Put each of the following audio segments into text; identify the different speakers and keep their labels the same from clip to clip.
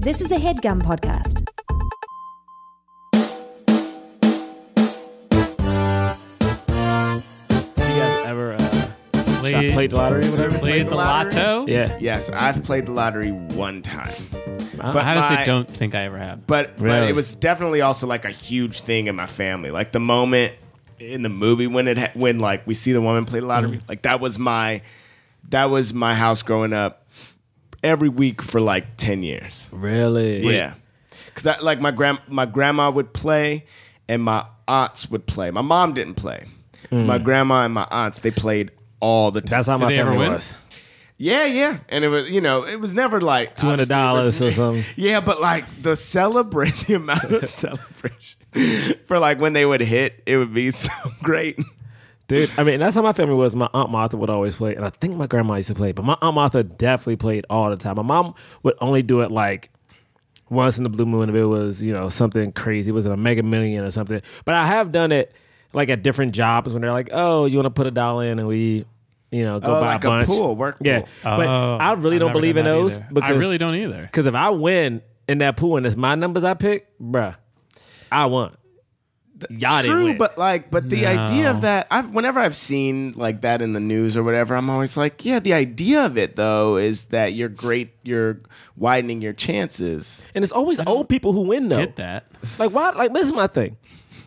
Speaker 1: This is a headgum podcast.
Speaker 2: Have you guys ever uh,
Speaker 3: Played,
Speaker 2: played the lottery or whatever?
Speaker 3: played the lotto?
Speaker 2: Yeah.
Speaker 4: Yes, I've played the lottery one time,
Speaker 3: I
Speaker 4: But
Speaker 3: honestly
Speaker 4: my-
Speaker 3: don't think I ever have.
Speaker 4: but but
Speaker 2: Really?
Speaker 4: it was definitely also like a huge thing in my family. Like the moment in the movie when it ha- when like we see the woman play the lottery,
Speaker 2: Mm.
Speaker 4: like that was my that was my house growing up every week for like ten years.
Speaker 2: Really?
Speaker 4: Yeah, because I like my grand my grandma would play, and my aunts would play. My mom didn't play. My grandma and my aunts they played all the time.
Speaker 2: Mm. That's how
Speaker 3: Did
Speaker 2: my
Speaker 3: they ever
Speaker 2: family
Speaker 3: win?
Speaker 2: was.
Speaker 4: yeah, yeah, and it was you know it was never like
Speaker 2: Two hundred dollars
Speaker 4: obviously,
Speaker 2: or
Speaker 4: it was-
Speaker 2: something.
Speaker 4: Yeah, but like the celebrate the amount of celebration for like when they would hit, it would be so great.
Speaker 2: Dude, I mean, that's how my family was. My aunt Martha would always play, and I think my grandma used to play, but my aunt Martha definitely played all the time. My mom would only do it like once in the blue moon if it was, you know, something crazy. It was a mega million or something. But I have done it like at different jobs when they're like, oh, you want to put a dollar in and we, you know, go
Speaker 4: Oh,
Speaker 2: buy
Speaker 4: like
Speaker 2: a
Speaker 4: a
Speaker 2: bunch.
Speaker 4: pool, work
Speaker 2: Yeah.
Speaker 4: pool.
Speaker 2: But
Speaker 3: Oh,
Speaker 2: I really
Speaker 3: I've
Speaker 2: don't
Speaker 3: never
Speaker 2: believe in
Speaker 3: done that
Speaker 2: those
Speaker 3: either.
Speaker 2: because
Speaker 3: I really don't either.
Speaker 2: Because if I win in that pool and it's my numbers I pick, bruh, I won. Y'all didn't
Speaker 4: True,
Speaker 2: win.
Speaker 4: but like, but the idea
Speaker 3: No.
Speaker 4: of that, I've whenever I've seen like that in the news or whatever, I'm always like, yeah. The idea of it though is that you're great, you're widening your chances.
Speaker 2: and it's always old people who win though.
Speaker 3: Get that?
Speaker 2: Like why? Like this is my thing.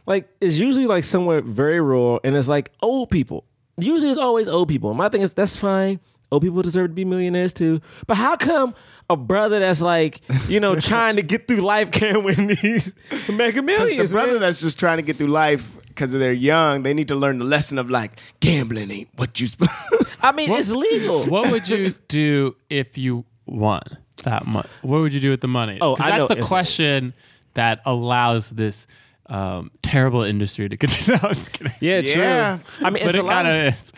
Speaker 2: Like it's usually like somewhere very rural, and it's like old people. Usually it's always old people. And my thing is that's fine. Old people deserve to be millionaires too. But how come a brother that's like you know trying to get through life can't win these mega
Speaker 4: The
Speaker 2: millions?
Speaker 4: brother
Speaker 2: man?
Speaker 4: that's just trying to get through life because they're young, they need to learn the lesson of like gambling ain't what you. Sp-
Speaker 2: I mean, it's legal.
Speaker 3: What would you do if you won that much? What would you do with the money?
Speaker 2: Oh,
Speaker 3: 'Cause
Speaker 2: I
Speaker 3: that's
Speaker 2: know
Speaker 3: the
Speaker 2: instantly.
Speaker 3: question that allows this um, terrible industry to continue. No, I'm just kidding.
Speaker 2: Yeah, true.
Speaker 4: Yeah.
Speaker 2: I mean,
Speaker 3: but
Speaker 2: it's a
Speaker 3: it
Speaker 2: lot.
Speaker 3: kind of
Speaker 2: Of,
Speaker 3: is.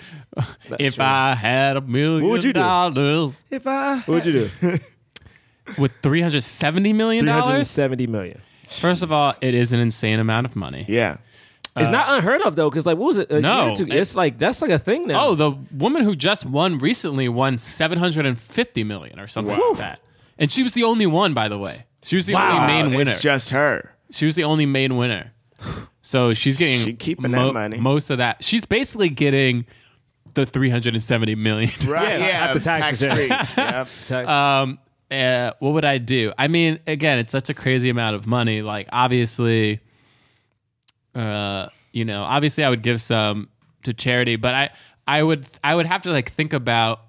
Speaker 3: If
Speaker 2: true.
Speaker 3: I had a million
Speaker 2: would you do?
Speaker 3: dollars
Speaker 4: if I
Speaker 2: what would you do?
Speaker 3: with three hundred seventy million
Speaker 2: Three hundred
Speaker 3: dollars,
Speaker 2: seventy million.
Speaker 3: first of all, it is an insane amount of money.
Speaker 4: yeah.
Speaker 2: It's not unheard of though, because like what was it? A
Speaker 3: No.
Speaker 2: year or two- it's like that's like a thing now.
Speaker 3: Oh, the woman who just won recently won 750 million or something like that. And she was the only one, by the way. She was the only main
Speaker 4: Wow,
Speaker 3: winner.
Speaker 4: Ah, It's just her.
Speaker 3: she was the only main winner. So she's getting
Speaker 4: She keeping that money.
Speaker 3: most of that. She's basically getting the 370 million.
Speaker 4: Right.
Speaker 2: Yeah, after taxes,
Speaker 4: tax-free. Yep.
Speaker 2: Tax-
Speaker 3: Um, uh, what would I do? I mean, again, it's such a crazy amount of money. Like, obviously, uh, you know, obviously, I would give some to charity, but I, I would, I would have to like think about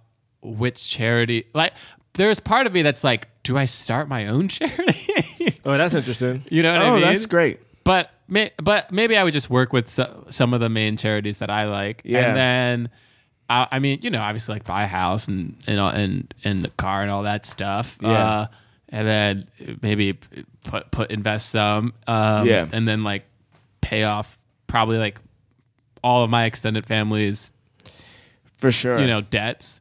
Speaker 3: which charity. Like, there's part of me that's like, do I start my own charity?
Speaker 2: oh, that's interesting.
Speaker 3: you know what I
Speaker 4: Oh,
Speaker 3: mean?
Speaker 4: that's great.
Speaker 3: But, may, but maybe I would just work with so, some of the main charities that I like,
Speaker 4: Yeah.
Speaker 3: and then. I, I mean, you know, obviously like buy a house and and all- and and the car and all that stuff. Yeah. Uh, and then maybe put put invest some. Um,
Speaker 4: Yeah.
Speaker 3: And then like pay off probably like all of my extended family's
Speaker 4: For sure.
Speaker 3: you know debts.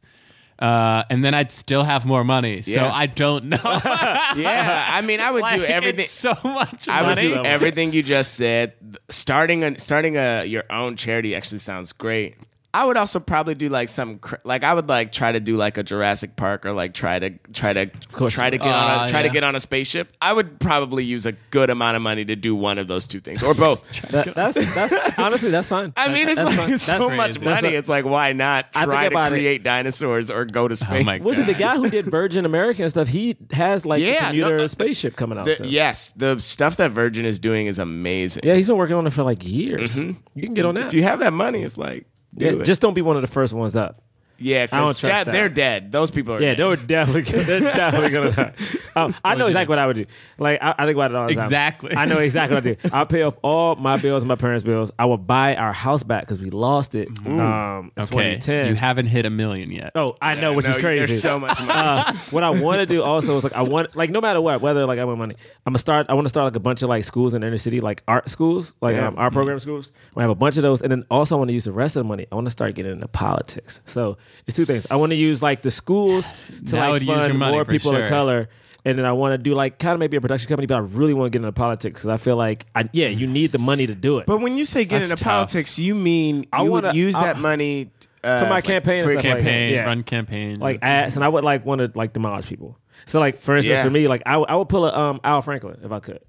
Speaker 3: Uh, and then I'd still have more money. So
Speaker 4: Yeah.
Speaker 3: I don't know.
Speaker 4: yeah. I mean, I would
Speaker 3: Like,
Speaker 4: do
Speaker 3: it's
Speaker 4: everything.
Speaker 3: so much.
Speaker 4: I would
Speaker 3: money.
Speaker 4: do everything you just said. Th- Starting a, starting a your own charity actually sounds great. I would also probably do like some cr- like I would like try to do like a Jurassic Park or like try to try to try to get on
Speaker 3: Uh,
Speaker 4: a, try to
Speaker 3: yeah.
Speaker 4: get on a spaceship. I would probably use a good amount of money to do one of those two things or both.
Speaker 2: That, that's that's honestly that's fine.
Speaker 4: I mean, it's
Speaker 2: That's
Speaker 4: like
Speaker 2: fine.
Speaker 4: it's so
Speaker 2: That's
Speaker 4: much
Speaker 2: crazy.
Speaker 4: money.
Speaker 2: That's what-
Speaker 4: it's like why not
Speaker 2: I think
Speaker 4: try to
Speaker 2: about it- Oh
Speaker 4: create dinosaurs or go to space?
Speaker 3: my God.
Speaker 2: Was it the guy who did Virgin America and stuff? He has like
Speaker 4: Yeah,
Speaker 2: a commuter
Speaker 4: no, uh,
Speaker 2: spaceship coming out.
Speaker 4: The-
Speaker 2: soon.
Speaker 4: yes, the stuff that Virgin is doing is amazing.
Speaker 2: yeah, he's been working on it for like years. You can get on that.
Speaker 4: If Mm-hmm. you have that money, it's like do
Speaker 2: Yeah,
Speaker 4: it.
Speaker 2: just don't be one of the first ones up.
Speaker 4: yeah,
Speaker 2: I don't
Speaker 4: because
Speaker 2: trust that.
Speaker 4: they're dead. Those people are
Speaker 2: Yeah,
Speaker 4: dead.
Speaker 2: they were definitely they're definitely gonna die. Um, I
Speaker 4: Oh,
Speaker 2: know exactly what I would do. Like I, I think about it all the time.
Speaker 3: Exactly.
Speaker 2: I know exactly what I do. I'll pay off all my bills, my parents' bills. I will buy our house back because we lost it.
Speaker 4: Mm.
Speaker 2: Um, in
Speaker 3: Okay,
Speaker 2: 2010.
Speaker 3: you haven't hit a million yet.
Speaker 2: Oh, I know, which
Speaker 4: No,
Speaker 2: is crazy.
Speaker 4: There's so much money.
Speaker 2: uh, what I want to do also is like I want like no matter what, whether like I want money, I'm gonna start. I want to start like a bunch of like schools in the inner city, like art schools, like
Speaker 4: Yeah.
Speaker 2: um,
Speaker 3: Mm-hmm.
Speaker 2: art program schools. I have a bunch of those, and then also I want to use the rest of the money. I want to start getting into politics. So it's two things. I want to use like the schools to
Speaker 3: That would
Speaker 2: like
Speaker 3: use your
Speaker 2: fund
Speaker 3: money
Speaker 2: more
Speaker 3: for
Speaker 2: people
Speaker 3: sure.
Speaker 2: of color. And then I want to do like kind of maybe a production company, but I really want to get into politics because I feel like I, yeah, you need the money to do it.
Speaker 4: But when you say get
Speaker 3: That's
Speaker 4: into
Speaker 3: tough.
Speaker 4: politics, you mean
Speaker 2: I
Speaker 4: you
Speaker 2: wanna-
Speaker 4: would use
Speaker 2: I-
Speaker 4: that money uh,
Speaker 2: For my
Speaker 4: like,
Speaker 2: campaign and
Speaker 4: for your
Speaker 2: stuff like that.
Speaker 3: campaign,
Speaker 2: yeah.
Speaker 3: run campaigns,
Speaker 2: like ass, and I would like want to like demolish people. So like for instance,
Speaker 4: Yeah.
Speaker 2: for me, like I, would- I would pull a um Al Franklin if I could.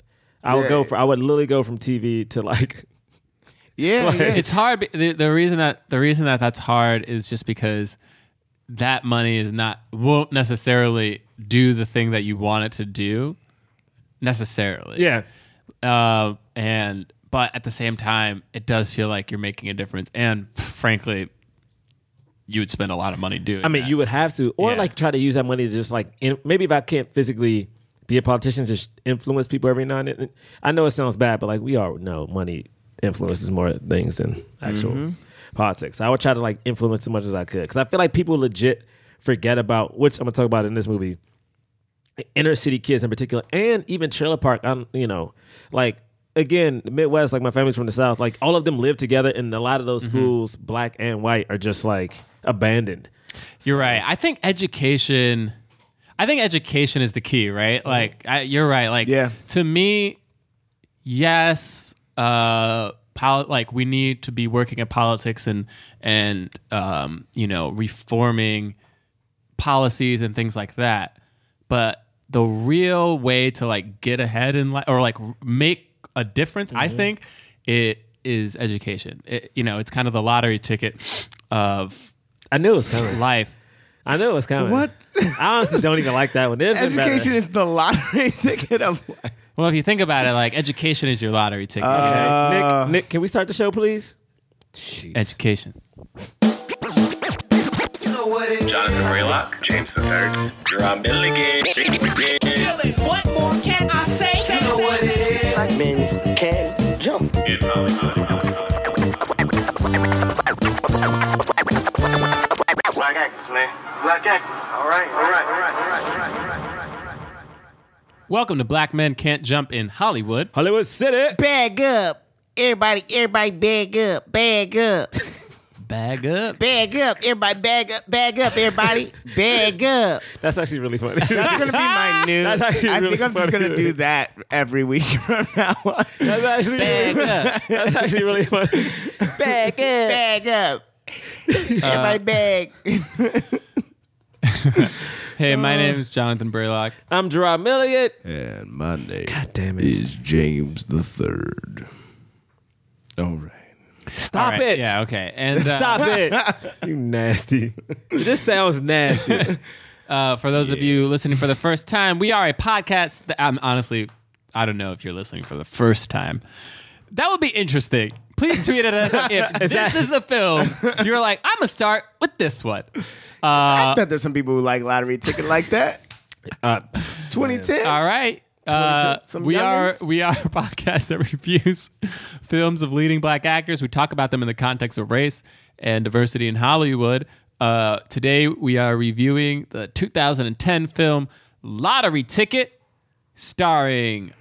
Speaker 2: I would
Speaker 4: Yeah.
Speaker 2: go for I would literally go from TV to like
Speaker 4: yeah, yeah.
Speaker 3: it's hard. be- The, the reason that the reason that that's hard is just because that money is not won't necessarily do the thing that you want it to do necessarily.
Speaker 2: yeah
Speaker 3: Uh, and but at the same time, it does feel like you're making a difference. And frankly, you would spend a lot of money doing.
Speaker 2: I mean,
Speaker 3: that.
Speaker 2: you would have to, or
Speaker 3: Yeah.
Speaker 2: like try to use that money to just like in, maybe if I can't physically be a politician, just influence people every now and then. I know it sounds bad, but like we all know, money influences more things than actual
Speaker 3: Mm-hmm.
Speaker 2: politics. I would try to like influence as much as I could because I feel like people legit forget about which I'm gonna talk about in this movie. Inner city kids in particular, and even trailer park. I'm, you know, like again, the Midwest. Like my family's from the South. Like all of them live together, and a lot of those
Speaker 3: Mm-hmm.
Speaker 2: schools, black and white, are just like abandoned.
Speaker 3: You're right. I think education. I think education is the key, right? Like I, you're right. Like
Speaker 4: Yeah.
Speaker 3: to me, yes. Uh, pol- like we need to be working at politics and and um, you know reforming policies and things like that. But the real way to like get ahead in life or like r- make a difference, I think, it is education. It, you know, it's kind of the lottery ticket of
Speaker 2: I knew it was coming.
Speaker 3: life.
Speaker 2: I knew it was coming.
Speaker 4: What?
Speaker 2: I honestly don't even like that one. There's been better.
Speaker 4: Education is the lottery ticket of life.
Speaker 3: Well, if you think about it, like education is your lottery ticket.
Speaker 2: Okay.
Speaker 3: okay?
Speaker 2: Nick, Nick, can we start the show, please? Jeez.
Speaker 3: Education.
Speaker 5: Jonathan Raylock, James the Third, Drum Milligan.
Speaker 6: What more can I say? You know what it is.
Speaker 5: Black actors, man. Black actors. All right, all right, all right, all right, all right, all right, all right, all right.
Speaker 3: Welcome to Black Men Can't Jump in Hollywood.
Speaker 2: Hollywood City.
Speaker 7: bag up. Everybody, everybody bag up, bag up,
Speaker 3: Bag up.
Speaker 7: bag up, everybody bag up, bag up, everybody, bag up.
Speaker 2: That's actually really funny.
Speaker 4: That's gonna be my new.
Speaker 2: That's actually
Speaker 4: I
Speaker 2: really
Speaker 4: think I'm just
Speaker 2: funny.
Speaker 4: gonna do that every week from now on.
Speaker 2: That's actually really, that's actually really funny.
Speaker 7: Bag up. Bag up.
Speaker 4: Uh,
Speaker 7: Everybody bag.
Speaker 3: Hey, my name is Jonathan Braylock.
Speaker 2: I'm Gerard Milliot.
Speaker 4: And Monday
Speaker 2: God damn it.
Speaker 4: is James the Third. All right.
Speaker 2: Stop
Speaker 3: All right,
Speaker 2: it.
Speaker 3: Yeah, okay. And uh,
Speaker 2: Stop it. You nasty. This sounds nasty.
Speaker 3: Uh, for those of you listening for the first time, we are a podcast. That, um, honestly, I don't know if you're listening for the first time. That would be interesting. Please tweet at us if this is the film you're like, I'm gonna start with this one. Uh,
Speaker 4: I bet there's some people who like lottery ticket like that.
Speaker 2: Uh,
Speaker 4: 2010.
Speaker 3: All right. Uh,
Speaker 4: some
Speaker 3: we are
Speaker 4: youngins?
Speaker 3: we are a podcast that reviews films of leading black actors. We talk about them in the context of race and diversity in Hollywood. Uh, today we are reviewing the 2010 film Lottery Ticket, starring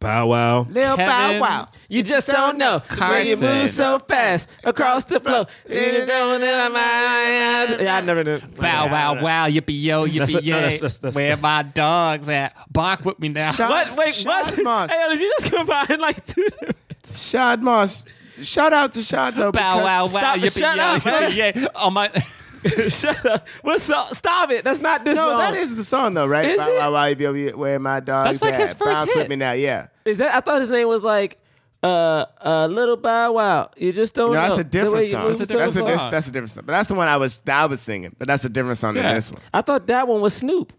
Speaker 2: Bow wow.
Speaker 7: Lil Bow
Speaker 3: Kevin-
Speaker 7: Wow.
Speaker 2: You just don't know when you
Speaker 3: Carson.
Speaker 2: move so fast across the floor. You don't know my- Yeah, I never knew.
Speaker 3: Bow Wow Wow Yippee Yo
Speaker 2: That's
Speaker 3: Yippee
Speaker 2: it. No,
Speaker 3: Yay.
Speaker 2: that's- that's- that's-
Speaker 3: Where my dogs at? Bark with me now.
Speaker 4: Shut-
Speaker 2: What? Wait,
Speaker 4: Shad
Speaker 2: what?
Speaker 4: Moss.
Speaker 2: Hey, did you just combine like two? different-
Speaker 4: Shad Moss. Shout out to Shad though.
Speaker 3: Bow
Speaker 4: because-
Speaker 3: Wow Wow
Speaker 2: Stop-
Speaker 3: Yippee
Speaker 2: shut
Speaker 3: Yo
Speaker 2: up, man.
Speaker 3: Yippee Yay. Oh my.
Speaker 2: Shut up. What's up? Stop it. That's not this
Speaker 4: No,
Speaker 2: song.
Speaker 4: that is the song though, right?
Speaker 2: Is
Speaker 4: Bow
Speaker 2: it?
Speaker 4: Wow Wow, you be over here where my dog.
Speaker 3: That's like his first
Speaker 4: Bounce
Speaker 3: hit.
Speaker 4: with me now, yeah.
Speaker 2: Is that? I thought his name was like uh uh little bow wow. You just don't.
Speaker 4: No,
Speaker 2: know.
Speaker 4: that's a
Speaker 2: The
Speaker 4: different
Speaker 2: way you
Speaker 4: song.
Speaker 2: move
Speaker 4: That's a
Speaker 2: so
Speaker 4: different, that's,
Speaker 2: far.
Speaker 4: a, that's a different song. But that's the one I was that I was singing. But that's a different song
Speaker 3: Yeah.
Speaker 4: than this one.
Speaker 2: I thought that one was Snoop.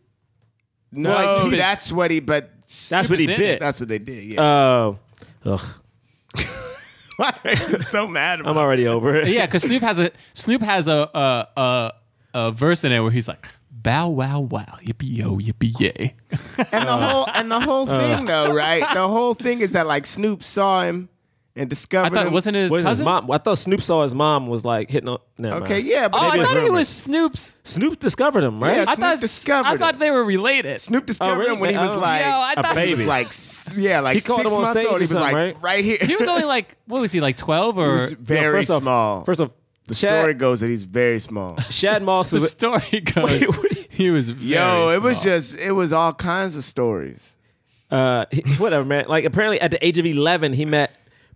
Speaker 4: No,
Speaker 2: Like, he's-
Speaker 4: that's what he. But
Speaker 2: That's what he
Speaker 3: Snoop is in
Speaker 2: did.
Speaker 4: that's what they did. Yeah.
Speaker 2: Oh, ugh.
Speaker 4: Why are you so mad about
Speaker 2: I'm already over it.
Speaker 3: Yeah, because Snoop has a Snoop has a a, a a verse in it where he's like, Bow wow wow. Yippee yo, yippee yay.
Speaker 4: And the whole and the whole thing though, right? The whole thing is that like Snoop saw him and
Speaker 3: I
Speaker 4: discovered
Speaker 3: thought
Speaker 4: him.
Speaker 3: wasn't it his
Speaker 2: What is his
Speaker 3: cousin?
Speaker 2: mom? I thought Snoop saw his mom was like hitting on. Never mind.
Speaker 4: Okay, yeah,
Speaker 3: Oh,
Speaker 4: but
Speaker 3: I
Speaker 4: it-
Speaker 2: was
Speaker 3: thought he
Speaker 2: rumored.
Speaker 3: was Snoop's.
Speaker 2: Snoop discovered him, right?
Speaker 4: Yeah,
Speaker 3: I
Speaker 4: Snoop
Speaker 3: thought
Speaker 4: discovered
Speaker 3: I thought
Speaker 4: him.
Speaker 3: they were related.
Speaker 4: Snoop discovered
Speaker 2: really?
Speaker 4: him when he was
Speaker 2: Oh.
Speaker 4: like
Speaker 3: Yo, I
Speaker 4: a
Speaker 3: thought he
Speaker 4: baby.
Speaker 3: was
Speaker 4: like s- yeah, like
Speaker 2: He called
Speaker 4: six
Speaker 2: him on
Speaker 4: months
Speaker 2: stage
Speaker 4: old.
Speaker 2: or
Speaker 4: He was like
Speaker 2: something,
Speaker 4: right,
Speaker 2: right?
Speaker 4: here.
Speaker 3: He was only like what was he like twelve or
Speaker 4: was
Speaker 2: You know,
Speaker 4: very
Speaker 2: first off-
Speaker 4: small.
Speaker 2: First off,
Speaker 4: the
Speaker 2: Shad,
Speaker 4: story goes that he's very small.
Speaker 2: Shad Moss
Speaker 3: the
Speaker 2: was
Speaker 3: story goes he was very
Speaker 4: Yo, it was
Speaker 3: small.
Speaker 4: just it was all kinds of stories.
Speaker 2: uh, he- whatever, man. Like apparently at the age of eleven, he met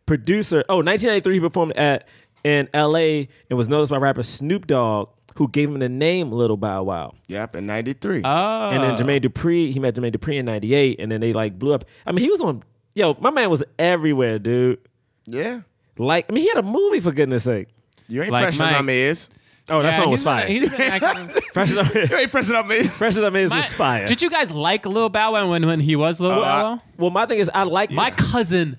Speaker 2: producer. Oh, 1993, he performed at in L.A. and was noticed by rapper Snoop Dogg, who gave him the name Little Bow Wow.
Speaker 4: Yep, in '93.
Speaker 3: Oh.
Speaker 2: And then Jermaine Dupri, he met Jermaine Dupri in '98, and then they like blew up. I mean, he was on. Yo, my man was everywhere, dude.
Speaker 4: yeah,
Speaker 2: Like, I mean, he had a movie for goodness sake.
Speaker 4: you ain't
Speaker 3: Like
Speaker 4: fresh
Speaker 3: Mike-
Speaker 4: as I'm is.
Speaker 2: Oh, that
Speaker 3: Yeah,
Speaker 2: song
Speaker 3: he's
Speaker 2: was
Speaker 3: been-
Speaker 2: fire.
Speaker 3: he's been acting-
Speaker 2: Fresh as I'm
Speaker 4: You ain't fresh as I'm is.
Speaker 2: Fresh as I'm is
Speaker 3: My-
Speaker 2: was fire.
Speaker 3: Did you guys like Lil Bow Wow when, when he was Lil Bow Wow?
Speaker 2: well, my thing is, I like
Speaker 3: My cousin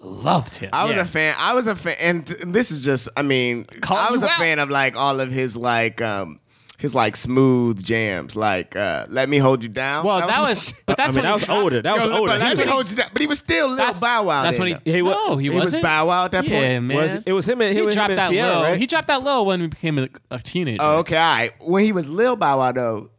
Speaker 3: loved him.
Speaker 4: I was
Speaker 2: Yeah.
Speaker 4: a fan. I was a fan, and th- this is just. I mean,
Speaker 3: Call
Speaker 4: I was
Speaker 3: you
Speaker 4: a
Speaker 3: out.
Speaker 4: fan of like all of his like um his like smooth jams, like uh "Let Me Hold You Down."
Speaker 3: well, that was, but
Speaker 2: I
Speaker 3: that's when
Speaker 2: mean, that
Speaker 3: he
Speaker 2: was
Speaker 3: dropped-
Speaker 2: older. That was
Speaker 4: Yo,
Speaker 2: older.
Speaker 4: but
Speaker 2: He
Speaker 4: let
Speaker 2: was-
Speaker 4: me hold you down. But he was still Lil
Speaker 3: That's
Speaker 4: Bow Wow.
Speaker 3: That's
Speaker 4: then,
Speaker 3: when he.
Speaker 4: though.
Speaker 2: Yeah, he wa-
Speaker 3: no, he,
Speaker 4: He was
Speaker 3: wasn't.
Speaker 4: Bow Wow at that point?
Speaker 3: Yeah, man.
Speaker 2: Was it- it was him and-
Speaker 3: he
Speaker 2: him and
Speaker 3: dropped
Speaker 2: him and
Speaker 3: that
Speaker 2: Sierra,
Speaker 3: low.
Speaker 2: right?
Speaker 3: He dropped that low when we became a, a teenager.
Speaker 4: Oh, okay, all right. When he was Lil Bow Wow though,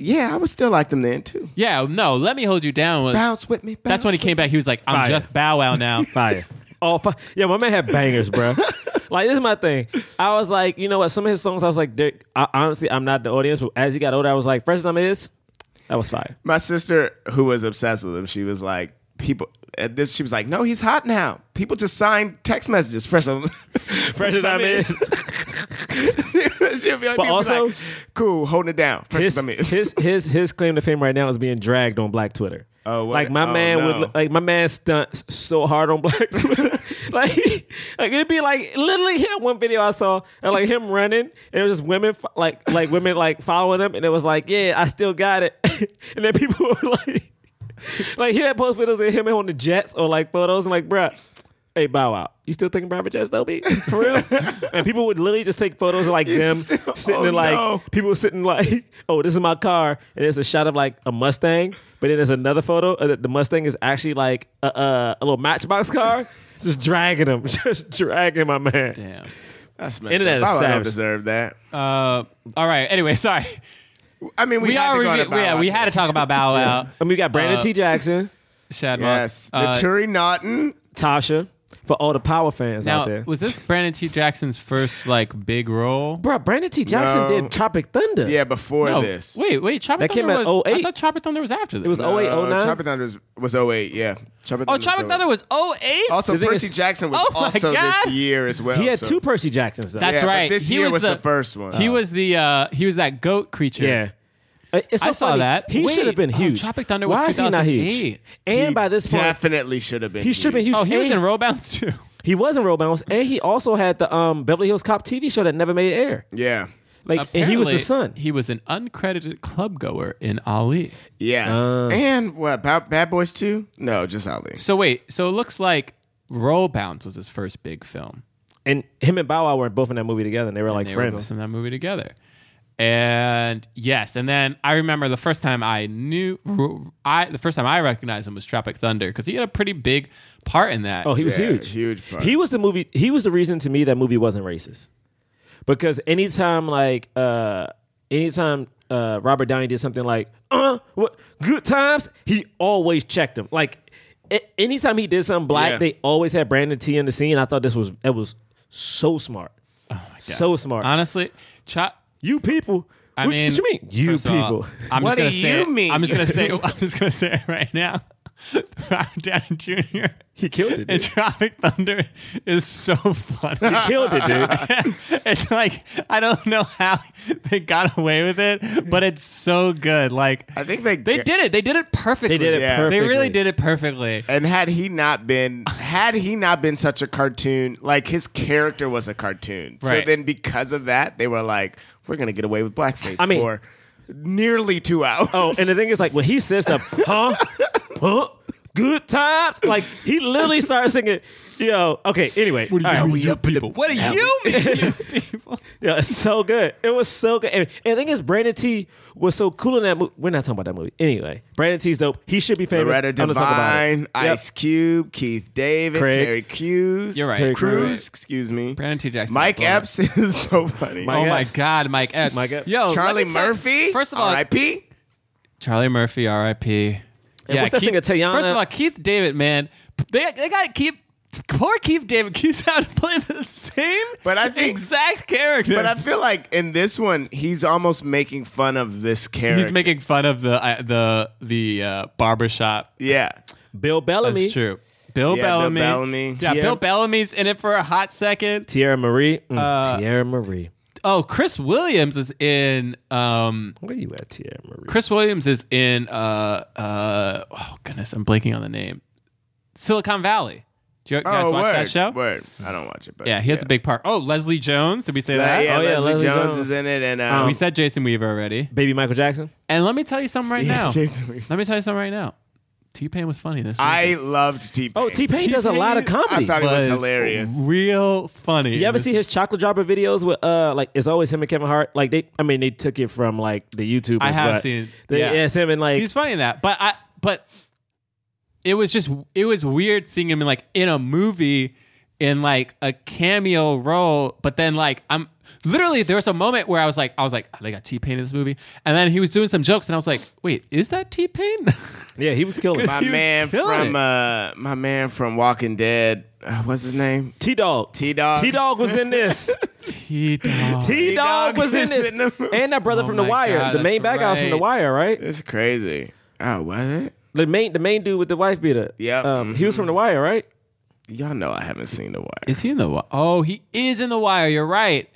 Speaker 4: yeah, I was still like them then too.
Speaker 3: Yeah, no. Let me hold you down was.
Speaker 4: Bounce with me. Bounce
Speaker 3: that's when he
Speaker 4: with
Speaker 3: came back. He was like, "I'm
Speaker 2: Fire.
Speaker 3: just Bow Wow now."
Speaker 2: fire. Oh, fi- yeah, my man had bangers, bro. like this is my thing. I was like, you know what? Some of his songs, I was like, they're- I, honestly, I'm not the audience. But as he got older, I was like, fresh as I'm is, that was fire.
Speaker 4: My sister, who was obsessed with him, she was like, people. At this, she was like, "No, he's hot now. People just sign text messages." Fresh, fresh
Speaker 2: Fresh as I'm is.
Speaker 4: She'll be like, people
Speaker 2: But
Speaker 4: be
Speaker 2: also-
Speaker 4: like, cool, holding it down. Fresh
Speaker 2: His,
Speaker 4: as I'm is.
Speaker 2: his his his claim to fame right now is being dragged on Black Twitter.
Speaker 4: Oh, what-
Speaker 2: like my
Speaker 4: oh,
Speaker 2: man
Speaker 4: no.
Speaker 2: would like my man stunts so hard on Black Twitter. like like it'd be like literally here one video I saw and like him running and it was just women fo- like like women like following him and it was like yeah I still got it and then people were like like he had post videos of him on the jets or like photos and like bruh. Hey, Bow Wow, you still taking private jets though, B? For real? and people would literally just take photos of like them
Speaker 4: still-
Speaker 2: sitting
Speaker 4: oh,
Speaker 2: in like
Speaker 4: no.
Speaker 2: people sitting like, oh, this is my car, and there's a shot of like a Mustang, but then there's another photo of that the Mustang is actually like a, a, a little Matchbox car, just dragging him, just dragging my man.
Speaker 3: Damn.
Speaker 4: That's messed
Speaker 2: Internet
Speaker 4: up.
Speaker 2: is
Speaker 4: Bow Wow don't
Speaker 2: savage.
Speaker 4: deserve that.
Speaker 3: Uh, all right. Anyway, sorry.
Speaker 4: I mean, we,
Speaker 3: We,
Speaker 4: had
Speaker 3: are
Speaker 4: to go on
Speaker 3: review-
Speaker 4: to Bow
Speaker 3: yeah,
Speaker 4: Wow.
Speaker 3: we had to talk about Bow Wow.
Speaker 2: I mean, we got Brandon
Speaker 3: Uh,
Speaker 2: T. Jackson,
Speaker 3: Shad Moss.
Speaker 4: Yes,
Speaker 3: Uh,
Speaker 4: the Turi Naughton.
Speaker 2: Tasha, for all the Power fans
Speaker 3: now,
Speaker 2: out there.
Speaker 3: was this Brandon T. Jackson's first like big role?
Speaker 2: Bro, Brandon T. Jackson
Speaker 4: No.
Speaker 2: did Tropic Thunder.
Speaker 4: Yeah, before
Speaker 3: No,
Speaker 4: this.
Speaker 3: Wait, wait. Chopper
Speaker 2: That came
Speaker 3: Thunder
Speaker 2: out
Speaker 3: was. I
Speaker 2: 08.
Speaker 3: thought Chopper Thunder was after this.
Speaker 2: It was 08,
Speaker 4: Uh,
Speaker 2: 09.
Speaker 4: Tropic Thunder was, was 08, yeah. Tropic
Speaker 3: Oh,
Speaker 4: Thunder
Speaker 3: Tropic
Speaker 4: 08.
Speaker 3: Thunder was 08?
Speaker 4: Also,
Speaker 2: The thing
Speaker 4: Percy
Speaker 2: is-
Speaker 4: Jackson was
Speaker 3: Oh my
Speaker 4: also
Speaker 3: God.
Speaker 4: this year as well.
Speaker 2: he had
Speaker 4: so-
Speaker 2: two Percy Jacksons. Though.
Speaker 3: That's
Speaker 4: Yeah, but
Speaker 3: right.
Speaker 4: this
Speaker 3: he
Speaker 4: year
Speaker 3: was,
Speaker 4: was
Speaker 3: the,
Speaker 4: the first one.
Speaker 3: He
Speaker 4: Oh.
Speaker 3: was the uh, he was that goat creature.
Speaker 2: Yeah. Uh, It's so
Speaker 3: I saw
Speaker 2: funny.
Speaker 3: that.
Speaker 2: He
Speaker 3: Wait.
Speaker 2: should have been
Speaker 3: Oh,
Speaker 2: huge.
Speaker 3: Tropic Thunder
Speaker 2: Why
Speaker 3: was
Speaker 2: is he not huge?
Speaker 3: 2008.
Speaker 2: And
Speaker 4: He
Speaker 2: by this point,
Speaker 4: definitely should have been.
Speaker 2: he should have been huge.
Speaker 3: Oh, he was
Speaker 2: And
Speaker 3: in Roll Bounce too.
Speaker 2: He was in Roll Bounce, and he also had the um, Beverly Hills Cop TV show that never made air.
Speaker 4: Yeah,
Speaker 2: Like, and he was the
Speaker 3: Apparently,
Speaker 2: son.
Speaker 3: He was an uncredited club goer in Ali.
Speaker 4: yes.
Speaker 2: Uh.
Speaker 4: and what? Bad, Bad Boys 2? No, just Ali.
Speaker 3: So wait, so it looks like Roll Bounce was his first big film.
Speaker 2: and him and Bow Wow were both in that movie together, and they were like
Speaker 3: they were both
Speaker 2: friends.
Speaker 3: in that movie together. And yes, and then I remember the first time I knew I the first time I recognized him was Tropic Thunder because he had a pretty big part in that.
Speaker 2: Oh, he was
Speaker 4: Yeah,
Speaker 2: huge.
Speaker 4: huge part.
Speaker 2: He was the movie. He was the reason to me that movie wasn't racist, because anytime like uh, anytime uh, Robert Downey did something like uh, what, good times, he always checked him. Like a- anytime he did something black,
Speaker 4: Yeah.
Speaker 2: they always had Brandon T in the scene. I thought this was it was so smart, so smart.
Speaker 3: Oh honestly, Chop.
Speaker 2: you people.
Speaker 3: I
Speaker 2: What-
Speaker 3: mean,
Speaker 2: what you mean? You
Speaker 3: first of all,
Speaker 2: people.
Speaker 3: I'm
Speaker 4: What
Speaker 3: just gonna
Speaker 4: do
Speaker 3: say
Speaker 4: you
Speaker 3: it.
Speaker 4: mean?
Speaker 3: I'm just gonna say. I'm just gonna say it right now. Robert Downey Jr.
Speaker 2: He killed it.
Speaker 3: in
Speaker 2: Dude.
Speaker 3: Tropic Thunder is so funny.
Speaker 2: He killed it, dude.
Speaker 3: it's like I don't know how they got away with it, but it's so good. Like
Speaker 4: I think they
Speaker 3: they did it. They did it perfectly.
Speaker 2: They did it
Speaker 4: Yeah.
Speaker 2: perfectly.
Speaker 3: They really did it perfectly.
Speaker 4: And had he not been, had he not been such a cartoon, like his character was a cartoon. So
Speaker 3: Right.
Speaker 4: then, because of that, they were like, "We're gonna get away with blackface."
Speaker 2: I mean-
Speaker 4: for nearly two hours.
Speaker 2: Oh, and the thing is, like when he says stuff, huh, huh, good times. Like he literally started singing, you know, okay, anyway. What are you people?
Speaker 7: What do you mean?
Speaker 2: Yeah, it's so good. It was so good. And, and the thing is, Brandon T was so cool in that movie. We're not talking about that movie. Anyway, Brandon T's dope. He should be famous.
Speaker 4: Loretta
Speaker 2: I'm gonna talk about it.
Speaker 4: Devine, Ice Cube, Keith David,
Speaker 2: Craig.
Speaker 4: Terry Crews.
Speaker 3: You're right.
Speaker 2: Terry
Speaker 4: Crews,
Speaker 3: Crews.
Speaker 4: excuse me.
Speaker 3: Brandon T. Jackson.
Speaker 4: Mike
Speaker 3: Blow it.
Speaker 4: Epps is so funny.
Speaker 2: Mike
Speaker 3: Oh my
Speaker 2: Epps.
Speaker 3: God, Mike Epps.
Speaker 2: Mike Epps.
Speaker 3: Yo, let
Speaker 4: Charlie
Speaker 3: me tell-
Speaker 4: Murphy.
Speaker 3: First of all,
Speaker 4: R.I.P.
Speaker 3: Charlie Murphy, R.I.P.
Speaker 2: what's that singer, Teyana?
Speaker 3: First of all, Keith David, man, they they got to keep. Poor Keith David keeps having to play the same,
Speaker 4: But I think-
Speaker 3: exact character.
Speaker 4: But I feel like in this one, he's almost making fun of this character.
Speaker 3: he's making fun of the uh, the the uh, barbershop.
Speaker 4: yeah.
Speaker 2: Bill Bellamy.
Speaker 3: That's true. Bill
Speaker 4: Yeah, Bill
Speaker 3: Bellamy.
Speaker 4: Bellamy.
Speaker 3: Yeah,
Speaker 2: Tierra-
Speaker 3: Bill Bellamy's in it for a hot second.
Speaker 2: Tierra Marie. Mm,
Speaker 3: Uh,
Speaker 2: Tierra Marie.
Speaker 3: Oh, Chris Williams is in. Um,
Speaker 2: Where you at, Tierra Marie?
Speaker 3: Chris Williams is in. Uh, uh, oh goodness, I'm blanking on the name. Silicon Valley. Do you, you guys
Speaker 4: oh,
Speaker 3: watch
Speaker 4: word,
Speaker 3: that show?
Speaker 4: Word. I don't watch it, but
Speaker 3: Yeah, he has a big part. Oh, Leslie Jones. Did we say that?
Speaker 4: yeah,
Speaker 2: Oh, yeah,
Speaker 4: Leslie,
Speaker 2: Leslie
Speaker 4: Jones, is
Speaker 2: Jones.
Speaker 4: in it, and
Speaker 3: Oh,
Speaker 4: um,
Speaker 3: we said Jason Weaver already.
Speaker 2: Baby Michael Jackson.
Speaker 3: And let me tell you something right
Speaker 4: yeah,
Speaker 3: now.
Speaker 4: Jason Weaver.
Speaker 3: Let me tell you something right now. T Pain was funny this week.
Speaker 4: I loved T.
Speaker 2: Oh, T Pain does a lot of
Speaker 4: I
Speaker 2: comedy.
Speaker 4: thought it was hilarious.
Speaker 3: Real funny.
Speaker 2: You ever
Speaker 3: This-
Speaker 2: see his chocolate dropper videos with uh like it's always him and Kevin Hart? Like they I mean they took it from like the YouTubers.
Speaker 3: I have
Speaker 2: but
Speaker 3: seen-
Speaker 2: They,
Speaker 3: yeah.
Speaker 2: yeah. It's him and like
Speaker 3: He's funny in that, but I but it was just it was weird seeing him in like in a movie in like a cameo role, but then like I'm literally there was a moment where I was like I was like oh, they got T Pain in this movie, and then he was doing some jokes, and I was like, wait, is that T Pain?
Speaker 2: Yeah, he was killing
Speaker 4: my
Speaker 3: He was
Speaker 4: man
Speaker 3: killing
Speaker 4: from
Speaker 3: it.
Speaker 4: uh, my man from Walking Dead. Uh, what's his name?
Speaker 2: T Dog.
Speaker 4: T-Dog.
Speaker 2: T Dog was in this.
Speaker 3: T
Speaker 2: T Dog was in this.
Speaker 4: in the movie.
Speaker 2: and that brother
Speaker 3: Oh
Speaker 2: from The
Speaker 3: my
Speaker 2: Wire,
Speaker 3: God,
Speaker 2: the main
Speaker 3: that's
Speaker 2: bad guy was from The
Speaker 3: right.
Speaker 2: Wire, right?
Speaker 4: It's crazy. Oh, was it?
Speaker 2: The main the main dude with the wife beater.
Speaker 4: Yep.
Speaker 2: Um, he was from The Wire, right?
Speaker 4: Y'all know I haven't seen The Wire.
Speaker 3: Is he in the wire? Oh, he is in the wire. You're right.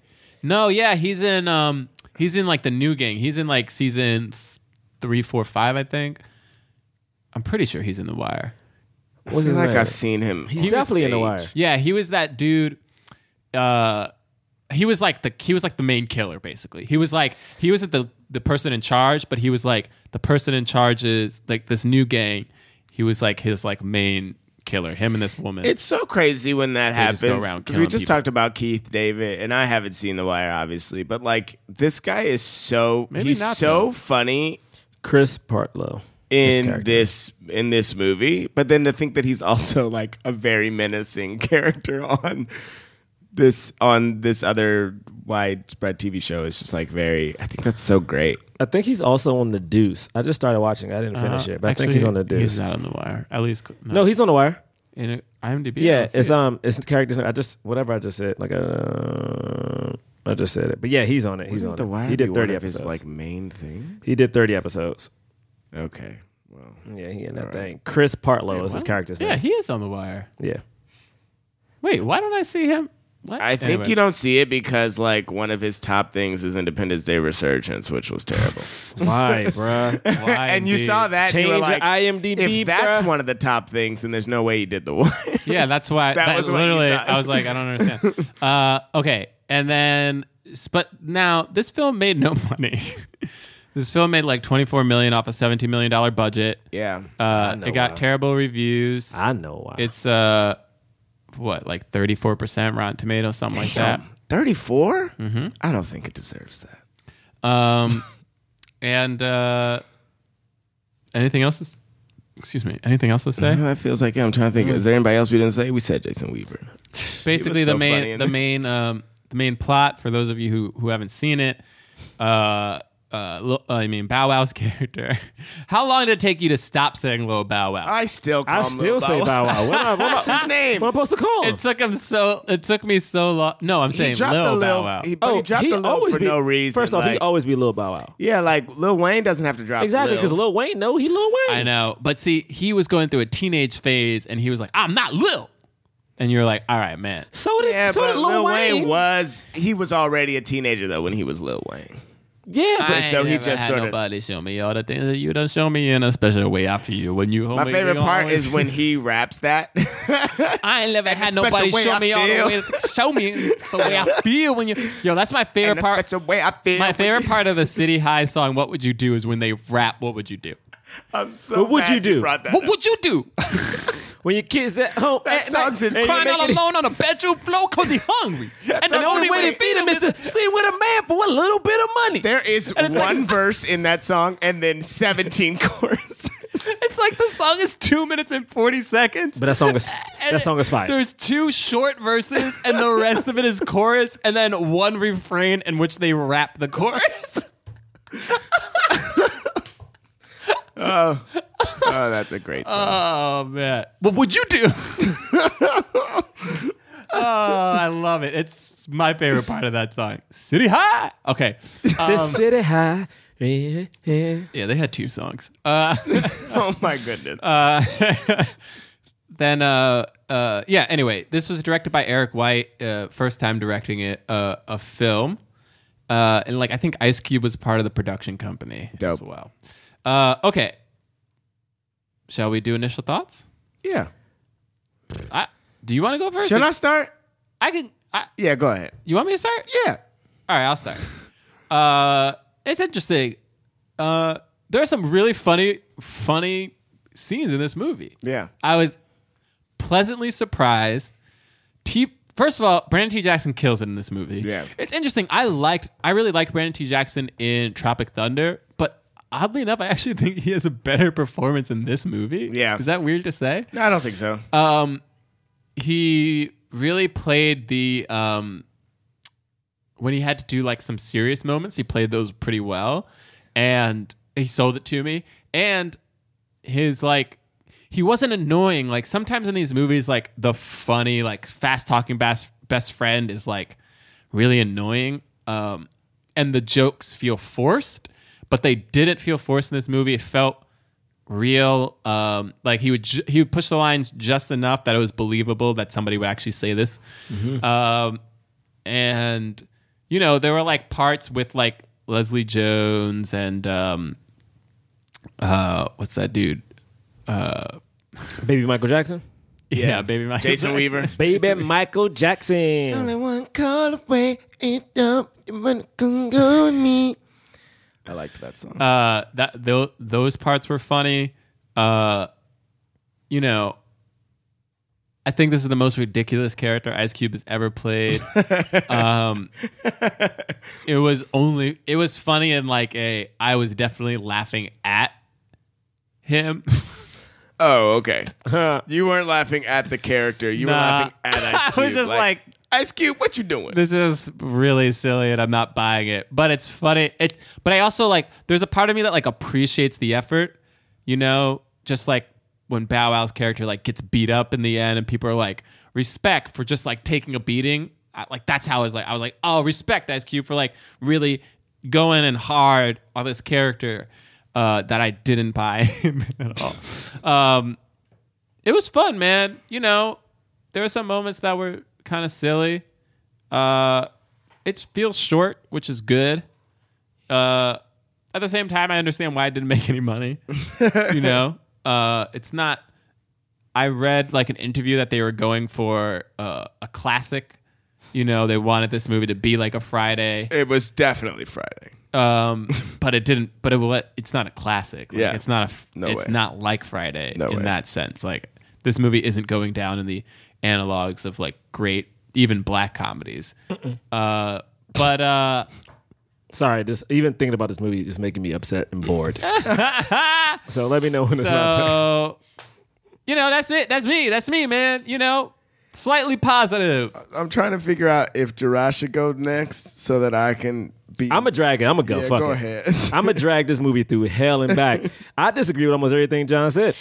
Speaker 3: No, yeah, he's in um he's in like the new gang. He's in like season f- three, four, five, I think. I'm pretty sure he's in the wire.
Speaker 4: I
Speaker 2: Was
Speaker 4: feel
Speaker 2: his
Speaker 4: like
Speaker 2: name?
Speaker 4: I've seen him.
Speaker 2: He's definitely in The Wire.
Speaker 3: Yeah, he was that dude. Uh, he was like the he was like the main killer basically. He was like he wasn't the the person in charge, but he was like the person in charge is like this new gang. He was like his like main killer. Him and this woman.
Speaker 4: It's so crazy when that
Speaker 3: They
Speaker 4: happens.
Speaker 3: just go around
Speaker 4: 'cause we
Speaker 3: killing
Speaker 4: just
Speaker 3: people.
Speaker 4: talked about Keith David, and I haven't seen The Wire, obviously, but like this guy is so
Speaker 3: Maybe
Speaker 4: he's
Speaker 3: not,
Speaker 4: so
Speaker 3: though.
Speaker 4: funny
Speaker 2: Chris Partlow. His
Speaker 4: in
Speaker 2: character.
Speaker 4: this in this movie, but then to think that he's also like a very menacing character on this on this other widespread TV show is just like very. I think that's so great.
Speaker 2: I think he's also on The Deuce. I just started watching. it. I didn't finish
Speaker 3: Uh,
Speaker 2: it, but I think he's
Speaker 3: actually,
Speaker 2: on The Deuce.
Speaker 3: He's not on the wire. At least no,
Speaker 2: No, he's on The Wire.
Speaker 3: in a, IMDb. I
Speaker 2: Yeah,
Speaker 3: don't see
Speaker 2: it's
Speaker 3: it.
Speaker 2: um, it's the character's name. I just whatever I just said, like uh, I just said it. But yeah, he's on it. He's
Speaker 4: Wouldn't
Speaker 2: on
Speaker 4: The
Speaker 2: it.
Speaker 4: Wire
Speaker 2: he
Speaker 4: be
Speaker 2: did
Speaker 4: one
Speaker 2: thirty
Speaker 4: of his,
Speaker 2: episodes.
Speaker 4: like main thing.
Speaker 2: he did thirty episodes.
Speaker 4: Okay, well,
Speaker 2: Yeah, he in that thing. Chris Partlow is his character's
Speaker 3: Yeah,
Speaker 2: name.
Speaker 3: he is on the wire.
Speaker 2: yeah.
Speaker 3: Wait, why don't I see him? What?
Speaker 4: I think
Speaker 3: Anyway.
Speaker 4: you don't see it because like one of his top things is Independence Day Resurgence, which was terrible.
Speaker 2: Why, bruh?
Speaker 3: Why
Speaker 4: and you
Speaker 3: indeed?
Speaker 4: saw that and you were
Speaker 2: Change
Speaker 4: like,
Speaker 2: your IMDb,
Speaker 4: If that's
Speaker 2: bruh.
Speaker 4: one of the top things, then there's no way he did the one.
Speaker 3: Yeah, that's why.
Speaker 4: That
Speaker 3: that
Speaker 4: was what you
Speaker 3: literally.
Speaker 4: thought.
Speaker 3: I was like, I don't understand. uh, okay, and then, s- but now this film made no money. this film made like twenty four million off a seventeen million dollar budget.
Speaker 4: yeah.
Speaker 3: Uh,
Speaker 2: know Ah.
Speaker 3: it got
Speaker 2: why.
Speaker 3: terrible reviews.
Speaker 2: I know why.
Speaker 3: It's uh, what like thirty four percent Rotten Tomatoes, something like that.
Speaker 4: 34? Mm-hmm. I don't think it deserves that.
Speaker 3: Um, and uh, anything else? is- Excuse me. Anything else to say?
Speaker 4: Well, that feels like yeah, I'm trying to think. Is there anybody else we didn't say? We said Jason Weaver.
Speaker 3: Basically,
Speaker 4: so
Speaker 3: the
Speaker 4: funny
Speaker 3: main
Speaker 4: in
Speaker 3: the
Speaker 4: this.
Speaker 3: main um, the main plot for those of you who who haven't seen it. Uh, uh, Lil- I mean Bow Wow's character. How long did it take you to stop saying Lil Bow Wow?
Speaker 4: I still call
Speaker 2: I
Speaker 4: him Lil
Speaker 2: still say Bow Wow. What am I, what am I,
Speaker 4: What's his name?
Speaker 2: what am I supposed to call him?
Speaker 3: it took him so. It took me so long. No, I'm saying
Speaker 4: Oh. he dropped
Speaker 3: Lil
Speaker 4: the
Speaker 3: Bow
Speaker 4: Lil.
Speaker 3: Wow.
Speaker 4: He, but he dropped the Lil for
Speaker 2: Oh, be,
Speaker 4: no reason.
Speaker 2: First off, he
Speaker 4: like-
Speaker 2: always be Lil Bow Wow.
Speaker 4: yeah, like Lil Wayne doesn't have to drop
Speaker 2: Exactly, because Lil Wayne, no, he Lil Wayne.
Speaker 3: I know, but see, he was going through a teenage phase, and he was like, "I'm not Lil," and you're like, "All right, man."
Speaker 2: So did,
Speaker 4: Yeah,
Speaker 2: so
Speaker 4: but
Speaker 2: did Lil, Wayne.
Speaker 4: was he was already a teenager though when he was Lil Wayne.
Speaker 2: Yeah, but
Speaker 3: I ain't
Speaker 4: so he
Speaker 3: never
Speaker 4: just
Speaker 3: had
Speaker 4: sorta-
Speaker 3: nobody show me all the things that you done show me in a special way after you when you.
Speaker 4: My favorite part is when he raps that.
Speaker 3: I ain't never had
Speaker 4: special
Speaker 3: nobody
Speaker 4: way
Speaker 3: show
Speaker 4: I
Speaker 3: me all the
Speaker 4: feel.
Speaker 3: way. Show me the way I feel when you. Yo, that's my favorite part.
Speaker 4: That's the way I feel.
Speaker 3: My favorite part of the City High song, "What Would You Do," is when they rap. What would you do?
Speaker 4: I'm so.
Speaker 2: What would
Speaker 4: mad
Speaker 2: you do?
Speaker 4: brought that
Speaker 3: What
Speaker 4: up.
Speaker 3: would you do?
Speaker 2: When your kids at home,
Speaker 4: That
Speaker 2: at night,
Speaker 4: sounds
Speaker 2: and you
Speaker 4: insane.
Speaker 3: Crying
Speaker 2: make
Speaker 3: all
Speaker 2: it-
Speaker 3: alone on a bedroom floor because he's hungry. and the
Speaker 4: sounds
Speaker 3: only way to feed him is to.
Speaker 2: sleep with a man for a little bit of money.
Speaker 4: There is
Speaker 2: And
Speaker 4: one
Speaker 2: it's like-
Speaker 4: verse in that song, and then 17 choruses.
Speaker 3: It's like the song is two minutes and forty seconds.
Speaker 2: But that song is
Speaker 3: And
Speaker 2: that song is
Speaker 3: it-
Speaker 2: fire.
Speaker 3: There's two short verses, and the rest of it is chorus, and then one refrain in which they rap the chorus.
Speaker 4: Oh, that's a great song.
Speaker 3: Oh man, what would you do? oh, I love it. It's my favorite part of that song. City High. Okay.
Speaker 2: The city high. Yeah, yeah.
Speaker 3: Yeah, they had two songs. Uh,
Speaker 4: oh my goodness.
Speaker 3: then, uh, uh, yeah. Anyway, this was directed by Eric White. Uh, first time directing it, uh, a film, uh, and like I think Ice Cube was part of the production company as
Speaker 4: Dope.
Speaker 3: well. Uh, okay. Shall we do initial thoughts?
Speaker 4: yeah.
Speaker 3: I, do you want to go first?
Speaker 4: Should I start?
Speaker 3: I can. I,
Speaker 4: Yeah, go ahead.
Speaker 3: you want me to start?
Speaker 4: Yeah.
Speaker 3: All right, I'll start. Uh, it's interesting. Uh, there are some really funny, funny scenes in this movie.
Speaker 4: Yeah.
Speaker 3: I was pleasantly surprised. T- First of all, Brandon T. Jackson kills it in this movie.
Speaker 4: Yeah.
Speaker 3: it's interesting. I liked, I really liked Brandon T. Jackson in Tropic Thunder, but oddly enough, I actually think he has a better performance in this movie.
Speaker 4: Yeah.
Speaker 3: is that weird to say?
Speaker 4: No, I don't think so.
Speaker 3: Uh, he really played the um when he had to do like some serious moments he played those pretty well and he sold it to me and his like he wasn't annoying like sometimes in these movies like the funny like fast talking best best friend is like really annoying um and the jokes feel forced but they didn't feel forced in this movie it felt real. Um, like he would ju- he would push the lines just enough that it was believable that somebody would actually say this.
Speaker 4: Mm-hmm.
Speaker 3: Um, and you know there were like parts with like Leslie Jones and um, uh, what's that dude?
Speaker 2: Baby Michael Jackson.
Speaker 3: Yeah, baby Michael Jackson.
Speaker 4: Jason Weaver.
Speaker 2: Baby Michael Jackson.
Speaker 4: Only one call away. It up. You wanna come go with me. I liked that song.
Speaker 3: Uh, that those those parts were funny. Uh, you know. I think this is the most ridiculous character Ice Cube has ever played. Um, it was only it was funny and like a I was definitely laughing at him.
Speaker 4: oh, okay. you weren't laughing at the character. You were
Speaker 3: Nah.
Speaker 4: laughing at Ice Cube.
Speaker 3: I was just like-
Speaker 4: Ice Cube, what you doing?
Speaker 3: this is really silly and I'm not buying it, but it's funny. It but I also like there's a part of me that like appreciates the effort, you know, just like when Bow Wow's character like gets beat up in the end and people are like respect for just like taking a beating. I, like that's how I was like I was like, "Oh, respect Ice Cube for like really going and hard on this character." Uh, that I didn't buy him at all. Um, it was fun, man. You know, there were some moments that were kind of silly. Uh, it feels short, which is good. Uh, at the same time, I understand why it didn't make any money. you know, uh, it's not. I read like an interview that they were going for uh, a classic. You know, they wanted this movie to be like a Friday,
Speaker 4: it was definitely Friday.
Speaker 3: um, but it didn't. But it wa- It's not a classic. Like,
Speaker 4: Yeah.
Speaker 3: it's not a. f-
Speaker 4: No
Speaker 3: it's
Speaker 4: way.
Speaker 3: not like Friday
Speaker 4: No
Speaker 3: in
Speaker 4: way.
Speaker 3: that sense. Like this movie isn't going down in the analogs of like great even black comedies. Uh, but uh,
Speaker 2: Sorry, just even thinking about this movie is making me upset and bored. so let me know when it's my turn.
Speaker 3: so you know that's it. That's me. That's me, man. You know, slightly positive.
Speaker 4: I'm trying to figure out if Jirash should go next so that I can be.
Speaker 2: I'm a dragon. I'm a go.
Speaker 4: Yeah,
Speaker 2: Fuck
Speaker 4: go
Speaker 2: it.
Speaker 4: ahead.
Speaker 2: I'm gonna drag this movie through hell and back. I disagree with almost everything John said.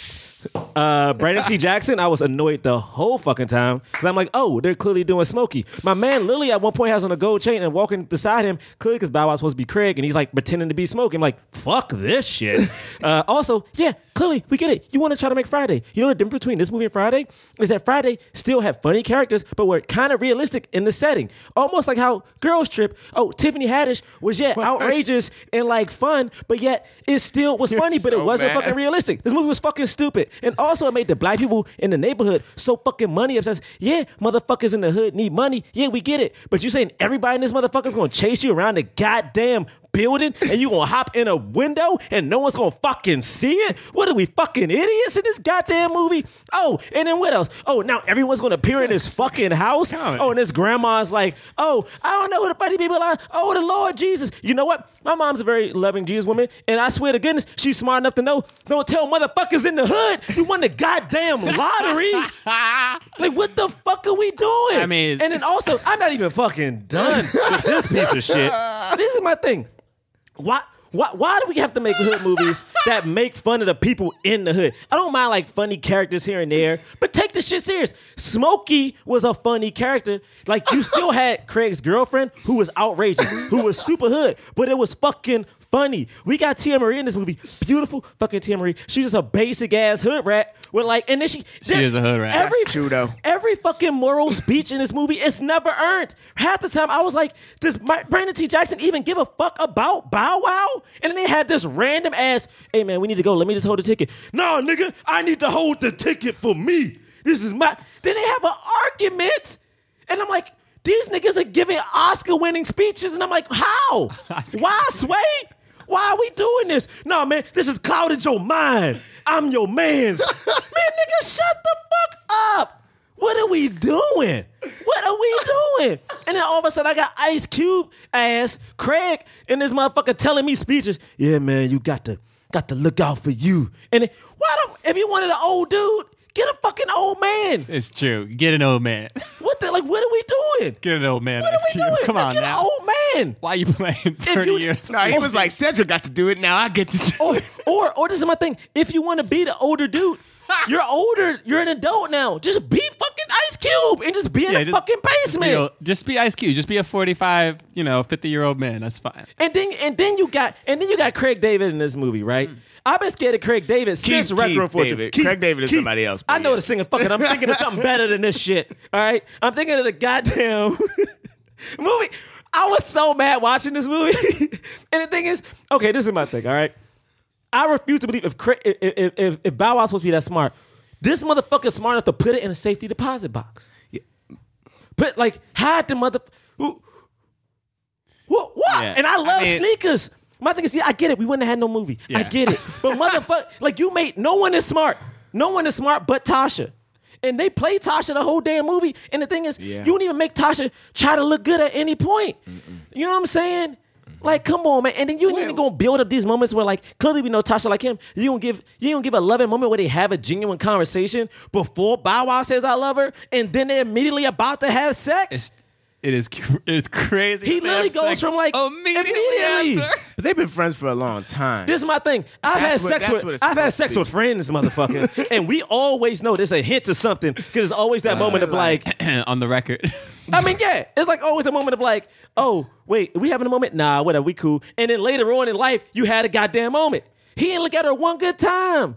Speaker 2: Uh, Brandon T. Jackson, I was annoyed the whole fucking time because I'm like, oh, they're clearly doing Smokey. My man Lily at one point has on a gold chain and walking beside him, clearly because Bow Wow's supposed to be Craig and he's like pretending to be Smokey. I'm like, fuck this shit. uh, also, yeah, clearly we get it. You want to try to make Friday. You know the difference between this movie and Friday is that Friday still had funny characters, but were kind of realistic in the setting. Almost like how Girls Trip, oh, Tiffany Haddish was yeah outrageous and like fun, but yet it still was
Speaker 4: You're
Speaker 2: funny, but it
Speaker 4: so
Speaker 2: wasn't
Speaker 4: mad.
Speaker 2: fucking realistic. This movie was fucking stupid. And also it made the black people in the neighborhood so fucking money obsessed. Yeah, motherfuckers in the hood need money. Yeah, we get it. But you saying everybody in this motherfucker's gonna chase you around the goddamn building and you gonna hop in a window and no one's gonna fucking see it? What are we fucking idiots in this goddamn movie? Oh, and then what else? Oh, now everyone's gonna appear in this fucking house. Oh, and this grandma's like, oh, I don't know what the funny people are. Oh, the Lord Jesus. You know what? My mom's a very loving Jesus woman, and I swear to goodness, she's smart enough to know don't tell motherfuckers in the hood you won the goddamn lottery. like, what the fuck are we doing?
Speaker 3: I mean-
Speaker 2: and then also, I'm not even fucking done with this piece of shit. This is my thing. Why? Why, why do we have to make hood movies that make fun of the people in the hood? I don't mind like funny characters here and there, but take this shit serious. Smokey was a funny character. Like you still had Craig's girlfriend who was outrageous, who was super hood, but it was fucking funny. We got Tia Marie in this movie. Beautiful fucking Tia Marie. She's just a basic ass hood rat with like and then she She
Speaker 3: is a hood rat.
Speaker 2: Every
Speaker 4: Judo.
Speaker 2: Every fucking moral speech in this movie is never earned. Half the time, I was like, does Mi- Brandon T. Jackson even give a fuck about Bow Wow? And then they have this random ass, hey man, we need to go. Let me just hold the ticket. No, nigga, I need to hold the ticket for me. This is my. Then they have an argument. And I'm like, these niggas are giving Oscar winning speeches. And I'm like, how? Why Sway? Why are we doing this? No, man, this has clouded your mind. I'm your man's. man, nigga, shut the fuck up. What are we doing? What are we doing? And then all of a sudden, I got Ice Cube ass Craig and this motherfucker telling me speeches. Yeah, man, you got to got to look out for you. And it- why don't if you wanted an old dude, get a fucking old man.
Speaker 3: It's true. Get an old man.
Speaker 2: What the like? What are we doing?
Speaker 3: Get an old man.
Speaker 2: What are
Speaker 3: Ice
Speaker 2: we
Speaker 3: Cube.
Speaker 2: doing?
Speaker 3: Come
Speaker 2: Let's
Speaker 3: on
Speaker 2: get
Speaker 3: now.
Speaker 2: an old man.
Speaker 3: Why are you playing 30
Speaker 2: you-
Speaker 3: years? Oh,
Speaker 4: No, he was like, Cedric got to do it. Now I get to do
Speaker 2: or, or or this is my thing. If you want to be the older dude, you're older. You're an adult now. Just be fucking Ice Cube and just be in
Speaker 3: Yeah,
Speaker 2: a
Speaker 3: just
Speaker 2: fucking
Speaker 3: Be
Speaker 2: basement.
Speaker 3: a- just be Ice Cube. Just be a 45, you know, 50 year old man. That's fine.
Speaker 2: and then and then you got and then you got Craig David in this movie, right? I've been scared of Craig David since
Speaker 4: Hmm. Keith
Speaker 2: Record Fortune.
Speaker 4: David. Craig David is somebody else, but
Speaker 2: I know
Speaker 4: yeah.
Speaker 2: the singer. Fucking, I'm thinking of something better than this shit. All right, I'm thinking of the goddamn movie. I was so mad watching this movie. and the thing is, okay, this is my thing. All right. I refuse to believe if Cra- if if, if, if Bow Wow's supposed to be that smart, this motherfucker is smart enough to put it in a safety deposit box. But like hide the mother. Who, who, what?
Speaker 3: Yeah.
Speaker 2: And I
Speaker 3: I
Speaker 2: love
Speaker 3: mean-
Speaker 2: sneakers. My thing is, yeah, I get it. We wouldn't have had no movie. I
Speaker 3: Yeah.
Speaker 2: get it. But motherfucker, like you made no one is smart. No one is smart but Tasha. And they play Tasha the whole damn movie. And the thing is, you don't even make Tasha try to look good at any point. You know what I'm saying? Like, come on, man. And then you ain't even gonna build up these moments where, like, clearly we know Tasha like him. You don't give you don't give a loving moment where they have a genuine conversation before Bow Wow says I love her, and then they're immediately about to have sex.
Speaker 3: It's, it is cr- it's crazy.
Speaker 2: He
Speaker 3: that they
Speaker 2: literally
Speaker 3: have
Speaker 2: goes
Speaker 3: sex
Speaker 2: from, like,
Speaker 3: immediately,
Speaker 2: immediately.
Speaker 3: after.
Speaker 4: But they've been friends for a long time.
Speaker 2: This is my thing. I've
Speaker 4: That's
Speaker 2: had
Speaker 4: what-
Speaker 2: sex
Speaker 4: that's what
Speaker 2: with
Speaker 4: it's
Speaker 2: I've had
Speaker 4: supposed
Speaker 2: sex
Speaker 4: to be.
Speaker 2: with friends, motherfucker, and we always know there's a hint to something because it's always
Speaker 4: Uh,
Speaker 2: that moment of like,
Speaker 3: on the record.
Speaker 2: I mean, yeah, it's like always a moment of like, oh wait, we having a moment? Nah, whatever, we cool. And then later on in life, you had a goddamn moment. He didn't look at her one good time,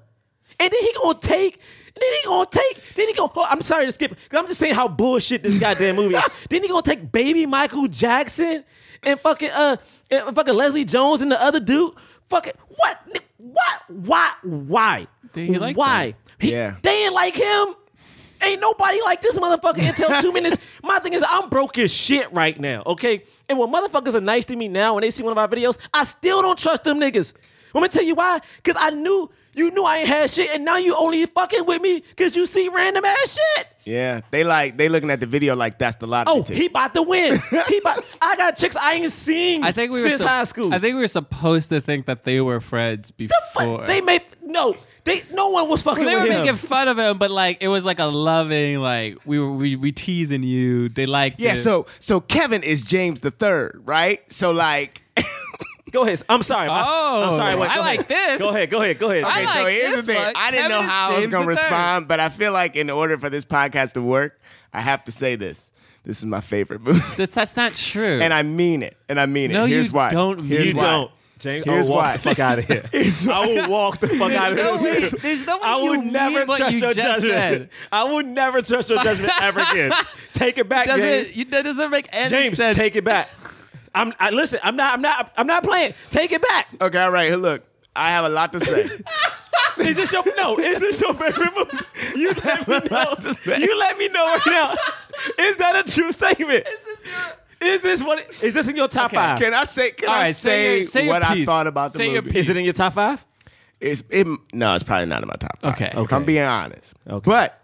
Speaker 2: and then he gonna take. Then he gonna take. Then he gonna. oh, I'm sorry to skip. Cause I'm just saying how bullshit this goddamn movie. is. then he gonna take baby Michael Jackson and fucking uh and fucking Leslie Jones and the other dude. Fucking what? What? Why? Why?
Speaker 3: They- he liked
Speaker 2: Why?
Speaker 3: them.
Speaker 2: He-
Speaker 4: Yeah.
Speaker 2: They ain't like him. Ain't nobody like this motherfucker until two minutes. My thing is, I'm broke as shit right now, okay? And when motherfuckers are nice to me now when they see one of our videos, I still don't trust them niggas. I'm gonna tell you why. Cause I knew you knew I ain't had shit, and now you only fucking with me cause you see random ass shit.
Speaker 4: yeah, they like they looking at the video like that's the lottery
Speaker 2: Oh,
Speaker 4: ticket.
Speaker 2: he about to win. He about, I got chicks I ain't seen
Speaker 3: I think we
Speaker 2: since
Speaker 3: were sup-
Speaker 2: high school.
Speaker 3: I think we were supposed to think that they were friends
Speaker 2: the
Speaker 3: before.
Speaker 2: fuck, they made no, they no one was fucking
Speaker 3: Well, they were
Speaker 2: with him.
Speaker 3: making fun of him, but like it was like a loving, like we were we, we teasing you. They like
Speaker 4: yeah, so so Kevin is James the third, right? So like
Speaker 2: Go ahead. I'm sorry. My-
Speaker 3: Oh,
Speaker 2: I'm sorry. Wait,
Speaker 3: I
Speaker 2: go
Speaker 3: like
Speaker 2: ahead.
Speaker 3: this.
Speaker 2: Go ahead. Go ahead. Go ahead.
Speaker 3: I
Speaker 4: Okay,
Speaker 3: like
Speaker 4: so here's
Speaker 3: this
Speaker 4: the thing.
Speaker 3: one.
Speaker 4: I didn't
Speaker 3: Kevin
Speaker 4: know
Speaker 3: is
Speaker 4: how I was
Speaker 3: James
Speaker 4: gonna
Speaker 3: the third.
Speaker 4: respond, but I feel like in order for this podcast to work, I have to say this. This is my favorite movie,
Speaker 3: that's, that's not true.
Speaker 4: and I mean it. And I mean it.
Speaker 3: No,
Speaker 4: here's
Speaker 3: you
Speaker 4: why.
Speaker 3: don't
Speaker 4: Here's
Speaker 3: mean
Speaker 2: You
Speaker 4: why.
Speaker 2: don't. James,
Speaker 4: Here's
Speaker 2: I will walk
Speaker 4: why.
Speaker 2: the fuck out of here. I will walk the fuck out of
Speaker 3: no
Speaker 2: here.
Speaker 3: way- there's no way
Speaker 2: I will
Speaker 3: you mean
Speaker 2: never
Speaker 3: what
Speaker 2: trust
Speaker 3: you
Speaker 2: your
Speaker 3: just
Speaker 2: judgment.
Speaker 3: said.
Speaker 2: I will never trust your judgment ever again. Take it back, James.
Speaker 3: doesn't you, that doesn't make any
Speaker 2: James,
Speaker 3: sense.
Speaker 2: take it back. I'm I, listen. I'm not. I'm not. I'm not playing. Take it back.
Speaker 4: Okay, all right. Look, I have a lot to say.
Speaker 2: Is this your no? Is this your favorite movie? You let me know.
Speaker 4: Just say-
Speaker 2: You let me know right now. Is that a true statement?
Speaker 3: This is your-
Speaker 2: Is this what? Is this in your top five?
Speaker 4: Can I say? Can
Speaker 3: All
Speaker 4: I
Speaker 3: right, say
Speaker 4: say,
Speaker 3: your- say your
Speaker 4: what I
Speaker 3: piece.
Speaker 4: thought about the
Speaker 3: Say your
Speaker 4: movie?
Speaker 3: piece.
Speaker 2: is it in your top five?
Speaker 4: It's it, no, it's probably not in my top. Five,
Speaker 3: Okay.
Speaker 4: if I'm
Speaker 2: Okay.
Speaker 4: being honest.
Speaker 2: Okay.
Speaker 4: but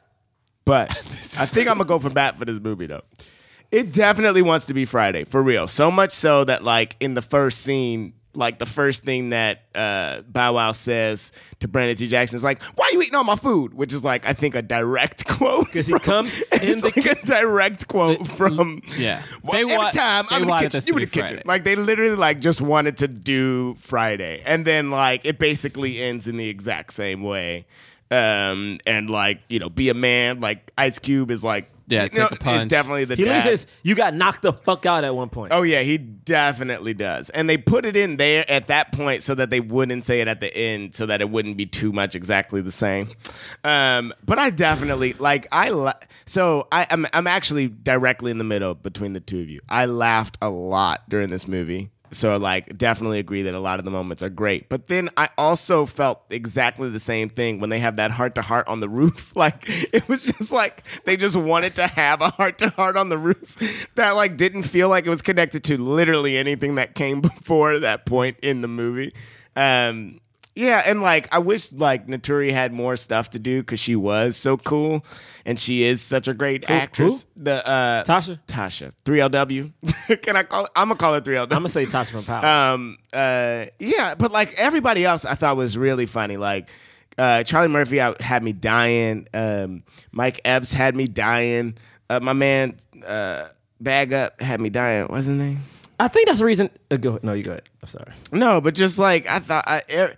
Speaker 4: but I think I'm gonna go for bat for this movie though. It definitely wants to be Friday for real. So much so that like in the first scene, like the first thing that uh, Bow Wow says to Brandon T. Jackson is like, "Why are you eating all my food?" Which is like I think a direct quote
Speaker 2: Because he
Speaker 4: from-
Speaker 2: comes in
Speaker 4: it's
Speaker 2: the
Speaker 4: like a direct quote from
Speaker 3: yeah.
Speaker 4: Well,
Speaker 3: They
Speaker 4: every
Speaker 3: want-
Speaker 4: time
Speaker 3: they
Speaker 4: I'm in the
Speaker 3: wanted
Speaker 4: kitchen,
Speaker 3: this to
Speaker 4: you in
Speaker 3: be
Speaker 4: the kitchen.
Speaker 3: Friday.
Speaker 4: Like they literally like just wanted to do Friday, and then like it basically ends in the exact same way. Um, and like you know, be a man. Like Ice Cube is like
Speaker 3: Yeah,
Speaker 4: you
Speaker 3: take
Speaker 4: know,
Speaker 3: a punch.
Speaker 4: Is definitely the
Speaker 2: He
Speaker 4: dad.
Speaker 2: literally says you got knocked the fuck out at one point.
Speaker 4: Oh yeah, he definitely does. And they put it in there at that point so that they wouldn't say it at the end, so that it wouldn't be too much exactly the same. Um, but I definitely like I la- so I, I'm I'm actually directly in the middle between the two of you. I laughed a lot during this movie. So like definitely agree that a lot of the moments are great. But then I also felt exactly the same thing when they have that heart to heart on the roof. Like it was just like they just wanted to have a heart to heart on the roof that like didn't feel like it was connected to literally anything that came before that point in the movie. Um yeah, and like I wish like Naturi had more stuff to do cuz she was so cool and she is such a great actress. The uh
Speaker 2: Tasha,
Speaker 4: Tasha, 3LW. Can I call it? I'm gonna call it 3LW.
Speaker 2: I'm gonna say Tasha from Power.
Speaker 4: Um. Uh. Yeah. But like everybody else, I thought was really funny. Like. Uh, Charlie Murphy out had me dying. Um, Mike Epps had me dying. Uh, my man uh, Bag Up had me dying. What's his name?
Speaker 2: I think that's the reason. Uh, go, no, you go ahead. I'm sorry.
Speaker 4: No, but just like I thought, I, er,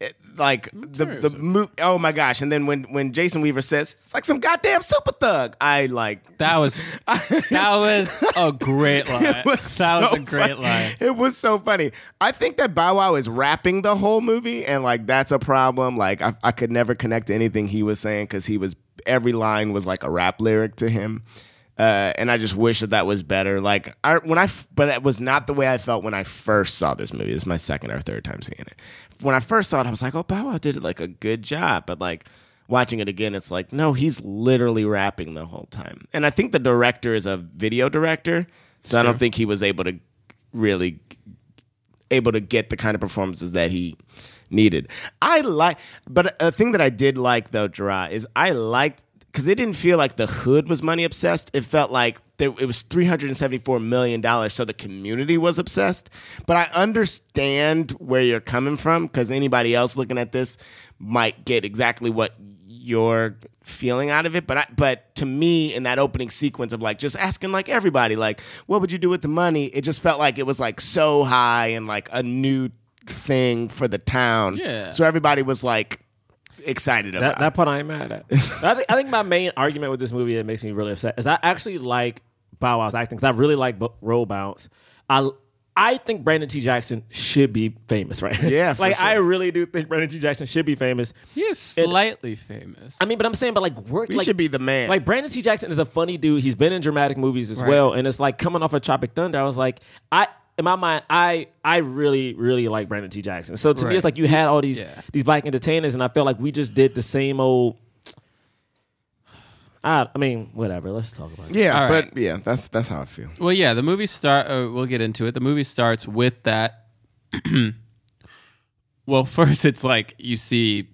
Speaker 4: it- like the the mo- oh my gosh! And then when when Jason Weaver says it's like some goddamn super thug, I like
Speaker 3: That was that was a great line.
Speaker 4: It was
Speaker 3: that was
Speaker 4: so
Speaker 3: a great
Speaker 4: funny.
Speaker 3: line.
Speaker 4: It was so funny. I think that Bow Wow is rapping the whole movie, and like that's a problem. Like I, I could never connect to anything he was saying because he was every line was like a rap lyric to him. Uh, and I just wish that that was better. Like I when I, f- but that was not the way I felt when I first saw this movie. This is my second or third time seeing it. When I first saw it, I was like, "Oh, Bow Wow did like a good job," but like watching it again, it's like, no, he's literally rapping the whole time. And I think the director is a video director, so I don't think he was able to really able to get the kind of performances that he needed. I like, but a thing that I did like though, Gerard, is I liked because it didn't feel like the hood was money obsessed. It felt like there, it was three hundred and seventy four million dollars, so the community was obsessed. But I understand where you're coming from because anybody else looking at this might get exactly what your feeling out of it but I, but to me in that opening sequence of like just asking like everybody like what would you do with the money it just felt like it was like so high and like a new thing for the town
Speaker 3: Yeah.
Speaker 4: so everybody was like excited
Speaker 2: That,
Speaker 4: about
Speaker 2: that part I ain't mad at. I, think, I think my main argument with this movie that makes me really upset is I actually like Bow Wow's acting because I really like Bo- Roll Bounce. I I think Brandon T. Jackson should be famous, right?
Speaker 4: Yeah, for
Speaker 2: like I
Speaker 4: sure.
Speaker 2: really do think Brandon T. Jackson should be famous.
Speaker 3: He is slightly famous.
Speaker 2: I mean, but I'm saying, but like work.
Speaker 4: He
Speaker 2: like,
Speaker 4: should be the man.
Speaker 2: Like Brandon T. Jackson is a funny dude. He's been in dramatic movies as
Speaker 3: Right.
Speaker 2: well, and it's like coming off of Tropic Thunder. I was like, I in my mind, I I really really like Brandon T. Jackson. So to me,
Speaker 3: Right.
Speaker 2: it's like you had all these
Speaker 3: Yeah.
Speaker 2: these black entertainers, and I felt like we just did the same old. I, I mean, whatever. Let's talk about it.
Speaker 4: it yeah
Speaker 3: All right.
Speaker 4: but yeah that's that's how i feel
Speaker 3: Well, yeah, the movie start. Uh, we'll get into it. The movie starts with that. well, first it's like you see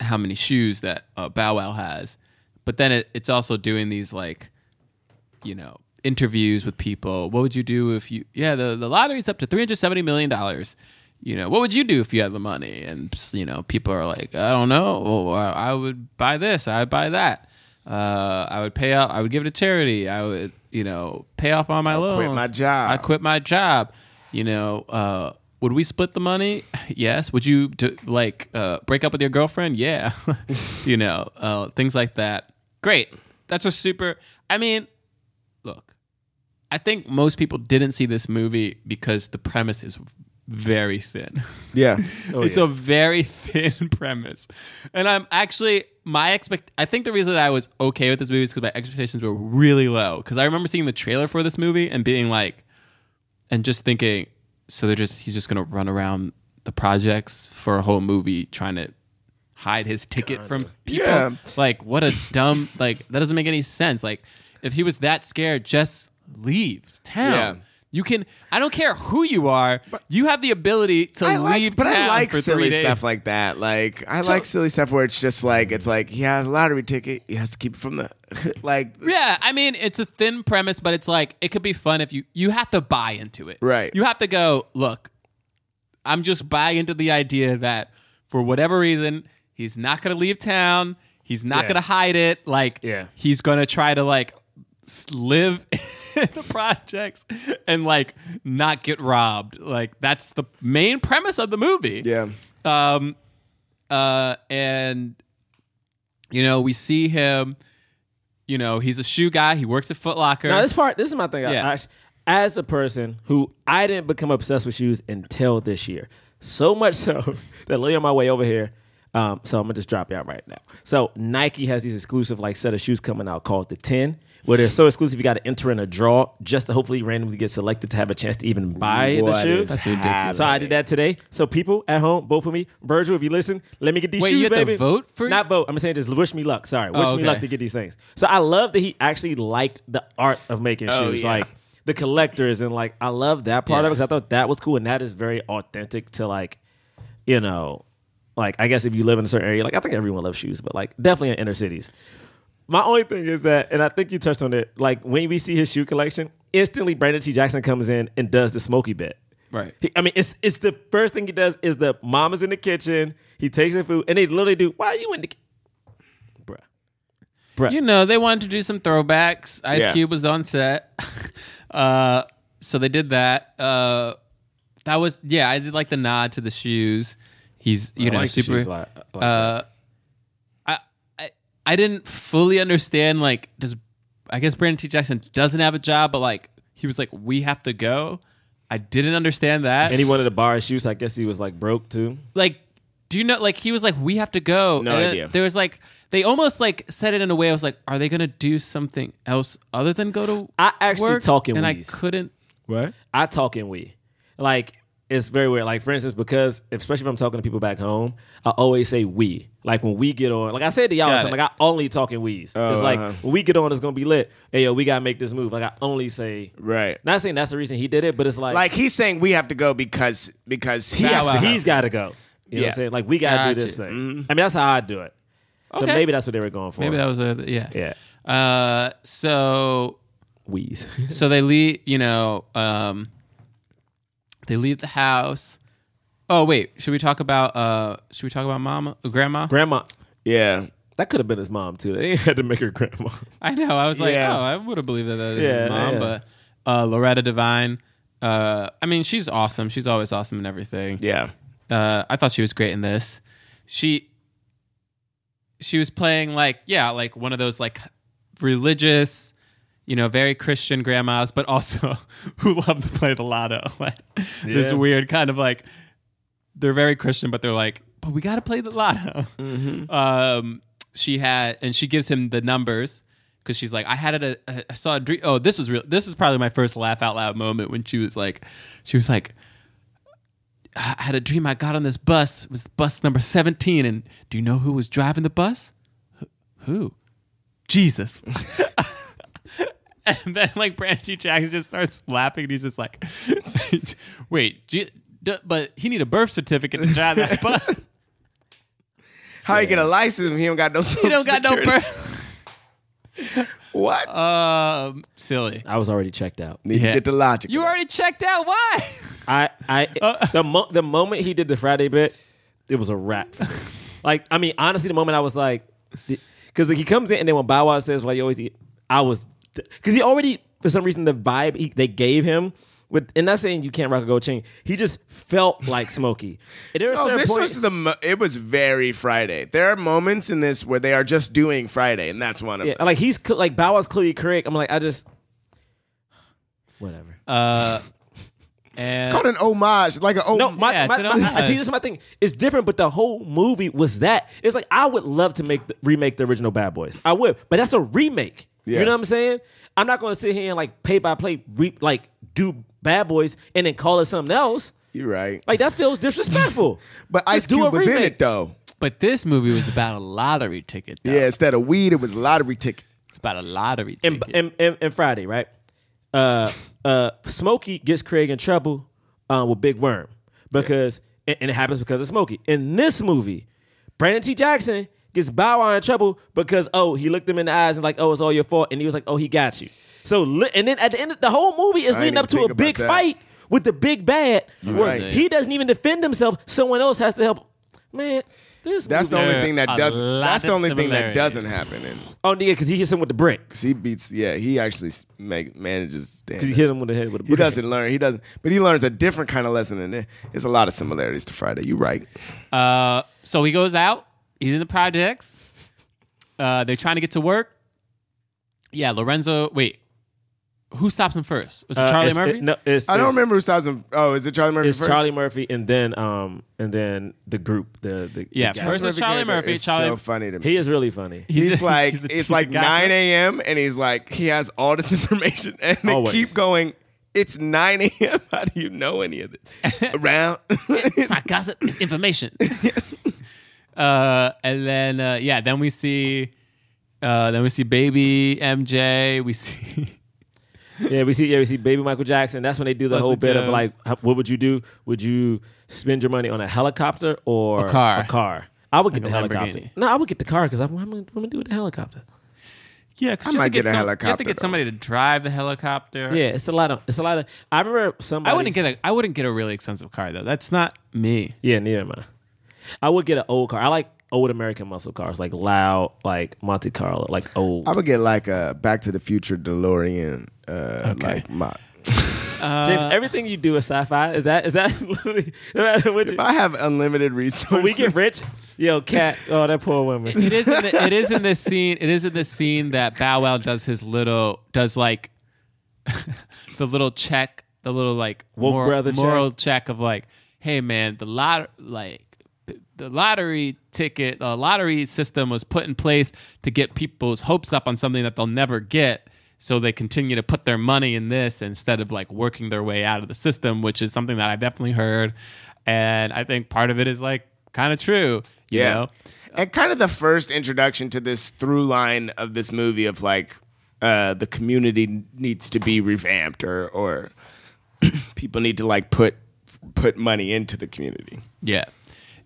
Speaker 3: how many shoes that uh, Bow Wow has, but then it, it's also doing these like, you know, interviews with people. What would you do if you? Yeah, the the lottery's up to three hundred seventy million dollars. You know, what would you do if you had the money? And you know, people are like, I don't know. Well, I I would buy this. I would buy that. Uh, I would pay out. I would give it to charity. I would, you know, pay off all my loans.
Speaker 4: quit my job.
Speaker 3: I quit my job. You know, uh, would we split the money? Yes. Would you do, like uh, break up with your girlfriend? Yeah. you know, uh, things like that. Great. That's a super. I mean, look, I think most people didn't see this movie because the premise is very thin.
Speaker 4: yeah
Speaker 3: it's a very thin premise. And I'm actually my expect I think the reason that I was okay with this movie is cuz my expectations were really low cuz I remember seeing the trailer for this movie and being like and just thinking so they're just he's just going to run around the projects for a whole movie trying to hide his ticket from people.
Speaker 4: Yeah.
Speaker 3: Like what a dumb like that doesn't make any sense. Like if he was that scared just leave town.
Speaker 4: Yeah.
Speaker 3: You can. I don't care who you are. you have the ability to
Speaker 4: I
Speaker 3: leave
Speaker 4: like, but
Speaker 3: town
Speaker 4: I like
Speaker 3: for
Speaker 4: silly
Speaker 3: three days.
Speaker 4: stuff like that. Like I like silly stuff where it's just like it's like he has a lottery ticket. He has to keep it from the like.
Speaker 3: Yeah, I mean it's a thin premise, but it's like it could be fun if you you have to buy into it.
Speaker 4: Right.
Speaker 3: You have to go, look, I'm just buy into the idea that for whatever reason, he's not gonna leave town, he's not
Speaker 2: Yeah.
Speaker 3: gonna hide it, like
Speaker 2: Yeah.
Speaker 3: he's gonna try to like s- live in the projects and like not get robbed. Like that's the main premise of the movie.
Speaker 4: Yeah.
Speaker 3: Um, uh, and you know, we see him. You know, he's a shoe guy. He works at Foot Locker.
Speaker 2: Now this part, this is my thing. I-
Speaker 3: Yeah.
Speaker 2: I, as a person who I didn't become obsessed with shoes until this year, so much so that literally on my way over here, um, so I'm gonna just drop you out right now. So Nike has these exclusive like set of shoes coming out called the Ten, where they're so exclusive you got to enter in a draw just to hopefully randomly get selected to have a chance to even buy the
Speaker 4: What
Speaker 2: shoe.
Speaker 4: is That's ridiculous.
Speaker 2: So I did that today. So people at home, both of me, Virgil, if you listen, let me get these
Speaker 3: Wait,
Speaker 2: shoes,
Speaker 3: you had to
Speaker 2: baby.
Speaker 3: vote for-
Speaker 2: Not vote. I'm saying just wish me luck. Sorry, wish me
Speaker 3: okay.
Speaker 2: luck to get these things. So I love that he actually liked the art of making
Speaker 4: Oh,
Speaker 2: shoes,
Speaker 4: yeah.
Speaker 2: like the collectors, and like I love that part of it
Speaker 3: Yeah.
Speaker 2: because I thought that was cool, and that is very authentic to like, you know, like I guess if you live in a certain area, like I think everyone loves shoes, but like definitely in inner cities. My only thing is that, and I think you touched on it, like when we see his shoe collection, instantly Brandon T. Jackson comes in and does the Smokey bit.
Speaker 3: Right.
Speaker 2: He- I mean, it's it's the first thing he does is the mama's in the kitchen. He takes the food, and they literally do. Why are you in the, ki-" bruh?
Speaker 3: you know, they wanted to do some throwbacks. Ice
Speaker 4: Yeah.
Speaker 3: Cube was on set, uh, so they did that. Uh, that was yeah. I did like the nod to the shoes. He's you
Speaker 2: I
Speaker 3: know
Speaker 2: like the
Speaker 3: super. uh,
Speaker 2: shoes a lot. I like that.
Speaker 3: I, I didn't fully understand like does I guess Brandon T Jackson doesn't have a job, but like he was like we have to go. I didn't understand that.
Speaker 2: and he wanted to borrow his shoes. I guess he was like broke too.
Speaker 3: like do you know like he was like we have to go
Speaker 4: No
Speaker 3: And then
Speaker 4: idea.
Speaker 3: there was like they almost like said it in a way i was like are they gonna do something else other than go to
Speaker 2: I actually
Speaker 3: work?
Speaker 2: talk in
Speaker 3: and
Speaker 2: wheeze.
Speaker 3: i couldn't
Speaker 4: What?
Speaker 2: I talk in we. Like it's very weird. Like for instance, because especially if I'm talking to people back home, I always say we. Like when we get on, like I said to y'all,
Speaker 3: Got
Speaker 2: something,
Speaker 3: it.
Speaker 2: like I only talk in we's. it's like
Speaker 4: uh-huh.
Speaker 2: when we get on, it's gonna be lit. Hey yo, we gotta make this move. Like I only say
Speaker 4: Right.
Speaker 2: Not saying that's the reason he did it, but it's like,
Speaker 4: Like he's saying we have to go because because he
Speaker 2: he's,
Speaker 4: has to
Speaker 2: he's got to go. You know what
Speaker 4: Yeah.
Speaker 2: I'm saying? Like we gotta do
Speaker 3: Gotcha. Mm-hmm.
Speaker 2: this thing. I mean, that's how I do it. So
Speaker 3: Okay.
Speaker 2: maybe that's what they were going for.
Speaker 3: maybe that was a yeah
Speaker 2: yeah.
Speaker 3: uh so
Speaker 2: Wheeze.
Speaker 3: so they leave you know um they leave the house oh wait should we talk about uh should we talk about mama grandma
Speaker 2: grandma.
Speaker 4: Yeah.
Speaker 2: That could have been his mom too. They had to make her grandma.
Speaker 3: I know. I was like,
Speaker 4: Yeah.
Speaker 3: oh, I would have believed that that is
Speaker 2: Yeah,
Speaker 3: his mom.
Speaker 2: yeah.
Speaker 3: But uh, Loretta Devine, uh, I mean, she's awesome. She's always awesome in everything.
Speaker 4: Yeah.
Speaker 3: Uh, I thought she was great in this. She she was playing like yeah, like one of those like religious, you know, very Christian grandmas, but also who love to play the lotto. Like, This
Speaker 2: Yeah.
Speaker 3: weird kind of like they're very Christian, but they're like, but we got to play the lotto. Um, she had, and she gives him the numbers because she's like, I had it. A, I saw a dream. Oh, this was real. This was probably my first laugh out loud moment when she was like, she was like, I had a dream. I got on this bus. It was bus number seventeen, and do you know who was driving the bus? Wh- Who? Jesus. And then like Brandon T. Jackson just starts laughing, and he's just like, "Wait, Je- d- but he need a birth certificate to drive that bus.
Speaker 4: How you get a license if he don't got no social
Speaker 3: he don't got no
Speaker 4: Security?
Speaker 3: birth."
Speaker 4: What?
Speaker 3: Um, silly.
Speaker 2: I was already checked out.
Speaker 4: Need
Speaker 3: yeah.
Speaker 4: to get the logic.
Speaker 3: You
Speaker 4: right.
Speaker 3: already checked out. Why?
Speaker 2: I, I
Speaker 4: Uh,
Speaker 2: the mo- the moment he did the Friday bit, it was a wrap. For me. like, I mean, honestly, the moment I was like, because like, he comes in and then when Bow Wow says, "Why you always eat," I was because he already for some reason the vibe he, they gave him. With, and not saying you can't rock a gold chain. He just felt like Smokey. And there are
Speaker 4: No,
Speaker 2: certain
Speaker 4: this
Speaker 2: points-
Speaker 4: was the. mo- It was very Friday. There are moments in this where they are just doing Friday, and that's one of
Speaker 2: yeah,
Speaker 4: them.
Speaker 2: like he's cl- like Bow Wow's clearly correct. I'm like I just whatever.
Speaker 3: Uh, And
Speaker 4: It's called an homage, like oh, an
Speaker 2: No,
Speaker 4: homage.
Speaker 2: my,
Speaker 3: Yeah,
Speaker 2: my,
Speaker 3: it's
Speaker 2: my,
Speaker 3: an
Speaker 2: I
Speaker 3: homage.
Speaker 2: see this is my thing. It's different, but the whole movie was that. It's like I would love to make the, remake the original Bad Boys. I would, but that's a remake.
Speaker 4: Yeah.
Speaker 2: You know what I'm saying? I'm not going to sit here and like pay by play, re, like do Bad Boys and then call it something else.
Speaker 4: You're right.
Speaker 2: Like that feels disrespectful.
Speaker 4: but Ice
Speaker 2: Just do a
Speaker 4: Cube was in
Speaker 2: remake.
Speaker 4: it though.
Speaker 3: but this movie was about a lottery ticket. Though.
Speaker 4: Yeah, instead of weed, it was lottery ticket.
Speaker 3: it's about a lottery ticket.
Speaker 2: and, and, and, and Friday, right? uh, uh, Smokey gets Craig in trouble uh, with Big Worm because, and, and it happens because of Smokey. In this movie, Brandon T. Jackson gets Bow Wow in trouble because oh he looked him in the eyes and like oh it's all your fault and he was like oh he got you. So li- and then at the end of the whole movie is
Speaker 4: I
Speaker 2: leading
Speaker 4: didn't
Speaker 2: up to
Speaker 4: think
Speaker 2: a
Speaker 4: about
Speaker 2: big
Speaker 4: that.
Speaker 2: fight with the big bad where
Speaker 4: right.
Speaker 2: he doesn't even defend himself. Someone else has to help. Man, this
Speaker 4: That's the
Speaker 2: movie-
Speaker 4: only
Speaker 3: There
Speaker 4: thing
Speaker 3: are
Speaker 4: that
Speaker 3: a
Speaker 4: doesn't.
Speaker 3: lot
Speaker 4: That's the
Speaker 3: of
Speaker 4: only thing that
Speaker 3: similarities.
Speaker 4: doesn't happen. And
Speaker 2: oh nigga because he hits him with the brick.
Speaker 4: 'cause he beats. Yeah, he actually s- make, manages. to-
Speaker 2: Because he hit him with the head with a
Speaker 4: He
Speaker 2: brick.
Speaker 4: doesn't learn. He doesn't. But he learns a different kind of lesson. And it- it's a lot of similarities to Friday. You're right.
Speaker 3: Uh, so he goes out. He's in the projects. Uh, they're trying to get to work. Yeah, Lorenzo. Wait, who stops him first? Was it
Speaker 2: Uh,
Speaker 3: Charlie
Speaker 2: it's-
Speaker 3: Murphy?
Speaker 2: it- no, it's,
Speaker 4: I don't
Speaker 2: it's-
Speaker 4: remember who stops him. Oh, is it Charlie Murphy
Speaker 2: It's
Speaker 4: first?
Speaker 2: Charlie Murphy and then um and then the group the, the
Speaker 3: Yeah,
Speaker 2: the guys.
Speaker 3: first it's Charlie
Speaker 4: Gator
Speaker 3: Murphy.
Speaker 4: is
Speaker 3: Charlie.
Speaker 4: so funny to me.
Speaker 2: he is really funny.
Speaker 4: He's, like
Speaker 3: he's a- he's
Speaker 4: it's
Speaker 3: a
Speaker 4: like
Speaker 3: gossip.
Speaker 4: 9 a.m. and he's like he has all this information and they
Speaker 2: Always.
Speaker 4: keep going. It's 9 a.m. How do you know any of this? Around
Speaker 3: it's not gossip. It's information. uh, and then uh, yeah, then we see, uh, then we see baby MJ. We see
Speaker 2: Yeah, we see. Yeah, we see. Baby Michael Jackson. That's when they do the
Speaker 3: Leslie
Speaker 2: whole bit of
Speaker 3: Jones.
Speaker 2: like, how- what would you do? Would you spend your money on a helicopter or
Speaker 3: A car.
Speaker 2: A car. I would get
Speaker 3: Like a
Speaker 2: the helicopter.
Speaker 3: Lamborghini.
Speaker 2: No, I would get the car because I'm, I'm, gonna- I'm gonna do with the helicopter.
Speaker 3: yeah, because
Speaker 4: I might get
Speaker 3: You
Speaker 4: a
Speaker 3: have to
Speaker 4: helicopter,
Speaker 3: get
Speaker 4: though.
Speaker 3: somebody to drive the helicopter.
Speaker 2: Yeah, it's a lot of. It's a lot of. I remember somebody.
Speaker 3: I wouldn't get a I wouldn't get a really expensive car though. That's not me.
Speaker 2: Yeah, neither am I. I would get an old car. I like old American muscle cars, like loud, like Monte Carlo, like old.
Speaker 4: I would get like a Back to the Future DeLorean, uh, like my.
Speaker 3: Uh,
Speaker 2: James, everything you do is sci-fi. Is that is that literally? No matter what you,
Speaker 4: If I have unlimited resources,
Speaker 2: when we get rich, yo, cat. Oh, that poor woman.
Speaker 3: It is in the, it is in this scene. It is in this scene that Bow Wow does his little does like the little check, the little like
Speaker 2: Woke brother check.
Speaker 3: moral check. of like, hey man, the lot like the lottery ticket, the lottery system was put in place to get people's hopes up on something that they'll never get. So they continue to put their money in this instead of like working their way out of the system, which is something that I've definitely heard. And I think part of it is like kind of true. You
Speaker 4: yeah.
Speaker 3: Know?
Speaker 4: And kind of the first introduction to this through line of this movie of like uh, the community needs to be revamped or or people need to like put put money into the community.
Speaker 3: Yeah,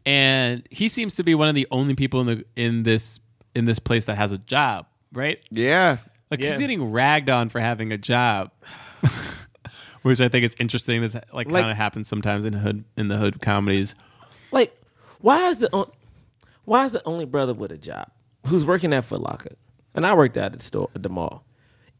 Speaker 3: and he seems to be one of the only people in the in this in this place that has a job, right?
Speaker 4: Yeah.
Speaker 3: Like
Speaker 2: Yeah.
Speaker 3: he's getting ragged on for having a job, which I think is interesting. This like,
Speaker 2: Like-
Speaker 3: kind of happens sometimes in hood in the hood comedies.
Speaker 2: Like, why is the on- why is the only brother with a job who's working at Foot Locker and I worked at the store at the mall?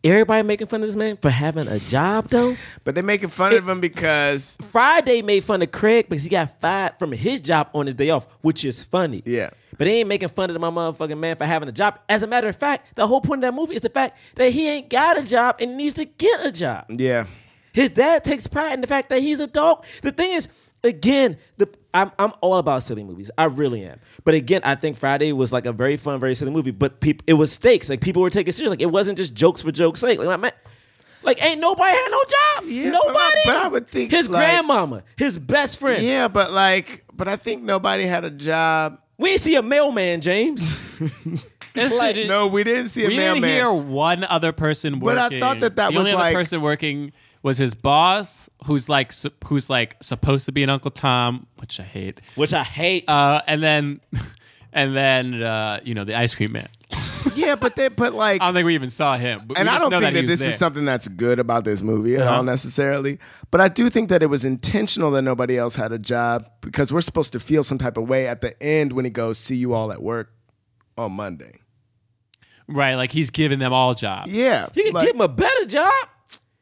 Speaker 2: Everybody making fun of this man for having a job though.
Speaker 4: But they're making fun of him because
Speaker 2: Friday made fun of Craig because he got fired from his job on his day off, which is funny.
Speaker 4: Yeah.
Speaker 2: But they ain't making fun of my motherfucking man for having a job. As a matter of fact, the whole point of that movie is the fact that he ain't got a job and needs to get a job.
Speaker 4: yeah.
Speaker 2: His dad takes pride in the fact that he's a dog. The thing is, again, the I'm I'm all about silly movies. I really am. But again, I think Friday was like a very fun, very silly movie. But peop, it was stakes. Like people were taking it serious. Like it wasn't just jokes for jokes' sake. Like my man. Like ain't nobody had no job.
Speaker 4: Yeah, but I-
Speaker 2: nobody.
Speaker 4: but I would think,
Speaker 2: his
Speaker 4: like-
Speaker 2: grandmama, his best friend.
Speaker 4: Yeah, but like but I think nobody had a job.
Speaker 2: We ain't see a mailman, James.
Speaker 3: This
Speaker 2: Like,
Speaker 3: shit-
Speaker 4: No, we didn't see a
Speaker 3: we didn't
Speaker 4: mailman.
Speaker 3: hear one other person
Speaker 4: But
Speaker 3: working.
Speaker 4: I thought that that
Speaker 3: the
Speaker 4: was
Speaker 3: only
Speaker 4: like-
Speaker 3: other person working was his boss, who's like su- who's like supposed to be an Uncle Tom, which I hate.
Speaker 2: Which I hate.
Speaker 3: Uh, and then and then uh, you know the ice cream man.
Speaker 4: Yeah, but they but like
Speaker 3: I don't think we even saw him. But we
Speaker 4: and I
Speaker 3: just
Speaker 4: don't
Speaker 3: know
Speaker 4: think that,
Speaker 3: that, he was
Speaker 4: this
Speaker 3: there.
Speaker 4: is something that's good about this movie at
Speaker 3: Uh-huh.
Speaker 4: all necessarily, but I do think that it was intentional that nobody else had a job because we're supposed to feel some type of way at the end when he goes, "See you all at work on Monday."
Speaker 3: right. Like he's giving them all jobs.
Speaker 4: Yeah,
Speaker 2: you can
Speaker 4: like,
Speaker 2: give him a better job.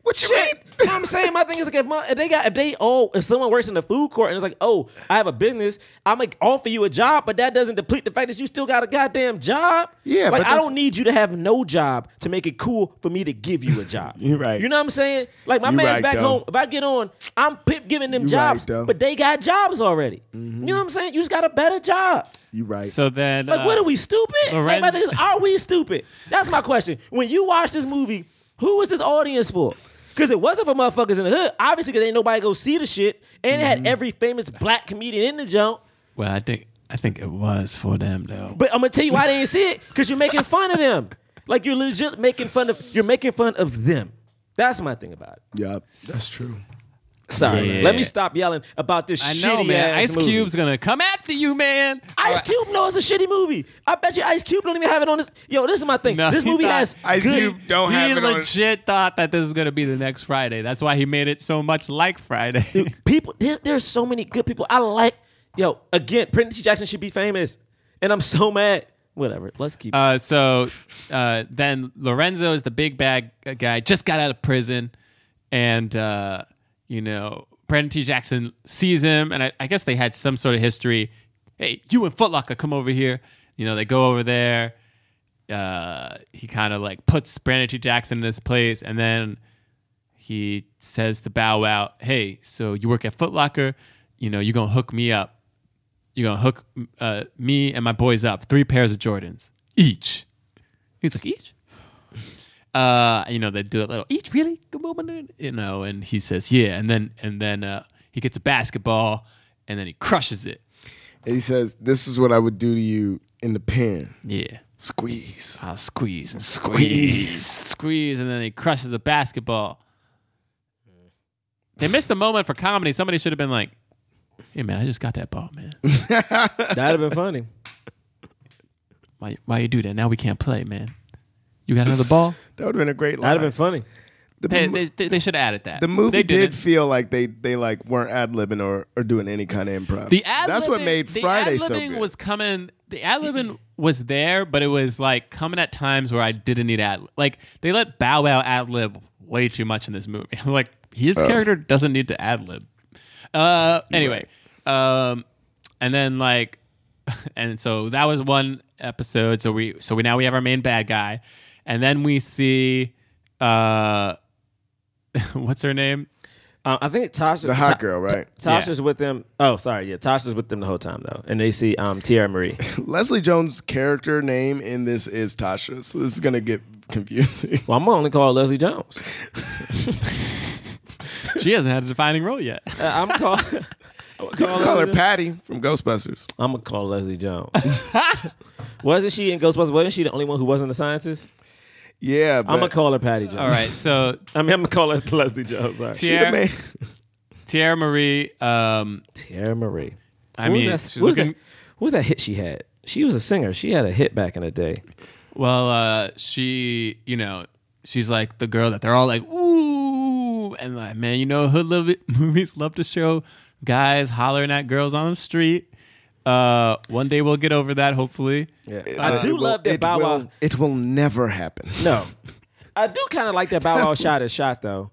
Speaker 4: what you
Speaker 2: Shit.
Speaker 4: mean?
Speaker 2: I'm saying my thing is like if, my, if they got if they oh if someone works in the food court and it's like oh I have a business I'm like offer you a job but that doesn't deplete the fact that you still got a goddamn job
Speaker 4: Yeah,
Speaker 2: like
Speaker 4: but
Speaker 2: I
Speaker 4: that's-
Speaker 2: don't need you to have no job to make it cool for me to give you a job
Speaker 4: You're right.
Speaker 2: you know what I'm saying like my
Speaker 4: You're
Speaker 2: man's
Speaker 4: right,
Speaker 2: back
Speaker 4: though.
Speaker 2: home if I get on I'm pip giving them
Speaker 4: You're
Speaker 2: jobs
Speaker 4: right, though. Mm-hmm.
Speaker 2: but they got jobs already you know what I'm saying you just got a better job
Speaker 4: You right?
Speaker 3: So then,
Speaker 2: like, what
Speaker 3: uh,
Speaker 2: are we stupid? like, my
Speaker 3: Lorenz-
Speaker 2: thing is, are we stupid? That's my question. When you watch this movie, who is this audience for? Because it wasn't for motherfuckers in the hood, obviously, because ain't nobody go see the shit, and it
Speaker 3: Mm-hmm.
Speaker 2: had every famous black comedian in the jump.
Speaker 3: Well, I think I think it was for them though.
Speaker 2: But I'm gonna tell you why they didn't see it, because you're making fun of them. Like you're legit making fun of you're making fun of them. That's my thing about it.
Speaker 8: Yeah, that's true.
Speaker 2: Sorry,
Speaker 3: Yeah.
Speaker 2: let me stop yelling about this
Speaker 3: I
Speaker 2: shitty
Speaker 3: know, man.
Speaker 2: ass
Speaker 3: Ice
Speaker 2: movie.
Speaker 3: Cube's gonna come after you, man.
Speaker 2: Ice Cube knows it's a shitty movie. I bet you Ice Cube don't even have it on this. Yo, this is my thing.
Speaker 3: No,
Speaker 2: this
Speaker 3: he
Speaker 2: movie
Speaker 3: thought-
Speaker 2: has
Speaker 8: Ice
Speaker 2: good-
Speaker 8: Cube don't
Speaker 3: he
Speaker 8: have it on.
Speaker 3: legit thought that this is gonna be the next Friday. That's why he made it so much like Friday.
Speaker 2: people. There, there's so many good people. I like. Yo, again, Prentice Jackson should be famous, and I'm so mad. Whatever. Let's keep.
Speaker 3: Uh, so uh, then Lorenzo is the big bad guy, just got out of prison, and uh, you know Brandon T. Jackson sees him, and I, I guess they had some sort of history. Hey, you and Footlocker, come over here. You know, they go over there. Uh, he kind of like puts Brandon T. Jackson in his place, and then he says to Bow Wow, "Hey, so you work at Footlocker? You know, you're gonna hook me up. You're gonna hook uh, me and my boys up three pairs of Jordans each." He's like, "Each?" Uh, you know, they do a little each really, you know, and he says, "Yeah," and then and then uh, he gets a basketball, and then he crushes it.
Speaker 4: And he says, This is what I would do to you in the pen.
Speaker 3: Yeah.
Speaker 4: Squeeze.
Speaker 3: I'll squeeze and squeeze, squeeze, and then he crushes the basketball. They missed a moment for comedy. Somebody should have been like, "Hey, man, I just got that ball, man.
Speaker 2: That'd have been funny.
Speaker 3: Why, why you do that? Now we can't play, man. You got another ball?
Speaker 4: That would have been a great
Speaker 2: That'd
Speaker 4: line.
Speaker 2: have been funny.
Speaker 4: the,
Speaker 3: They,
Speaker 4: mo-
Speaker 3: they, they, they should have added that.
Speaker 4: the movie
Speaker 3: They
Speaker 4: did
Speaker 3: didn't.
Speaker 4: feel like they they like weren't ad libbing or, or doing any kind of improv.
Speaker 3: The ad
Speaker 4: That's what made
Speaker 3: the
Speaker 4: Friday so
Speaker 3: ad-libbing
Speaker 4: good.
Speaker 3: was coming. The ad libbing was there, but it was like coming at times where I didn't need ad. Like they let Bow Wow ad lib way too much in this movie. I'm like his
Speaker 4: Oh.
Speaker 3: character doesn't need to ad lib. Uh, anyway, um, and then like, and so that was one episode. So we so we now we have our main bad guy, and then we see uh, what's her name?
Speaker 2: Um, I think Tasha,
Speaker 4: the hot
Speaker 2: Ta-
Speaker 4: girl, right?
Speaker 2: Tasha's with them. Oh, sorry. Yeah, Tasha's with them the whole time though, and they see um, Tiara Marie.
Speaker 4: Leslie Jones' character name in this is Tasha, so this is gonna get confusing.
Speaker 2: Well, I'm gonna only call her Leslie Jones.
Speaker 3: She hasn't had a defining role yet.
Speaker 2: Uh, I'm call. I'm gonna call,
Speaker 4: Call her
Speaker 2: her-
Speaker 4: Patty from Ghostbusters.
Speaker 2: I'm gonna call Leslie Jones. wasn't she in Ghostbusters? Wasn't she the only one who wasn't a scientist?
Speaker 4: Yeah, but
Speaker 2: I'm gonna call her Patty Jones.
Speaker 3: All right, so
Speaker 2: I mean, I'm gonna call her Leslie Jones. Sorry.
Speaker 4: She the
Speaker 3: Tiara,
Speaker 4: main-
Speaker 3: Tiara Marie. Um,
Speaker 2: Tiara Marie.
Speaker 3: I
Speaker 2: What was
Speaker 3: mean,
Speaker 2: that-
Speaker 3: she's
Speaker 2: what was
Speaker 3: looking.
Speaker 2: that- what was that hit she had? She was a singer. She had a hit back in the day.
Speaker 3: Well, uh, she, you know, she's like the girl that they're all like, ooh, and like, man, you know, hood love movies love to show guys hollering at girls on the street. Uh, one day we'll get over that, hopefully.
Speaker 2: I do
Speaker 4: It
Speaker 2: love
Speaker 4: will-
Speaker 2: that
Speaker 4: it
Speaker 2: Bow Wow.
Speaker 4: will- It will never happen.
Speaker 2: Uh, No, I do kind of like that Bow Wow shot is shot though,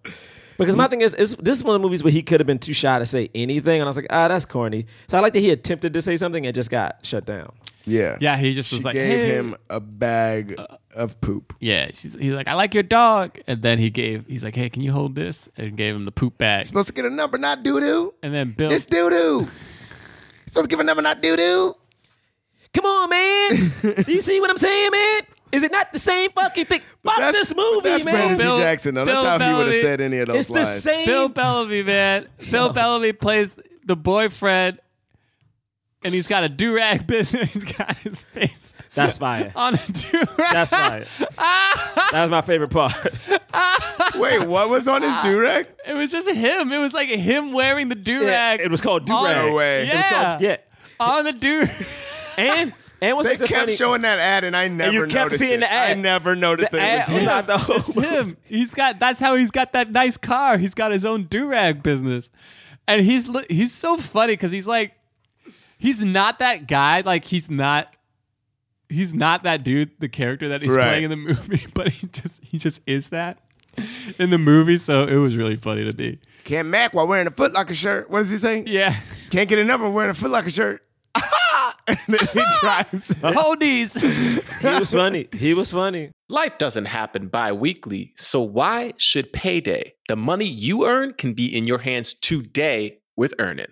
Speaker 2: because my thing is, is this is one of the movies where he could have been too shy to say anything, and I was like, ah, that's corny. So I like that he attempted to say something and just got shut down.
Speaker 4: Yeah,
Speaker 3: Yeah, he just
Speaker 4: she
Speaker 3: was like,
Speaker 4: gave
Speaker 3: "Hey."
Speaker 4: him a bag
Speaker 2: Uh,
Speaker 4: of poop.
Speaker 3: Yeah, she's, he's like, I like your dog, and then he gave, he's like, hey, can you hold this? And gave him the poop bag,
Speaker 4: Supposed to get a number, not doo doo.
Speaker 3: and then Bill,
Speaker 4: It's doo doo. Supposed to give a number, not doo doo.
Speaker 2: Come on, man. you see what I'm saying, man? Is it not the same fucking thing? Fuck
Speaker 4: That's-
Speaker 2: this movie,
Speaker 4: that's
Speaker 2: man.
Speaker 4: Brandon
Speaker 3: Bill-
Speaker 4: T. Jackson. Though.
Speaker 3: Bill
Speaker 4: that's how he would
Speaker 3: Bellamy.
Speaker 4: have said any of those
Speaker 2: It's the
Speaker 4: lines.
Speaker 2: same.
Speaker 3: Bill Bellamy, man. Bill Bellamy plays the boyfriend, and he's got a do rag business. he's got his face
Speaker 2: that's fire.
Speaker 3: on a do rag.
Speaker 2: That's fire. that was my favorite part.
Speaker 4: Wait, what was on his durag?
Speaker 3: It was just him. It was like him wearing the do
Speaker 2: Yeah,
Speaker 3: rag.
Speaker 2: it was called do
Speaker 3: on-
Speaker 2: rag.
Speaker 4: No way.
Speaker 3: Yeah,
Speaker 4: It was
Speaker 2: Yeah,
Speaker 3: on the do.
Speaker 2: and and what's
Speaker 4: They
Speaker 2: so
Speaker 4: kept
Speaker 2: funny-
Speaker 4: showing that ad, and I never
Speaker 2: you kept
Speaker 4: noticed
Speaker 2: seeing
Speaker 4: it.
Speaker 2: the ad.
Speaker 4: I never noticed
Speaker 2: the
Speaker 4: that it
Speaker 2: ad
Speaker 4: was him.
Speaker 2: about the whole
Speaker 3: It's him. He's got. That's how he's got that nice car. He's got his own do rag business, and he's li- he's so funny because he's like, he's not that guy. Like he's not. He's not that dude, the character that he's
Speaker 4: Right.
Speaker 3: playing in the movie, but he just he just is that in the movie. So it was really funny to me.
Speaker 4: Can't Mac while wearing a Foot Locker shirt. What does he say?
Speaker 3: Yeah,
Speaker 4: Can't get a number wearing a Foot Locker shirt. and then he drives. off.
Speaker 3: hold these.
Speaker 2: He was funny. He was funny.
Speaker 9: Life doesn't happen bi weekly, so why should payday? The money you earn can be in your hands today with Earnin.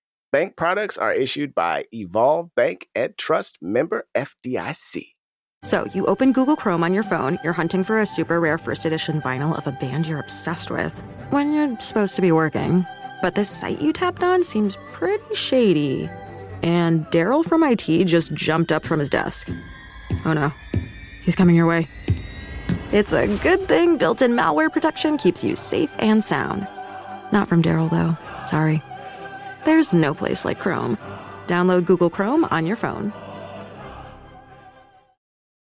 Speaker 4: Bank products are issued by Evolve Bank and Trust member FDIC.
Speaker 10: So you open Google Chrome on your phone, you're hunting for a super rare first edition vinyl of a band you're obsessed with when you're supposed to be working. But this site you tapped on seems pretty shady. And Daryl from IT just jumped up from his desk. Oh no, he's coming your way. It's a good thing built in malware protection keeps you safe and sound. Not from Daryl, though. Sorry. There's no place like Chrome. Download Google Chrome on your phone.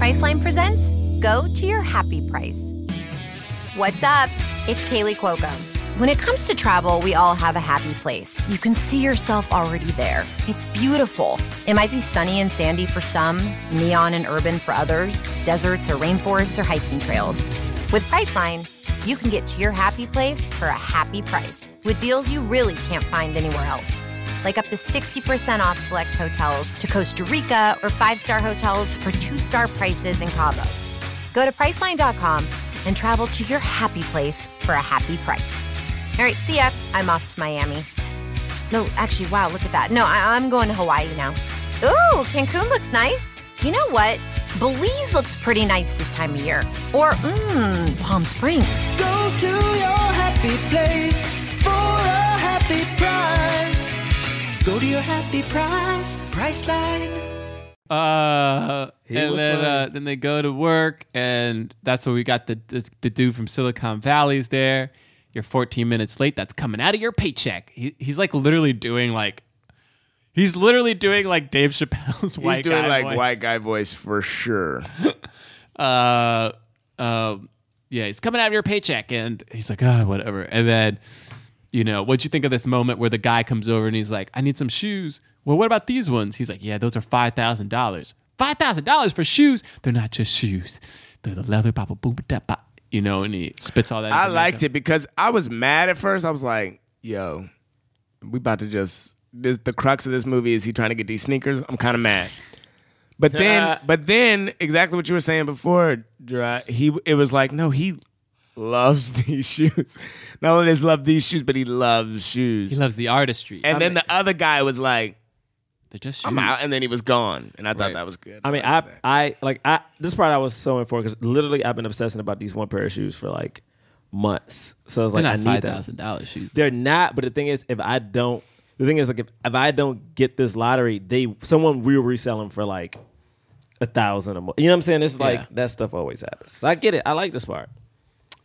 Speaker 11: Priceline presents Go to Your Happy Price. What's up? It's Kaylee Cuoco. When it comes to travel, we all have a happy place. You can see yourself already there. It's beautiful. It might be sunny and sandy for some, neon and urban for others, deserts or rainforests or hiking trails. With Priceline, you can get to your happy place for a happy price with deals you really can't find anywhere else like up to 60% off select hotels to Costa Rica or five-star hotels for two-star prices in Cabo. Go to Priceline.com and travel to your happy place for a happy price. All right, see ya. I'm off to Miami. No, actually, wow, look at that. No, I- I'm going to Hawaii now. Ooh, Cancun looks nice. You know what? Belize looks pretty nice this time of year. Or, mmm, Palm Springs.
Speaker 12: Go to your happy place for a happy price. Go to your happy price, Priceline.
Speaker 3: Uh,
Speaker 12: He
Speaker 3: and
Speaker 12: was
Speaker 3: then uh,
Speaker 12: right.
Speaker 3: then they go to work, and that's where we got the, the the dude from Silicon Valley's there. You're 14 minutes late. That's coming out of your paycheck. He, he's like literally doing like, he's literally doing like Dave Chappelle's
Speaker 13: He's
Speaker 3: white
Speaker 13: doing
Speaker 3: guy
Speaker 13: like
Speaker 3: voice.
Speaker 13: white guy voice for sure.
Speaker 3: uh, um, yeah, he's coming out of your paycheck, and he's like, ah, whatever. And then, you know, what'd you think of this moment where the guy comes over and he's like, I need some shoes. Well, what about these ones? He's like, yeah, those are five thousand dollars. Five thousand dollars for shoes? They're not just shoes. They're the leather papa boom da ba. You know, and he spits all that.
Speaker 13: I
Speaker 3: information.
Speaker 13: liked it because I was mad at first. I was like, yo, we about to just this the crux of this movie is he trying to get these sneakers. I'm kind of mad. But then but then exactly what you were saying before, Dra, he it was like, no, he loves these shoes. Not only does he love these shoes, but he loves shoes. He
Speaker 3: loves the artistry.
Speaker 13: And
Speaker 2: I
Speaker 13: then
Speaker 2: mean-
Speaker 13: the other guy was like,
Speaker 3: They're just
Speaker 13: I'm
Speaker 2: shoes.
Speaker 13: out, and then he was gone. And I thought that was good.
Speaker 2: I mean, I, I like I this part I was so in for because literally I've been obsessing about these one pair of shoes for like months. So I was
Speaker 3: They're
Speaker 2: like,
Speaker 3: not
Speaker 2: I need them.
Speaker 3: $5,000 shoes.
Speaker 2: They're not. But the thing is, if I don't, the thing is, like if, if I don't get this lottery, they someone will resell them for like a thousand a month. You know what I'm saying? It's like
Speaker 3: Yeah.
Speaker 2: that stuff always happens. So I get it. I like this part.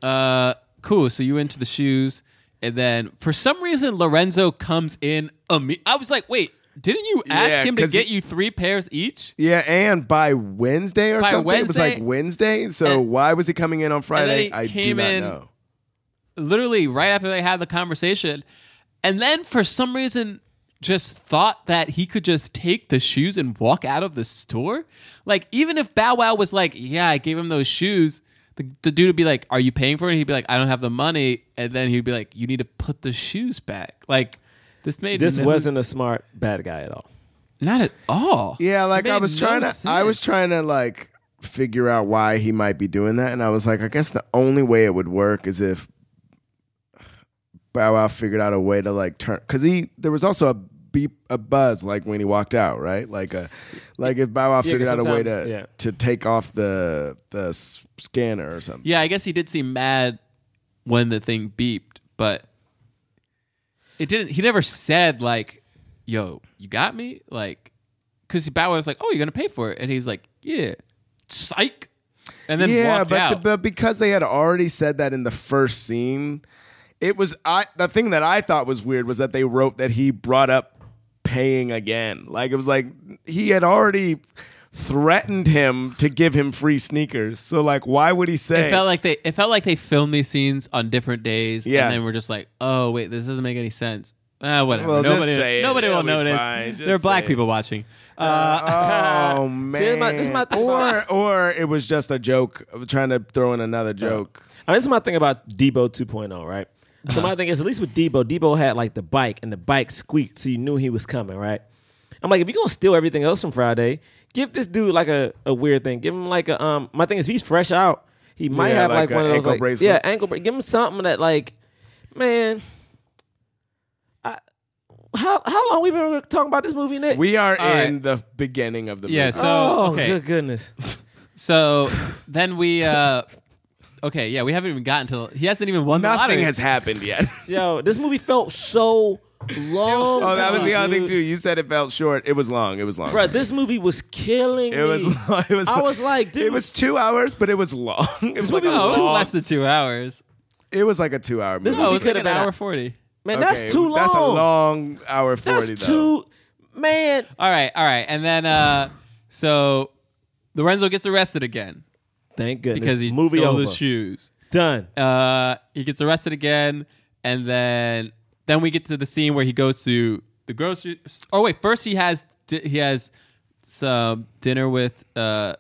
Speaker 3: Uh, cool. So you went to the shoes, and then for some reason Lorenzo comes in. imme- I was like, wait, didn't you ask
Speaker 13: Yeah,
Speaker 3: him to
Speaker 13: 'cause
Speaker 3: get
Speaker 13: he-
Speaker 3: you three pairs each?
Speaker 13: Yeah, and by Wednesday or
Speaker 3: By
Speaker 13: something. It was like
Speaker 3: Wednesday?
Speaker 13: Wednesday. So why was he coming in on Friday?
Speaker 3: And then
Speaker 13: I
Speaker 3: he
Speaker 13: do
Speaker 3: came
Speaker 13: not
Speaker 3: in
Speaker 13: know.
Speaker 3: literally right after they had the conversation. And then for some reason, just thought that he could just take the shoes and walk out of the store. Like, even if Bow Wow was like, Yeah, I gave him those shoes, The, the dude would be like, "Are you paying for it?" And he'd be like, "I don't have the money," and then he'd be like, "You need to put the shoes back." Like this made
Speaker 2: This
Speaker 3: no-
Speaker 2: wasn't a smart bad guy at all.
Speaker 3: Not at all.
Speaker 4: Yeah, like
Speaker 3: It
Speaker 4: I
Speaker 3: made
Speaker 4: was
Speaker 3: no
Speaker 4: trying to I was
Speaker 3: sense.
Speaker 4: trying to like figure out why he might be doing that and I was like I guess the only way it would work is if Bow Wow figured out a way to like turn cuz he there was also a beep a buzz like when he walked out, right? Like a like if Bow Wow
Speaker 2: Yeah, 'cause
Speaker 4: figured out a way to
Speaker 2: sometimes- yeah.
Speaker 4: to take off the the s- scanner or something.
Speaker 3: Yeah, I guess he did seem mad when the thing beeped, but it didn't. He never said like, "Yo, you got me," like, because Bow Wow was like, "Oh, you're gonna pay for it," and he's like, "Yeah, psych," and then
Speaker 4: yeah,
Speaker 3: walked
Speaker 4: but
Speaker 3: out.
Speaker 4: The, but because they had already said that in the first scene, it was I. The thing that I thought was weird was that they wrote that he brought up paying again. Like it was like he had already threatened him to give him free sneakers. So like, why would he say?
Speaker 3: It felt like they it felt like they filmed these scenes on different days.
Speaker 4: Yeah.
Speaker 3: And then we're just like, oh wait, this doesn't make any sense. Ah, whatever.
Speaker 4: Well, just
Speaker 3: nobody
Speaker 4: say it.
Speaker 3: nobody
Speaker 4: It'll
Speaker 3: will
Speaker 4: be
Speaker 3: notice.
Speaker 4: fine. Just
Speaker 3: There are black
Speaker 4: say it.
Speaker 3: people watching.
Speaker 4: Uh, oh man!
Speaker 2: this is my- this is my thing
Speaker 4: or or it was just a joke, trying to throw in another joke.
Speaker 2: I mean, this is my thing about Debo 2.0, right? So my thing is, at least with Debo, Debo had like the bike, and the bike squeaked, so you knew he was coming, right? I'm like, if you're gonna steal everything else from Friday, give this dude like a, a weird thing. Give him like a um. My thing is, he's fresh out. He might
Speaker 4: Yeah,
Speaker 2: have
Speaker 4: like
Speaker 2: like,
Speaker 4: a
Speaker 2: one of those
Speaker 4: ankle
Speaker 2: like,
Speaker 4: bracelet.
Speaker 2: yeah ankle bracelet. Give him something that like, man. I, how how long we been talking about this movie, Nick?
Speaker 4: We are
Speaker 2: All
Speaker 4: in the beginning of the
Speaker 3: Yeah,
Speaker 4: movie.
Speaker 3: so
Speaker 2: Oh,
Speaker 3: okay.
Speaker 2: good goodness.
Speaker 3: So then we uh Okay, yeah, we haven't even gotten to he hasn't even won the
Speaker 4: nothing
Speaker 3: lottery.
Speaker 4: has happened yet.
Speaker 2: Yo, this movie felt so long.
Speaker 4: Oh, that was the
Speaker 2: time,
Speaker 4: other thing
Speaker 2: dude.
Speaker 4: too. You said it felt short. It was long. It was long.
Speaker 2: Bro, this movie was killing
Speaker 4: It was,
Speaker 2: me.
Speaker 4: it was.
Speaker 2: I was like, dude,
Speaker 4: It was two hours, but it was long. It was like a
Speaker 3: Oh, it was
Speaker 4: long-
Speaker 3: less than two hours. Oh,
Speaker 4: It was like a two-hour movie.
Speaker 2: This movie
Speaker 3: it was like
Speaker 2: could've
Speaker 3: an
Speaker 2: been
Speaker 3: hour
Speaker 2: a-
Speaker 3: forty.
Speaker 2: man,
Speaker 4: Okay,
Speaker 2: that's too long.
Speaker 4: That's a long hour forty.
Speaker 2: That's
Speaker 4: though.
Speaker 2: too, man.
Speaker 3: All right, all right. And then uh so Lorenzo gets arrested again
Speaker 2: Thank goodness.
Speaker 3: because he
Speaker 2: movie
Speaker 3: stole
Speaker 2: over.
Speaker 3: the shoes.
Speaker 2: Done.
Speaker 3: Uh, he gets arrested again, and then then we get to the scene where he goes to the grocery. Oh wait, first he has di- he has some dinner with uh,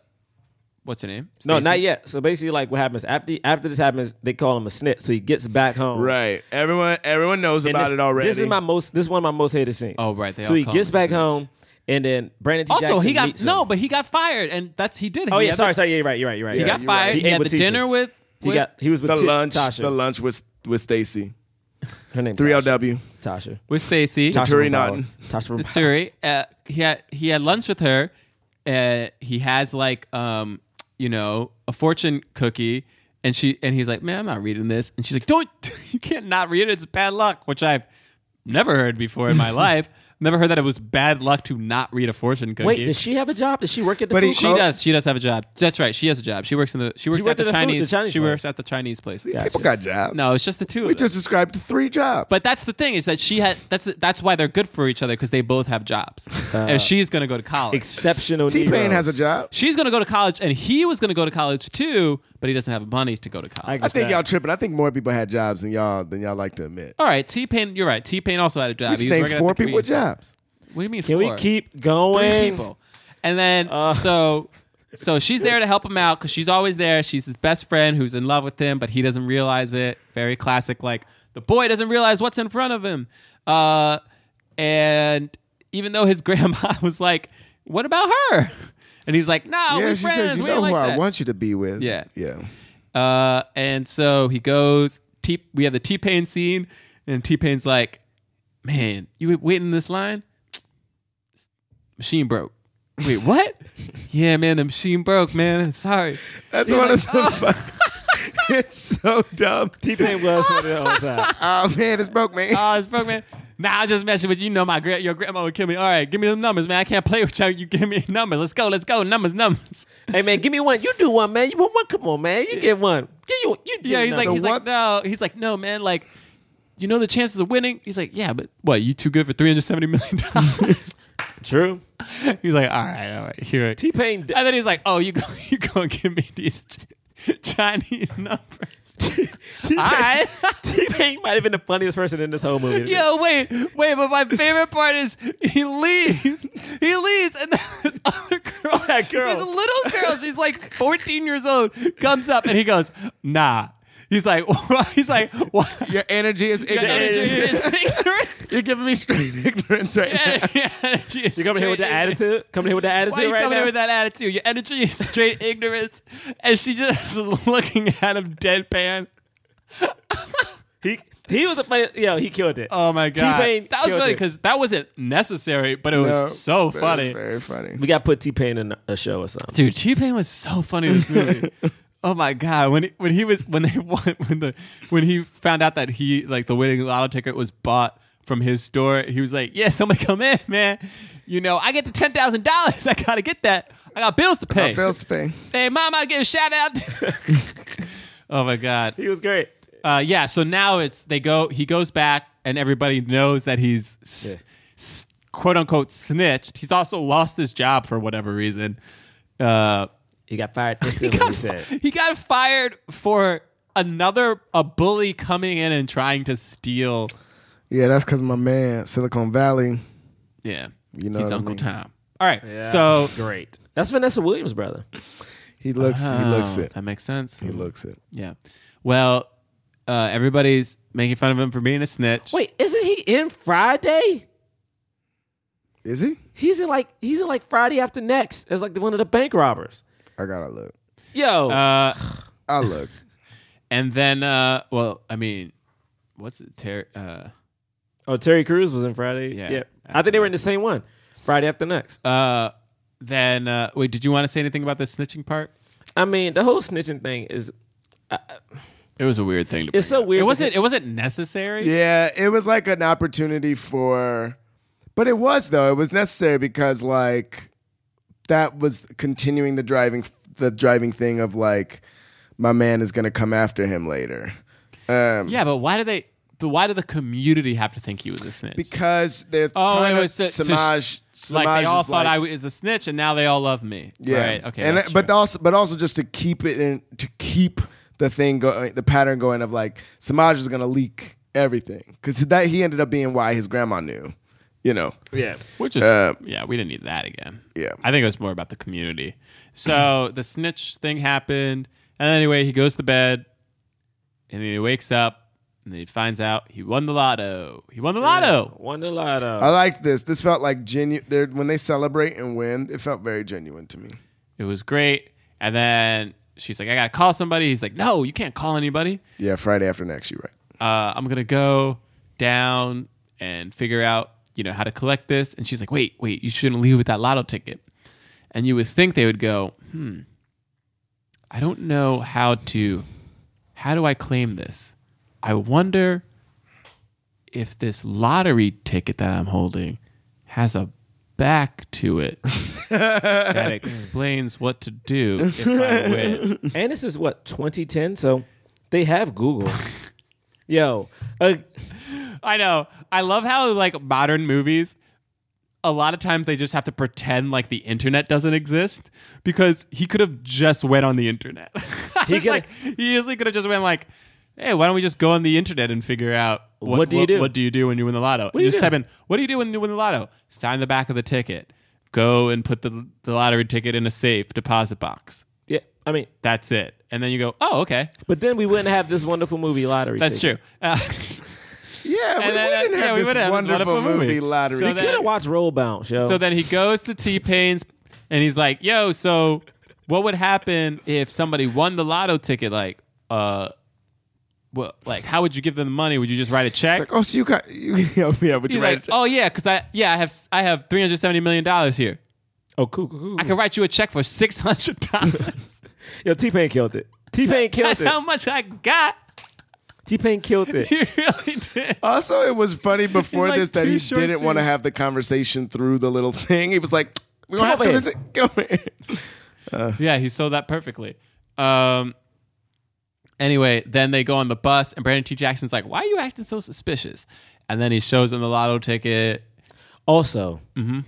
Speaker 3: what's her name?
Speaker 2: No,
Speaker 3: Stacey?
Speaker 2: not yet. So basically, like, what happens after after this happens? They call him a snitch, so he gets back home.
Speaker 4: Right. Everyone. Everyone knows
Speaker 2: And
Speaker 4: about
Speaker 2: this,
Speaker 4: it already.
Speaker 2: This is my most. This is one of my most hated scenes.
Speaker 3: Oh, right, they
Speaker 2: so
Speaker 3: all
Speaker 2: he
Speaker 3: call
Speaker 2: gets
Speaker 3: him a
Speaker 2: back
Speaker 3: snitch.
Speaker 2: home, and then Brandon. T.
Speaker 3: Also,
Speaker 2: Jackson
Speaker 3: he got
Speaker 2: meets him.
Speaker 3: no, but he got fired, and that's he did.
Speaker 2: Oh
Speaker 3: He
Speaker 2: yeah,
Speaker 3: had
Speaker 2: sorry,
Speaker 3: the-
Speaker 2: sorry. Yeah, you're right. You're right. You're right.
Speaker 3: He
Speaker 2: yeah,
Speaker 3: got
Speaker 2: you're
Speaker 3: fired.
Speaker 2: Right.
Speaker 3: He,
Speaker 2: ate
Speaker 3: had the
Speaker 2: with Tisha.
Speaker 3: dinner with.
Speaker 2: He
Speaker 3: with-
Speaker 2: got. He was with
Speaker 4: the
Speaker 2: Ti-
Speaker 4: lunch.
Speaker 2: Tasha.
Speaker 4: The lunch with with Stacy.
Speaker 2: Her name.
Speaker 4: Three oh LW.
Speaker 2: Tasha.
Speaker 3: with Stacy.
Speaker 2: Tasha
Speaker 4: Turi
Speaker 2: Rombauer.
Speaker 4: Naughton.
Speaker 2: Tasha. Rombauer.
Speaker 3: Suri, uh, he had he had lunch with her. Uh, he has like um, you know, a fortune cookie, and she and he's like, "Man, I'm not reading this." And she's like, "Don't you can't not read it. It's bad luck," which I've never heard before in my life. Never heard that it was bad luck to not read a fortune cookie.
Speaker 2: Wait, does she have a job? Does she work at the
Speaker 4: But he- oh.
Speaker 2: food
Speaker 3: she
Speaker 2: club?
Speaker 3: does. She does have a job. That's right. She has a job. She works in the. She works at
Speaker 2: worked
Speaker 3: the,
Speaker 2: at the food-
Speaker 3: Chinese,
Speaker 2: the Chinese
Speaker 3: She works
Speaker 2: place.
Speaker 3: at the Chinese place.
Speaker 4: People got jobs.
Speaker 3: No, it's just the two.
Speaker 4: We
Speaker 3: of them.
Speaker 4: just described three jobs.
Speaker 3: But that's the thing is that she had. That's that's why they're good for each other because they both have jobs.
Speaker 4: Uh.
Speaker 3: and she's gonna go to college.
Speaker 2: Exceptional.
Speaker 4: T Pain
Speaker 2: Negroes.
Speaker 4: has a job.
Speaker 3: She's going to go to college, and he was going to go to college too, but he doesn't have money to go to college.
Speaker 4: I think y'all tripping. I think more people had jobs than y'all than y'all like to admit.
Speaker 3: All right, T Pain, you're right. T Pain also had a job.
Speaker 4: You just named
Speaker 3: working at
Speaker 4: four
Speaker 3: the
Speaker 4: people with
Speaker 3: convenience
Speaker 4: jobs.
Speaker 3: store. What do you mean?
Speaker 2: Can
Speaker 3: four?
Speaker 2: we keep
Speaker 3: three
Speaker 2: going?
Speaker 3: people? Uh. And then so so she's there to help him out because she's always there. She's his best friend who's in love with him, but he doesn't realize it. Very classic, like the boy doesn't realize what's in front of him. Uh, and even though his grandma was like, "What about her?" and he's like, "No,
Speaker 4: yeah,
Speaker 3: we're
Speaker 4: she
Speaker 3: friends.
Speaker 4: says you
Speaker 3: we
Speaker 4: know
Speaker 3: ain't
Speaker 4: who
Speaker 3: like
Speaker 4: I
Speaker 3: that."
Speaker 4: want you to be with.
Speaker 3: Yeah.
Speaker 4: Yeah.
Speaker 3: Uh, and so he goes. T- we have the T Pain scene, and T Pain's like, "Man, you were waiting in this line? Machine broke. Wait, what? yeah, man, the machine broke, man. I'm sorry.
Speaker 4: That's
Speaker 3: He's
Speaker 4: one
Speaker 3: like,
Speaker 4: of the. fu- it's so dumb.
Speaker 2: T Pain was for the whole time.
Speaker 4: Oh man, it's broke, man.
Speaker 3: Oh, it's broke, man. Nah, I'm just messing with you. You Know my gra- your grandma would kill me. All right, give me them numbers, man. I can't play with you. You give me numbers. Let's go. Let's go. Numbers, numbers.
Speaker 2: Hey man, give me one. You do one, man. You want one? Come on, man. You get one. Give you. You. do
Speaker 3: Yeah, he's like,
Speaker 2: another.
Speaker 3: he's like, no, he's like, no, man, like, you know the chances of winning. He's like, yeah, but what? You too good for three hundred seventy million dollars.
Speaker 2: true.
Speaker 3: he's like, all right, all right, here. it-
Speaker 2: T Pain.
Speaker 3: And then he's like, oh, you go, you go and give me these. Chinese numbers.
Speaker 2: I T-Pain might have been the funniest person in this whole movie. to me.
Speaker 3: Yo, wait, wait, but my favorite part is he leaves. He leaves, and then this other girl, that
Speaker 2: girl.
Speaker 3: this little girl, she's like 14 years old, comes up and he goes, nah. He's like, he's like, what?
Speaker 4: Your energy is
Speaker 3: Your energy is
Speaker 4: You're giving me straight ignorance right now.
Speaker 2: You coming here with that attitude? Coming here with that
Speaker 3: Why are
Speaker 2: attitude
Speaker 3: you
Speaker 2: right
Speaker 3: coming
Speaker 2: now?
Speaker 3: in with that attitude? Your energy is straight ignorance. And she just was looking at him deadpan.
Speaker 2: he he was a funny, yo. He killed it.
Speaker 3: Oh my god,
Speaker 2: T-Pain
Speaker 3: that was
Speaker 2: killed
Speaker 3: funny
Speaker 2: it.
Speaker 3: because that wasn't necessary, but it was
Speaker 2: No,
Speaker 3: so
Speaker 2: very,
Speaker 3: funny.
Speaker 4: Very funny.
Speaker 2: We got to put T Pain in a show or something.
Speaker 3: Dude, T Pain was so funny in this movie. oh my god, when he, when he was when they won, when the when he found out that he like the winning lotto ticket was bought from his store, he was like, "Yeah, somebody come in, man. You know, I get the ten thousand dollars. I gotta get that. I got bills to pay.
Speaker 4: bills to pay.
Speaker 3: Hey, mom, I get a shout out." to-" oh my god,
Speaker 2: he was great.
Speaker 3: Uh, yeah, so now it's they go. He goes back, and everybody knows that he's. s-
Speaker 2: Yeah.
Speaker 3: s- quote unquote snitched. He's also lost his job for whatever reason. Uh,
Speaker 2: he got fired.
Speaker 3: he, got fired for another a bully coming in and trying to steal.
Speaker 9: Yeah, that's because my man Silicon Valley.
Speaker 3: Yeah,
Speaker 9: you know
Speaker 3: he's
Speaker 9: what I
Speaker 3: Uncle
Speaker 9: mean.
Speaker 3: Tom. All right,
Speaker 2: Yeah.
Speaker 3: so
Speaker 2: great. That's Vanessa Williams' brother.
Speaker 9: He
Speaker 3: looks- he looks Oh, it. That makes sense.
Speaker 9: He looks it.
Speaker 3: Yeah. Well, uh, everybody's making fun of him for being a snitch.
Speaker 2: Wait, isn't he in Friday?
Speaker 9: Is he?
Speaker 2: He's in like he's in like Friday after next. It's like one of the bank robbers.
Speaker 9: I gotta look.
Speaker 2: Yo,
Speaker 3: Uh,
Speaker 9: I look.
Speaker 3: And then, uh, well, I mean, what's it? Ter- uh,
Speaker 2: Oh, Terry Crews was in Friday. Yeah, I think they were in the same one. Friday after next.
Speaker 3: Uh, then uh, wait, did you want to say anything about the snitching part?
Speaker 2: I mean, the whole snitching thing is. I I-
Speaker 3: It was a weird thing to.
Speaker 2: it's so weird.
Speaker 3: It wasn't.
Speaker 2: because-
Speaker 3: It wasn't necessary.
Speaker 9: Yeah,
Speaker 4: it was like an opportunity for, but it was though it was necessary because like
Speaker 9: that was continuing the driving the driving thing of like my man is gonna come after him later. Um,
Speaker 3: Yeah, but why do they? But why did the community have to think he was a snitch?
Speaker 4: because they're
Speaker 3: oh,
Speaker 4: trying
Speaker 3: it
Speaker 4: to-
Speaker 3: was to, to-
Speaker 4: Samaj-
Speaker 3: like
Speaker 4: Samaj
Speaker 3: they all
Speaker 4: is
Speaker 3: thought
Speaker 4: like-
Speaker 3: I was a snitch, and now they all love me.
Speaker 9: Yeah.
Speaker 3: Right. Okay.
Speaker 9: And
Speaker 3: that's
Speaker 9: but also but also just to keep it in to keep the thing going the pattern going of like Samaj is gonna leak everything because that he ended up being why his grandma knew, you know.
Speaker 2: Yeah.
Speaker 3: Which is
Speaker 9: Uh,
Speaker 3: yeah, we didn't need that again.
Speaker 9: Yeah.
Speaker 3: I think it was more about the community. So the snitch thing happened, and anyway, he goes to bed, and then he wakes up, and then he finds out he won the lotto. He won the lotto.
Speaker 2: Won the lotto.
Speaker 9: I liked this. This felt like genuine. When they celebrate and win, it felt very genuine to me.
Speaker 3: It was great, and then she's like, "I gotta call somebody." He's like, "No, you can't call anybody.
Speaker 9: Yeah, Friday after next, you're right.
Speaker 3: uh, I'm gonna go down and figure out, you know, how to collect this. And she's like, wait, wait, you shouldn't leave with that lotto ticket. And you would think they would go, hmm, I don't know how to, how do I claim this? I wonder if this lottery ticket that I'm holding has a back to it that explains what to do if I win.
Speaker 2: and this is what 2010, so they have Google. Yo, uh,
Speaker 3: I know. I love how like modern movies a lot of times they just have to pretend like the internet doesn't exist because he could have just went on the internet. he like he easily could have just went like, "Hey, why don't we just go on the internet and figure out what,
Speaker 2: What do you do?
Speaker 3: What do you do when you win the lotto?
Speaker 2: do you
Speaker 3: just
Speaker 2: do?
Speaker 3: type in what do you do when you win the lotto? Sign the back of the ticket. Go and put the, the lottery ticket in a safe deposit box.
Speaker 2: yeah, I mean,
Speaker 3: That's it. And then you go, oh okay,
Speaker 2: but then we wouldn't have this wonderful movie lottery.
Speaker 3: that's true. Uh,
Speaker 9: Yeah,
Speaker 3: And
Speaker 9: we,
Speaker 3: then,
Speaker 9: we
Speaker 3: uh,
Speaker 9: didn't
Speaker 3: yeah,
Speaker 9: have
Speaker 3: we
Speaker 9: this
Speaker 3: wouldn't have this
Speaker 9: wonderful,
Speaker 3: wonderful
Speaker 9: movie,
Speaker 3: movie.
Speaker 9: lottery.
Speaker 3: So
Speaker 2: You
Speaker 3: that-
Speaker 2: could have watched Roll Bounce, yo.
Speaker 3: So then he goes to T Pain's and he's like, "Yo, so what would happen if somebody won the lotto ticket? Like, uh, well, like how would you give them the money? Would you just write a check?"
Speaker 9: oh, so you got you, yeah, yeah, but you
Speaker 3: he's
Speaker 9: right.
Speaker 3: like, "Oh yeah, because I yeah I have I have three hundred seventy million dollars here.
Speaker 2: oh, cool, cool, cool.
Speaker 3: I
Speaker 9: Hmm.
Speaker 3: could write you a check for six hundred dollars.
Speaker 2: Yo, T Pain killed it. T Pain killed
Speaker 3: That's
Speaker 2: it.
Speaker 3: how much I got."
Speaker 2: T Pain killed it.
Speaker 3: He really did.
Speaker 9: Also, it was funny before
Speaker 3: In, like,
Speaker 9: this that
Speaker 3: two
Speaker 9: he
Speaker 3: short
Speaker 9: didn't want to
Speaker 3: scenes.
Speaker 9: have the conversation through the little thing. He was like, "We
Speaker 2: Come
Speaker 9: don't have
Speaker 2: over
Speaker 9: to
Speaker 2: here.
Speaker 9: listen. Get over here."
Speaker 3: Yeah, he sold that perfectly. Um, anyway, then they go on the bus, and Brandon T. Jackson's like, "Why are you acting so suspicious?" And then he shows him the lotto ticket.
Speaker 2: Also,
Speaker 3: Mhm.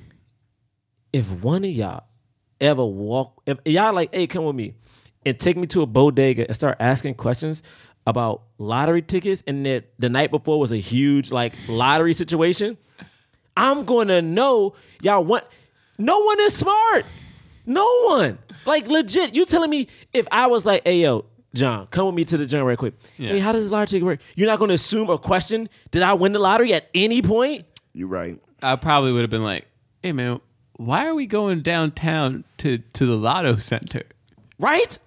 Speaker 2: if one of y'all ever walk, if y'all like, hey, come with me. and take me to a bodega and start asking questions about lottery tickets and that the night before was a huge like lottery situation, I'm gonna know y'all want no one is smart. No one. Like legit, you telling me if I was like, hey yo, John, come with me to the gym right quick.
Speaker 4: Yeah.
Speaker 2: Hey, how does this lottery ticket work? You're not gonna assume or question did I win the lottery at any point?
Speaker 9: You're right.
Speaker 3: I probably would have been like, "Hey man, why are we going downtown to to the Lotto Center?"
Speaker 2: Right?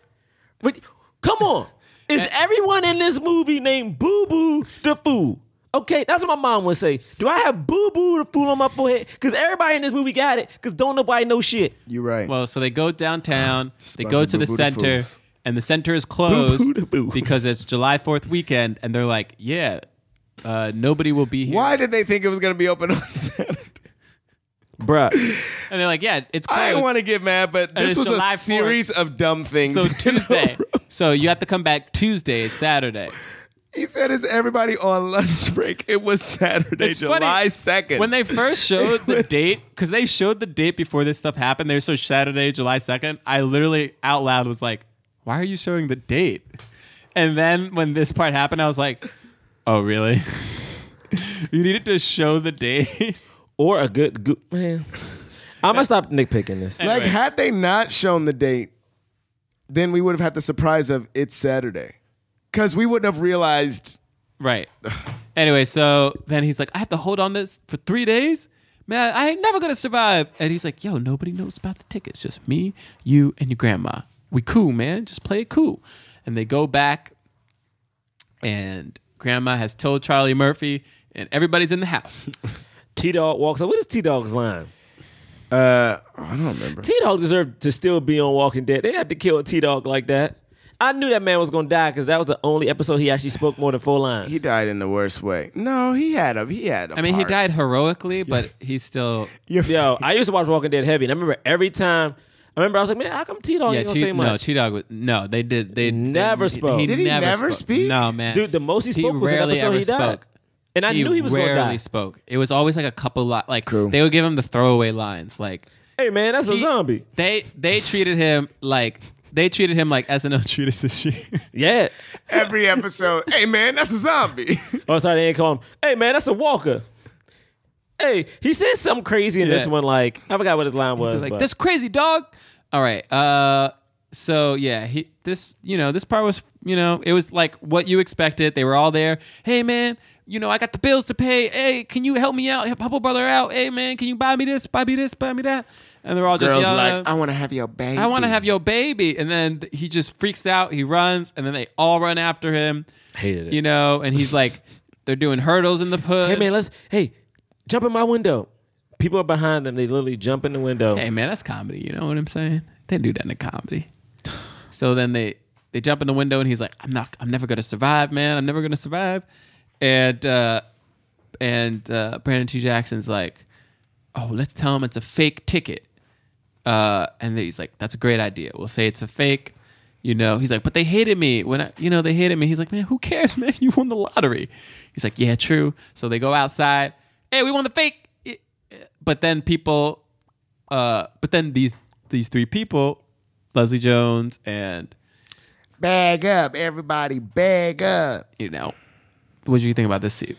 Speaker 2: But come on. Is everyone in this movie named Boo Boo the Fool? Okay, that's what my mom would say. Do I have Boo Boo the Fool on my forehead? Because everybody in this movie got it. Because don't nobody know shit.
Speaker 9: You're right.
Speaker 3: Well, so they go downtown, they
Speaker 2: bunch
Speaker 3: go
Speaker 2: of
Speaker 3: to the
Speaker 2: boo-boo to
Speaker 3: center,
Speaker 2: fools.
Speaker 3: and the center is closed because it's July 4th weekend, and they're like, yeah, uh, nobody will be here.
Speaker 9: Why did they think it was going to be open on Saturday?
Speaker 2: Bruh.
Speaker 3: And they're like, yeah, it's closed.
Speaker 9: I didn't want to get mad, but
Speaker 3: And
Speaker 9: this
Speaker 3: it's
Speaker 9: was
Speaker 3: July
Speaker 9: a
Speaker 3: 4th.
Speaker 9: series of dumb things.
Speaker 3: So Tuesday. so you have to come back Tuesday. It's Saturday.
Speaker 9: he said, "Is everybody on lunch break?" It was Saturday,
Speaker 3: It's funny,
Speaker 9: July second.
Speaker 3: When they first showed the date, because they showed the date before this stuff happened, they showed Saturday, July 2nd. I literally out loud was like, why are you showing the date? And then when this part happened, I was like, oh, really? you needed to show the date?
Speaker 2: Or a good, good man. I'm gonna stop nitpicking this.
Speaker 9: like, had they not shown the date, then we would have had the surprise of it's Saturday, because we wouldn't have realized.
Speaker 3: Right. Anyway, so then he's like, I have to hold on this for three days? Man, I ain't never gonna survive. And he's like, Yo, nobody knows about the tickets. Just me, you, and your grandma. We cool, man. Just play it cool. And they go back, and grandma has told Charlie Murphy, and everybody's in the house.
Speaker 2: T Dog walks up. What is T Dog's line?
Speaker 9: Uh, I don't remember.
Speaker 2: T Dog deserved to still be on Walking Dead. They had to kill T Dog like that. I knew that man was gonna die because that was the only episode he actually spoke more than four lines. He
Speaker 9: died in the worst way. No, he had a he had. A
Speaker 3: I mean, he
Speaker 9: part.
Speaker 3: died heroically, but he's still.
Speaker 2: Yo, I used to watch Walking Dead heavy, and I remember every time. I remember I was like, man, how come T Dog
Speaker 3: yeah,
Speaker 2: ain't gonna
Speaker 3: T-
Speaker 2: say much?
Speaker 3: no, T Dog was no. They did. They
Speaker 2: never
Speaker 3: they-
Speaker 2: spoke.
Speaker 3: He never, spoke. No, man.
Speaker 2: Dude, the most he spoke was an
Speaker 3: rarely
Speaker 2: episode
Speaker 3: ever
Speaker 2: he died.
Speaker 3: spoke.
Speaker 2: And I knew he was going to
Speaker 3: rarely
Speaker 2: die.
Speaker 3: spoke. It was always like a couple li- like they would give him the throwaway lines like
Speaker 2: Hey man, that's a
Speaker 3: He-
Speaker 2: zombie.
Speaker 3: they they treated him like they treated him like SNL treated Sushi.
Speaker 2: Yeah.
Speaker 9: every episode. hey man, that's a zombie.
Speaker 2: Oh, sorry, they ain't call him. Hey man, that's a walker. Hey, he said something crazy in this
Speaker 3: Yeah.
Speaker 2: one. Like I forgot what his line was.
Speaker 3: like
Speaker 2: but-
Speaker 3: this crazy dog. All right. Uh so yeah, he this you know, this part was you know, it was like what you expected. They were all there. Hey man, you know, I got the bills to pay. Hey, can you help me out? Help Papa brother out. Hey man, can you buy me this? Buy me this, buy me that. And they're all just
Speaker 9: Girls
Speaker 3: yelling at
Speaker 9: like,
Speaker 3: him.
Speaker 9: I want to have your baby.
Speaker 3: I want to have your baby. And then th- he just freaks out. He runs, and then they all run after him.
Speaker 2: Hated it.
Speaker 3: You know, and he's like, they're doing hurdles in the hood.
Speaker 2: Hey man, let's hey, jump in my window. People are behind them. They literally jump in the window.
Speaker 3: Hey man, that's comedy. You know what I'm saying? They do that in a comedy. So then they they jump in the window, and he's like, I'm not. I'm never gonna survive, man. I'm never gonna survive. And uh, and uh, Brandon T. Jackson's like, oh, let's tell him it's a fake ticket. Uh, and he's like, that's a great idea. We'll say it's a fake. You know, he's like, but they hated me when I, you know, they hated me. He's like, man, who cares, man? You won the lottery. He's like, yeah, true. So they go outside. Hey, we won the fake. But then people, uh, but then these these three people, Leslie Jones and
Speaker 9: Bag up, everybody, bag up.
Speaker 3: you know, what do you think about this scene?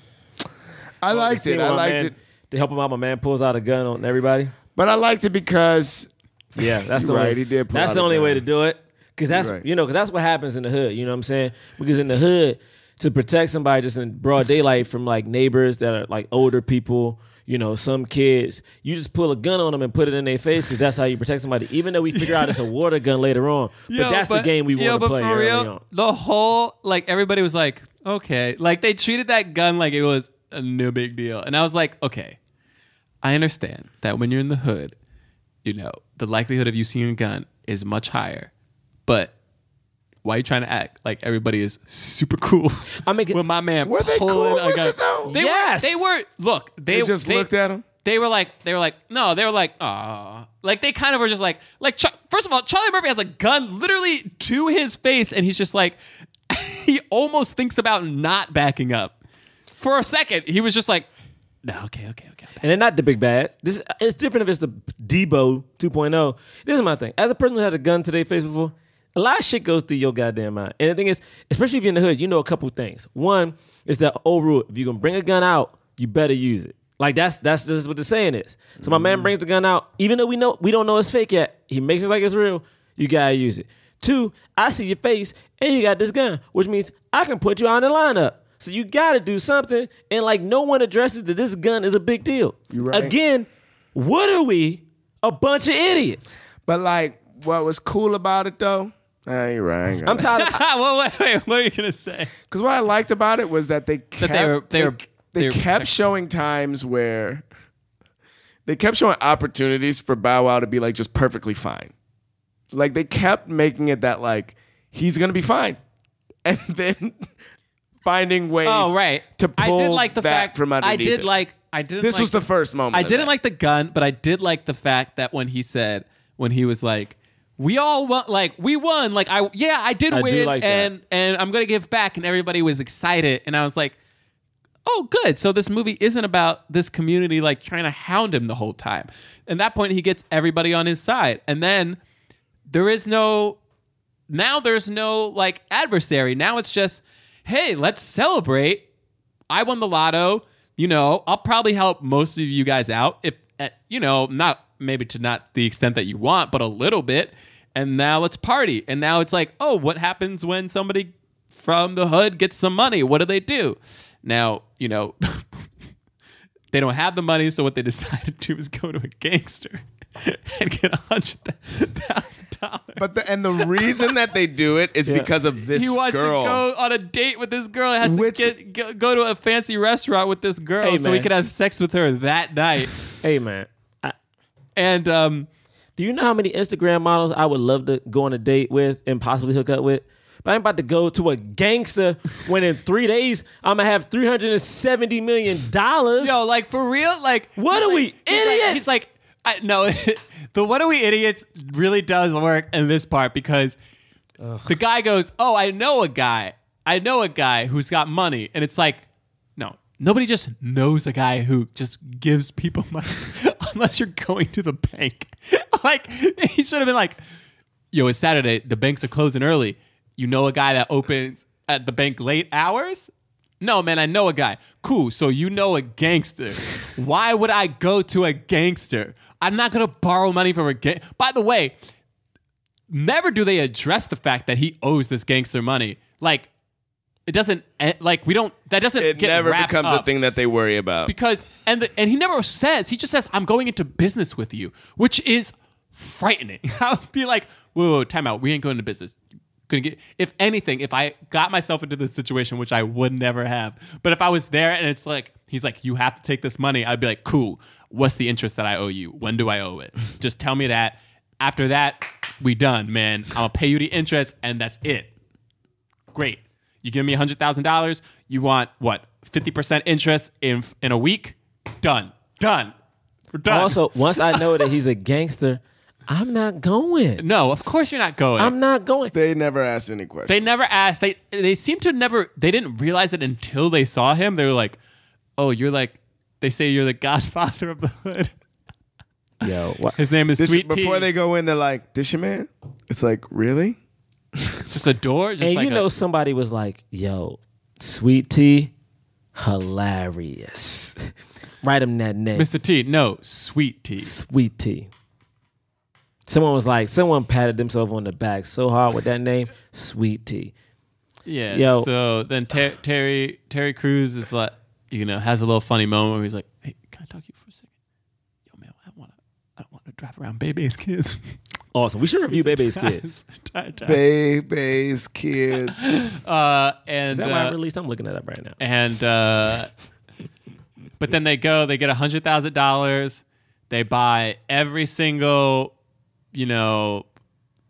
Speaker 9: I liked it. I liked it.
Speaker 2: They help him out. My man pulls out a gun on everybody.
Speaker 9: But I liked it because
Speaker 2: Yeah, that's the
Speaker 9: You're right,
Speaker 2: Way,
Speaker 9: he did pull
Speaker 2: that's
Speaker 9: out
Speaker 2: the
Speaker 9: a
Speaker 2: only
Speaker 9: gun.
Speaker 2: way to do it. Because that's
Speaker 9: You're right.
Speaker 2: you know, 'cause that's what happens in the hood. You know what I'm saying? Because in the hood, to protect somebody just in broad daylight from like neighbors that are like older people, you know, some kids, you just pull a gun on them and put it in their face because that's how you protect somebody. Even though we figure out it's a water gun later on, but
Speaker 3: Yo,
Speaker 2: that's the game we
Speaker 3: yo,
Speaker 2: want
Speaker 3: but
Speaker 2: to play
Speaker 3: for
Speaker 2: early
Speaker 3: real,
Speaker 2: on.
Speaker 3: The whole like everybody was like, okay, like they treated that gun like it was a no big deal, and I was like, okay, I understand that when you're in the hood, you know the likelihood of you seeing a gun is much higher, but. Why are you trying to act like everybody is super cool? I mean, with my man were
Speaker 9: they
Speaker 3: pulling
Speaker 9: cool
Speaker 3: a
Speaker 9: with
Speaker 3: gun.
Speaker 9: it, though?
Speaker 3: They
Speaker 9: Yes.
Speaker 3: were. They were. Look, they,
Speaker 9: They just looked at him?
Speaker 3: They were like, they were like, no, they were like, ah, like they kind of were just like, like. Char- First of all, Charlie Murphy has a gun literally to his face, and he's just like, he almost thinks about not backing up for a second. He was just like, no, okay, okay, okay.
Speaker 2: And they're not the big bads. This oh. it's different if it's the Debo 2.0. This is my thing. As a person who had a gun to their face before, a lot of shit goes through your goddamn mind. And the thing is, especially if you're in the hood, you know a couple things. One is that old rule: if you can bring a gun out, you better use it. Like that's that's just what the saying is. So my man brings the gun out, even though we know we don't know it's fake yet. He makes it like it's real. You gotta use it. Two, I see your face and you got this gun, which means I can put you out in the lineup. So you gotta do something. And like no one addresses that this gun is a big deal. You
Speaker 9: right.
Speaker 2: Again, what are we? A bunch of idiots.
Speaker 9: But like, what was cool about it though? I ain't right. I ain't gonna-
Speaker 2: I'm tired.
Speaker 3: wait, wait, what are you gonna say?
Speaker 9: Because what I liked about it was that they kept,
Speaker 3: they were- they were-
Speaker 9: they
Speaker 3: they were
Speaker 9: kept showing times where they kept showing opportunities for Bow Wow to be like just perfectly fine. Like they kept making it that like he's gonna be fine, and then finding ways.
Speaker 3: Oh right.
Speaker 9: to pull
Speaker 3: I did like the
Speaker 9: that
Speaker 3: fact
Speaker 9: from underneath.
Speaker 3: I did
Speaker 9: it.
Speaker 3: like I didn't.
Speaker 9: This
Speaker 3: like
Speaker 9: was the first moment
Speaker 3: I
Speaker 9: of
Speaker 3: didn't
Speaker 9: that.
Speaker 3: like the gun, but I did like the fact that when he said when he was like. We all won, like we won. Like I, yeah, I did
Speaker 2: I do
Speaker 3: win,
Speaker 2: like that.
Speaker 3: and and I'm gonna give back. And everybody was excited, and I was like, oh, good. So this movie isn't about this community like trying to hound him the whole time. At that point, he gets everybody on his side, and then there is no now there's no like adversary. Now it's just, hey, let's celebrate. I won the lotto. You know, I'll probably help most of you guys out if uh, you know, not maybe to not the extent that you want, but a little bit. And now let's party. And now it's like, oh, what happens when somebody from the hood gets some money? What do they do? Now, you know, they don't have the money, so what they decided to do is go to a gangster and get a hundred thousand dollars.
Speaker 9: But the, and the reason that they do it is because of this
Speaker 3: he wants
Speaker 9: girl.
Speaker 3: to go on a date with this girl. He has to get, go, go to a fancy restaurant with this girl
Speaker 2: Hey,
Speaker 3: so he
Speaker 2: man.
Speaker 3: can have sex with her that night.
Speaker 2: hey man. I,
Speaker 3: and um,
Speaker 2: do you know how many Instagram models I would love to go on a date with and possibly hook up with? But I'm about to go to a gangster when in three days I'm gonna have three hundred and seventy million dollars.
Speaker 3: Yo, like for real, like
Speaker 2: what are we
Speaker 3: He's
Speaker 2: idiots?
Speaker 3: like, he's like I, no, the what are we idiots really does work in this part because the guy goes, "Oh, I know a guy. I know a guy who's got money," and it's like, no, nobody just knows a guy who just gives people money unless you're going to the bank. like he should have been like, "Yo, it's Saturday. The banks are closing early. You know a guy that opens at the bank late hours." No, man, I know a guy. Cool. So you know a gangster. Why would I go to a gangster? I'm not gonna borrow money from a gang. By the way, never do they address the fact that he owes this gangster money. Like it doesn't. eh, Like we don't. That doesn't.
Speaker 4: It
Speaker 3: get
Speaker 4: never
Speaker 3: wrapped
Speaker 4: becomes a
Speaker 3: up
Speaker 4: thing that they worry about.
Speaker 3: because and the, and he never says. He just says, "I'm going into business with you," which is frightening. I'll be like, "Whoa, whoa, time out. We ain't going into business." Gonna get if anything, if I got myself into this situation, which I would never have, but if I was there and it's like he's like, "You have to take this money," I'd be like, "Cool. What's the interest that I owe you? When do I owe it? Just tell me that. After that, we done, man. I'll pay you the interest, and that's it." great. You give me hundred thousand dollars. You want what? Fifty percent interest in in a week. Done. Done. We're done.
Speaker 2: Also, once I know that he's a gangster, I'm not going.
Speaker 3: no, of course you're not going.
Speaker 2: I'm not going.
Speaker 9: They never asked any questions.
Speaker 3: they never asked. They they seem to never. They didn't realize it until they saw him. They were like, "Oh, you're like." They say you're the godfather of the hood.
Speaker 2: Yo,
Speaker 3: His name is
Speaker 9: This-
Speaker 3: Sweet Tea.
Speaker 9: Before they go in, they're like, "This your man?" It's like, really?
Speaker 3: just a door. Just
Speaker 2: and
Speaker 3: like
Speaker 2: you
Speaker 3: a-
Speaker 2: know, somebody was like, "Yo, Sweet Tea, hilarious." Write him that name,
Speaker 3: Mr. T. No, Sweet Tea.
Speaker 2: Sweet Tea. Someone was like, someone patted themselves on the back so hard with that name, Sweet Tea.
Speaker 3: Yeah.
Speaker 2: Yo.
Speaker 3: So then Ter- Terry Terry Crews is like, you know, has a little funny moment where he's like, "Hey, can I talk to you for a second? Yo, man, I want to, I want to drive around Baby's kids.
Speaker 2: Awesome. We should review Baby's
Speaker 3: Sometimes-
Speaker 2: Kids.
Speaker 3: sometimes.
Speaker 9: Baby's kids.
Speaker 3: Uh, and
Speaker 2: Is that why I
Speaker 3: uh,
Speaker 2: released? I'm looking it up right now.
Speaker 3: and uh, but then they go they get a hundred thousand dollars they buy every single you know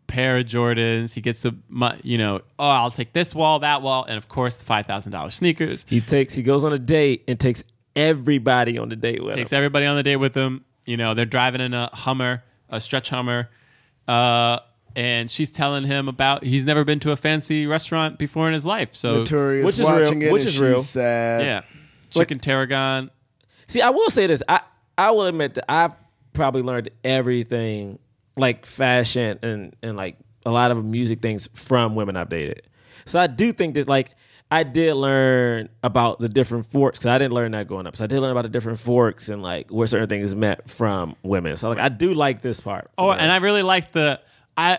Speaker 3: pair of jordans he gets the mo- you know oh i'll take this wall that wall and of course the five thousand dollar sneakers
Speaker 2: He takes. He goes on a date and takes everybody on the date with
Speaker 3: takes
Speaker 2: him.
Speaker 3: everybody on the date with him you know they're driving in a hummer a stretch hummer uh and she's telling him about he's never been to a fancy restaurant before in his life so
Speaker 9: Notorious
Speaker 2: which is
Speaker 9: watching
Speaker 2: real,
Speaker 9: it,
Speaker 2: which
Speaker 9: and
Speaker 2: is
Speaker 9: she's
Speaker 2: real.
Speaker 9: sad.
Speaker 3: yeah chicken tarragon
Speaker 2: See, I will say this. I I will admit that I've probably learned everything like fashion and and like a lot of music things from Women Updated. So I do think that like I did learn about the different forks. Cause I didn't learn that going up. So I did learn about the different forks and like where certain things meant from women. So like I do like this part.
Speaker 3: Oh, and I really liked the I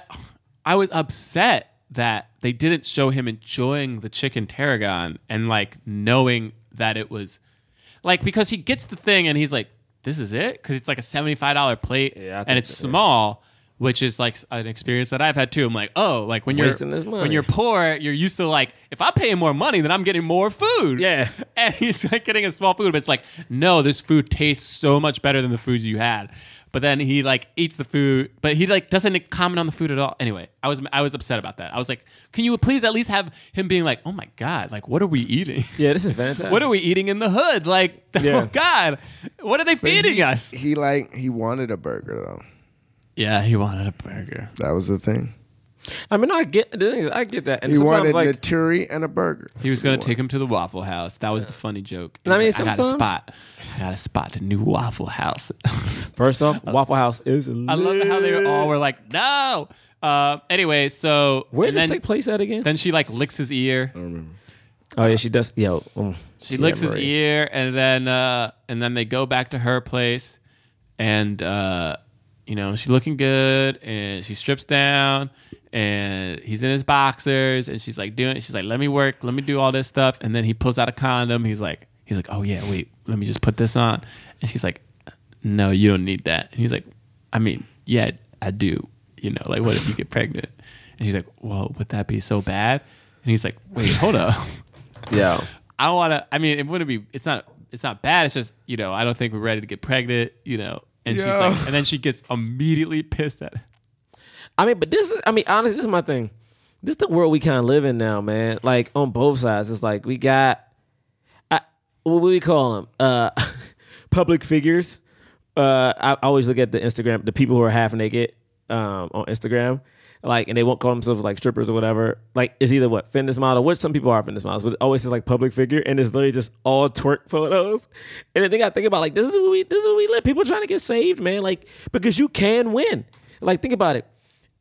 Speaker 3: I was upset that they didn't show him enjoying the chicken tarragon and like knowing that it was like because he gets the thing and he's like this is it because it's like a $75 plate and it's small which is like an experience that i've had too i'm like oh like when you're
Speaker 2: Wasting this money.
Speaker 3: when you're poor you're used to like if i'm paying more money then i'm getting more food yeah and he's like getting a small food but it's like no this food tastes so much better than the foods you had but then he like eats the food but he like doesn't comment on the food at all anyway i was i was upset about that i was like can you please at least have him being like oh my god like what are we eating
Speaker 2: yeah this is fantastic
Speaker 3: what are we eating in the hood like oh god what are they feeding us
Speaker 9: He like he wanted a burger though.
Speaker 3: Yeah, he wanted a burger.
Speaker 9: That was the thing.
Speaker 2: I mean, I get the thing is, I get that. And
Speaker 9: he
Speaker 2: sometimes
Speaker 9: wanted
Speaker 2: like
Speaker 9: naturi and a burger.
Speaker 3: he was going to take him to the waffle house that was the funny joke
Speaker 2: And I
Speaker 3: He's
Speaker 2: mean,
Speaker 3: like, I got a
Speaker 2: sometimes-
Speaker 3: spot i got a spot the new waffle house
Speaker 2: first off waffle house is
Speaker 3: Uh, I love how they all were like, no. Uh, anyway, so
Speaker 2: Where
Speaker 3: and
Speaker 2: does
Speaker 3: then-
Speaker 2: take place at again?
Speaker 3: Then she like licks his ear. I remember.
Speaker 2: Oh yeah, she does. Yo, mm,
Speaker 3: She
Speaker 2: Tia
Speaker 3: licks his
Speaker 2: Marie.
Speaker 3: ear, and then uh, and then they go back to her place, and uh, you know she's looking good, and she strips down, and he's in his boxers, and she's like doing, she's like, let me work, let me do all this stuff, and then he pulls out a condom. He's like, he's like, oh yeah, wait, let me just put this on, and she's like, no, you don't need that. And he's like, I mean, yeah, I do. You know, like, what if you get pregnant? And she's like, well, would that be so bad? And he's like, wait, hold up.
Speaker 2: Yeah.
Speaker 3: I want to, I mean, it wouldn't be, it's not, it's not bad. It's just, you know, I don't think we're ready to get pregnant, you know. And she's
Speaker 2: Yo.
Speaker 3: like, and then she gets immediately pissed at
Speaker 2: I mean, but this is, I mean, honestly, this is my thing. This is the world we kind of live in now, man. Like on both sides, it's like we got, I, what do we call them? Uh, public figures. Uh, I, I always look at the Instagram, the people who are half naked um, on Instagram, like, and they won't call themselves like strippers or whatever. Like, it's either what fitness model, which some people are fitness models, but it always says like public figure, and it's literally just all twerk photos. And the thing I think about, like, this is what we, this is what we live. People trying to get saved, man. Like, because you can win. Like, think about it.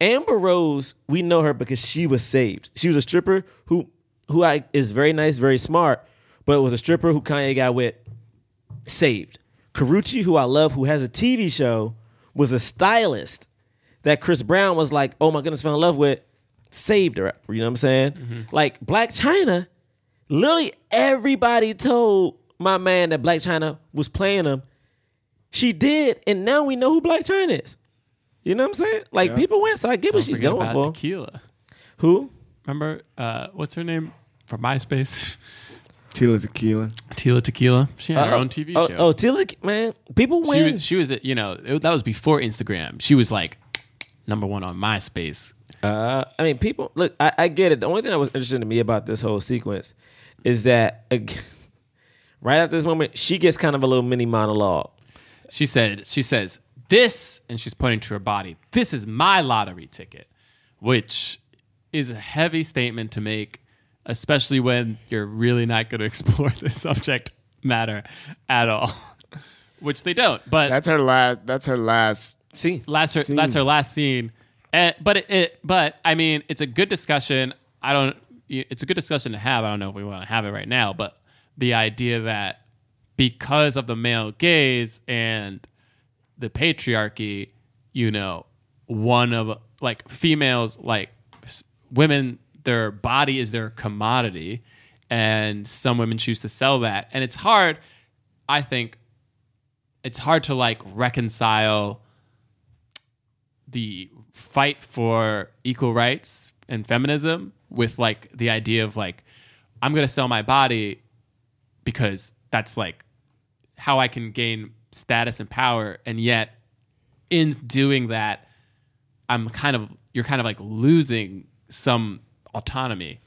Speaker 2: Amber Rose, we know her because she was saved. She was a stripper who who I, is very nice, very smart, but was a stripper who Kanye got with saved. Karuchi, who I love, who has a TV show, was a stylist that Chris Brown was like, oh my goodness, fell in love with, saved her. You know what I'm saying?
Speaker 3: Mm-hmm.
Speaker 2: Like Black China, literally everybody told my man that Black China was playing him. She did, and now we know who Black China is. You know what I'm saying? Like
Speaker 3: Yeah.
Speaker 2: people went, so I get
Speaker 3: Don't
Speaker 2: what she's
Speaker 3: forget
Speaker 2: going
Speaker 3: about
Speaker 2: for.
Speaker 3: Tequila.
Speaker 2: Who?
Speaker 3: Remember, uh, what's her name from MySpace?
Speaker 9: Tila Tequila.
Speaker 3: Tila Tequila. She had her own TV
Speaker 2: oh,
Speaker 3: show.
Speaker 2: Oh, Tila, man, people
Speaker 3: She
Speaker 2: win.
Speaker 3: was, she was, you know, it, that was before Instagram. She was like number one on MySpace.
Speaker 2: Uh, I mean, people look. I, I get it. The only thing that was interesting to me about this whole sequence is that ag- right after this moment, she gets kind of a little mini monologue.
Speaker 3: She said, she says, this, and she's pointing to her body, this is my lottery ticket, which is a heavy statement to make, especially when you're really not going to explore the subject matter at all, which they don't. But
Speaker 9: That's her last. That's her last.
Speaker 2: See,
Speaker 3: last her,
Speaker 9: Scene.
Speaker 3: that's her last scene. And, but it, it, but I mean, it's a good discussion. I don't. It's a good discussion to have. I don't know if we want to have it right now, but the idea that because of the male gaze and the patriarchy, you know, one of like females, like s- women, their body is their commodity, and some women choose to sell that, and it's hard. I think it's hard to like reconcile the fight for equal rights and feminism with like the idea of like I'm going to sell my body because that's like how I can gain status and power and yet in doing that I'm kind of you're kind of like losing some autonomy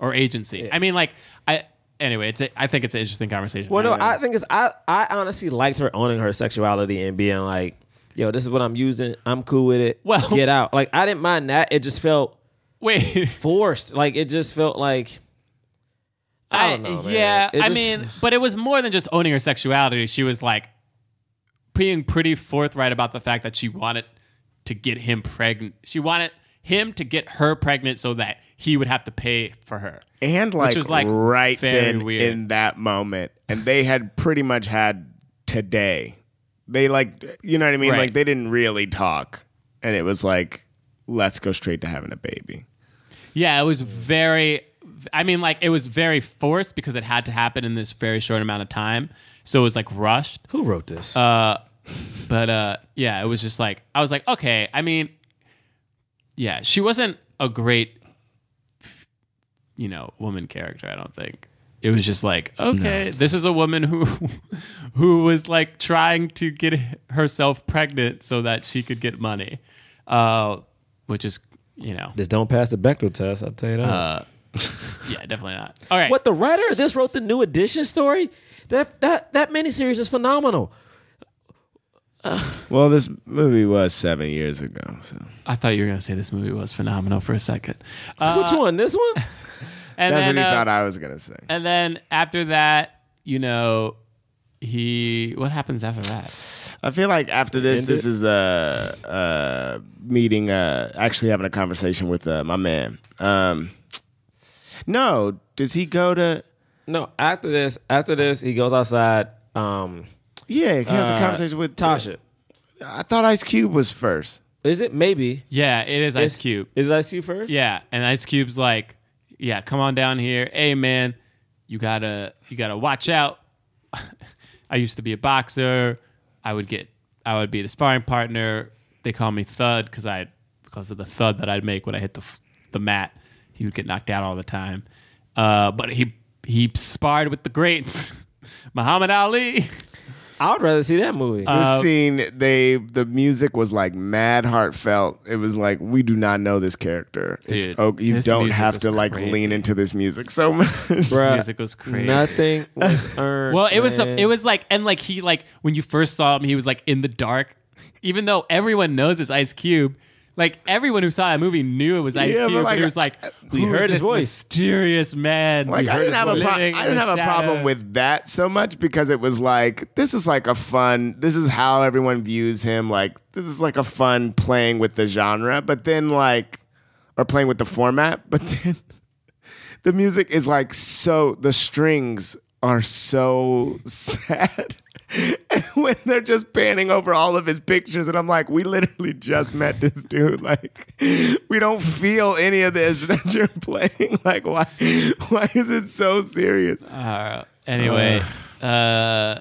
Speaker 3: or agency. I mean like I anyway, it's a, I think it's an interesting conversation.
Speaker 2: Well, no, I think it's I. I honestly liked her owning her sexuality and being like, "Yo, this is what I'm using. I'm cool with it.
Speaker 3: Well-
Speaker 2: get out." Like I didn't mind that. It just felt
Speaker 3: wait
Speaker 2: forced. Like it just felt like I don't know. man.
Speaker 3: Yeah,
Speaker 2: It
Speaker 3: I
Speaker 2: just-
Speaker 3: mean, but it was more than just owning her sexuality. She was like being pretty forthright about the fact that she wanted to get him pregnant. She wanted him to get her pregnant so that he would have to pay for her.
Speaker 4: and
Speaker 3: which
Speaker 4: like,
Speaker 3: was like
Speaker 4: right
Speaker 3: very
Speaker 4: then
Speaker 3: weird.
Speaker 4: in that moment, and they had pretty much had today. They like, you know what I mean?
Speaker 3: Right.
Speaker 4: Like they didn't really talk, and it was like, let's go straight to having a baby.
Speaker 3: Yeah, it was very. I mean, like it was very forced because it had to happen in this very short amount of time. So it was like rushed.
Speaker 2: Who wrote this?
Speaker 3: Uh, but uh, yeah, it was just like I was like, okay. I mean, yeah, she wasn't a great, you know, woman character. I don't think it was just like okay, this is a woman who, who was like trying to get herself pregnant so that she could get money, uh, which is you know
Speaker 2: Just don't pass the Bechdel test. I'll tell you that.
Speaker 3: Uh, yeah, definitely not. All right.
Speaker 2: What the writer of this wrote the new edition story? That that that miniseries is phenomenal.
Speaker 4: Well, this movie was seven years ago, so
Speaker 3: I thought you were gonna say this movie was phenomenal for a second.
Speaker 2: Which one? This one?
Speaker 3: And
Speaker 4: that's
Speaker 3: then,
Speaker 4: what he
Speaker 3: uh,
Speaker 4: thought I was gonna say.
Speaker 3: And then after that, you know, he. What happens after that?
Speaker 4: I feel like after this,
Speaker 3: End
Speaker 4: this
Speaker 3: it.
Speaker 4: is a, uh meeting, uh, actually having a conversation with uh, my man. Um, no, does he go to?
Speaker 2: No, after this, after this, he goes outside. Um,
Speaker 4: yeah, he has a
Speaker 2: uh,
Speaker 4: conversation with
Speaker 2: Tasha.
Speaker 4: I thought Ice Cube was first.
Speaker 2: Is it maybe?
Speaker 3: Yeah, it is Ice
Speaker 2: Is-
Speaker 3: Cube.
Speaker 2: Is Ice Cube first?
Speaker 3: Yeah, and Ice Cube's like, yeah, come on down here. Hey, man, you gotta you gotta watch out. I used to be a boxer. I would get I would be the sparring partner. They call me Thud because I because of the thud that I'd make when I hit the f- the mat. He would get knocked out all the time. Uh, but he he sparred with the greats, Muhammad Ali.
Speaker 2: I would rather see that movie.
Speaker 3: Uh,
Speaker 4: this scene, they the music was like mad heartfelt. It was like we do not know this character.
Speaker 3: Dude,
Speaker 4: it's, oh, you
Speaker 3: this
Speaker 4: don't
Speaker 3: music
Speaker 4: have
Speaker 3: was
Speaker 4: to like
Speaker 3: crazy.
Speaker 4: lean into this music so much.
Speaker 3: This music was crazy.
Speaker 2: Nothing was earned.
Speaker 3: Well, it was some-
Speaker 2: man.
Speaker 3: it was like and like he like when you first saw him, he was like in the dark. Even though everyone knows it's Ice Cube, like everyone who saw that movie knew it was Ice
Speaker 4: Yeah, but,
Speaker 3: Cube. But
Speaker 4: like, uh,
Speaker 3: it was like
Speaker 2: we
Speaker 3: who
Speaker 2: heard
Speaker 3: is
Speaker 2: his
Speaker 3: this
Speaker 2: voice.
Speaker 3: mysterious man.
Speaker 4: Like
Speaker 3: We
Speaker 4: I
Speaker 3: heard
Speaker 4: didn't
Speaker 3: his
Speaker 4: have a
Speaker 3: voice.
Speaker 4: pro- I
Speaker 3: Living in
Speaker 4: didn't
Speaker 3: the
Speaker 4: have a problem
Speaker 3: shadows.
Speaker 4: with that so much because it was like this is like a fun. This is how everyone views him. Like this is like a fun playing with the genre, but then like or playing with the format, but then the music is like so the strings are so sad. And when they're just panning over all of his pictures and I'm like, we literally just met this dude. Like we don't feel any of this that you're playing. Like why why is it so serious?
Speaker 3: Uh, anyway, uh,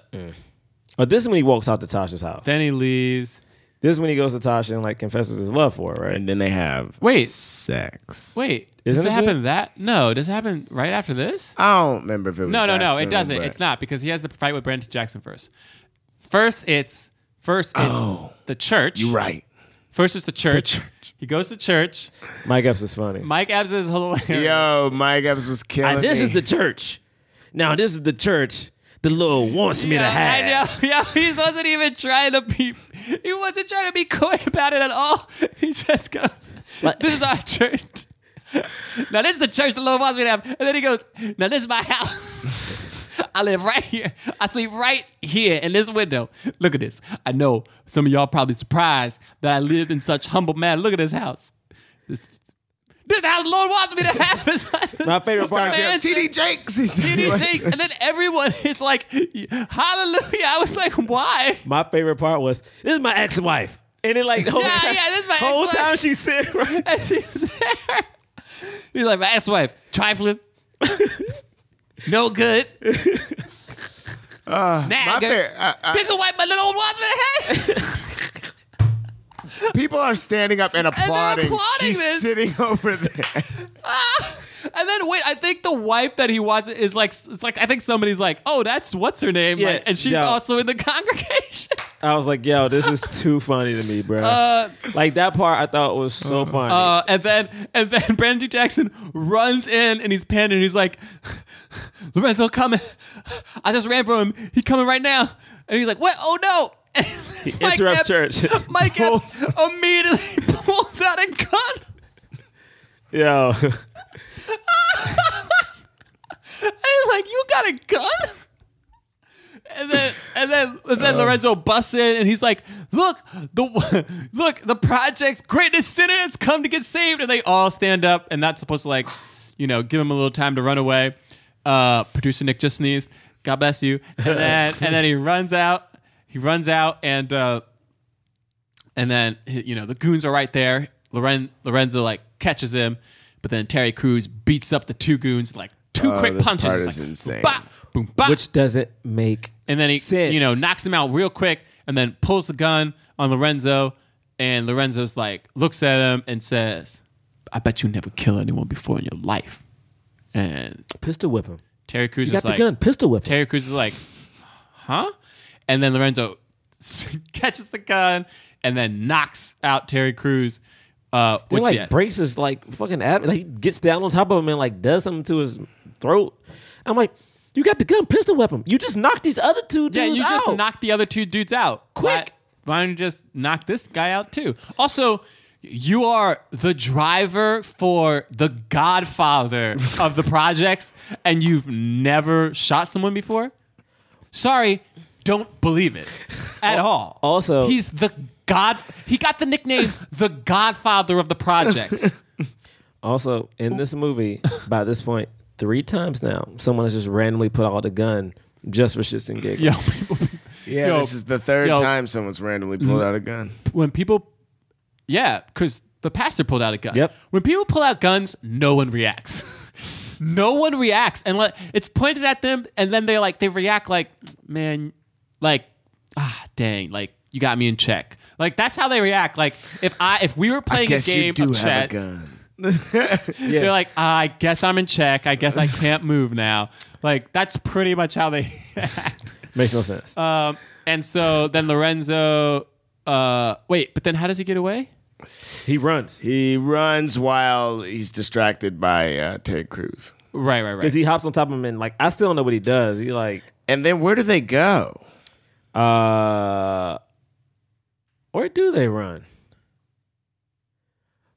Speaker 2: Oh, this is when he walks out to Tasha's house.
Speaker 3: then he leaves.
Speaker 2: This is when he goes to Tasha and like confesses his love for her, right?
Speaker 4: And then they have
Speaker 3: Wait.
Speaker 4: sex.
Speaker 3: Wait,
Speaker 2: Isn't
Speaker 3: does it
Speaker 2: this
Speaker 3: happen that? No, does it happen right after this?
Speaker 4: I don't remember if it was
Speaker 3: No, no,
Speaker 4: that
Speaker 3: no.
Speaker 4: soon,
Speaker 3: It doesn't.
Speaker 4: but-
Speaker 3: It's not because he has the fight with Brandon Jackson first. First, it's first it's the church. You're
Speaker 4: Oh. right.
Speaker 3: First, it's the church. He goes to church.
Speaker 2: Mike Epps is funny.
Speaker 3: Mike Epps is hilarious.
Speaker 4: Yo, Mike Epps was killing
Speaker 2: And this
Speaker 4: me.
Speaker 2: is the church. Now this is the church the Lord wants me to have.
Speaker 3: Yeah, I know. Yeah, he wasn't even trying to be. He wasn't trying to be coy about it at all. He just goes, "This is our church." now this is the church the Lord wants me to have, and then he goes, "Now this is my house." I live right here. I sleep right here in this window. Look at this. I know some of y'all probably surprised that I live in such humble manner. Look at this house. This, this is the house the Lord wants me to have. It's like-
Speaker 2: My favorite
Speaker 3: it's a
Speaker 2: part.
Speaker 3: mansion.
Speaker 4: TD Jakes. He's
Speaker 3: TD Jakes, and then everyone is like, "Hallelujah!" I was like, "Why?"
Speaker 2: My favorite part was this is my ex-wife, and then like the whole
Speaker 3: Yeah,
Speaker 2: time,
Speaker 3: yeah, this is my
Speaker 2: whole
Speaker 3: ex-wife.
Speaker 2: time she said right.
Speaker 3: And she's there. He's like, "My ex-wife, trifling, no good."
Speaker 4: Uh,
Speaker 3: Now,
Speaker 4: my fa- uh, uh,
Speaker 3: this is why my little old wants me to have.
Speaker 4: people are standing up and applauding.
Speaker 3: applauding
Speaker 4: She's
Speaker 3: this.
Speaker 4: sitting over there.
Speaker 3: Ah! And then wait, I think the wife that he was is like, it's like I think somebody's like, "Oh, that's what's her name,"
Speaker 2: Yeah,
Speaker 3: like, and she's
Speaker 2: yeah.
Speaker 3: also in the congregation.
Speaker 2: I was like, yo, this is too funny to me, bro.
Speaker 3: Uh,
Speaker 2: like that part, I thought was so funny.
Speaker 3: Uh, and then and then Brandon Jackson runs in and he's panting. He's like, Lorenzo coming. I just ran from him. He coming right now. And he's like, what? Oh no. And
Speaker 2: He
Speaker 3: Mike
Speaker 2: interrupts
Speaker 3: Epps-
Speaker 2: church.
Speaker 3: Mike Epps immediately pulls out a gun.
Speaker 2: yo,
Speaker 3: And he's like, you got a gun? and then and then and
Speaker 4: Um,
Speaker 3: then Lorenzo busts in and he's like, "Look, the look, the project's greatest sinner has come to get saved." And they all stand up, and that's supposed to like, you know, give him a little time to run away. Uh, producer Nick just sneezed. God bless you. And then and then he runs out. He runs out, and uh, and then you know the goons are right there. Loren, Lorenzo like catches him, but then Terry Crews beats up the two goons like two
Speaker 4: Oh,
Speaker 3: quick
Speaker 4: this
Speaker 3: punches.
Speaker 4: part
Speaker 3: It's
Speaker 4: is
Speaker 3: like,
Speaker 4: insane.
Speaker 3: "Bah!" boom, bah.
Speaker 2: Which doesn't make
Speaker 3: and then he
Speaker 2: sense.
Speaker 3: you know knocks him out real quick and then pulls the gun on Lorenzo and Lorenzo's like looks at him and says I bet you never killed anyone before in your life and
Speaker 2: pistol whip him
Speaker 3: Terry Crews
Speaker 2: You got
Speaker 3: is
Speaker 2: the
Speaker 3: like
Speaker 2: gun, pistol whip him.
Speaker 3: Terry Crews is like huh and then Lorenzo catches the gun and then knocks out Terry Crews uh,
Speaker 2: Then,
Speaker 3: which
Speaker 2: like
Speaker 3: yeah,
Speaker 2: breaks his like fucking ab- like he gets down on top of him and like does something to his throat. I'm like, you got the gun, pistol weapon. You just knocked these other two dudes
Speaker 3: yeah you just
Speaker 2: out.
Speaker 3: knocked the other two dudes out quick why, why don't you just knock this guy out too also you are the driver for the godfather of the projects and you've never shot someone before sorry don't believe it at all
Speaker 2: also
Speaker 3: he's the god he got the nickname the godfather of the projects
Speaker 2: Also, in this movie, by this point, three times now, someone has just randomly put out a gun just for shits and giggles.
Speaker 3: Yo,
Speaker 4: Yeah,
Speaker 3: Yo,
Speaker 4: this is the third
Speaker 3: yo.
Speaker 4: time someone's randomly pulled out a gun.
Speaker 3: when people yeah because the pastor pulled out a gun
Speaker 4: Yep.
Speaker 3: when people pull out guns no one reacts no one reacts and like it's pointed at them and then they like they react like man like ah dang like you got me in check like that's how they react like if i if we were playing
Speaker 4: guess
Speaker 3: a game
Speaker 4: you do
Speaker 3: of
Speaker 4: have a
Speaker 3: chess
Speaker 4: gun.
Speaker 3: they're like ah, i guess i'm in check i guess i can't move now like that's pretty much how they
Speaker 2: Makes no sense.
Speaker 3: Um, and so then Lorenzo. Uh, wait, but then how does he get away?
Speaker 2: He runs.
Speaker 4: He runs while he's distracted by uh, Ted Cruz.
Speaker 3: Right, right,
Speaker 2: Because he hops on top of him and like I still don't know what he does. He like
Speaker 4: And then where do they go?
Speaker 2: Uh where do they run?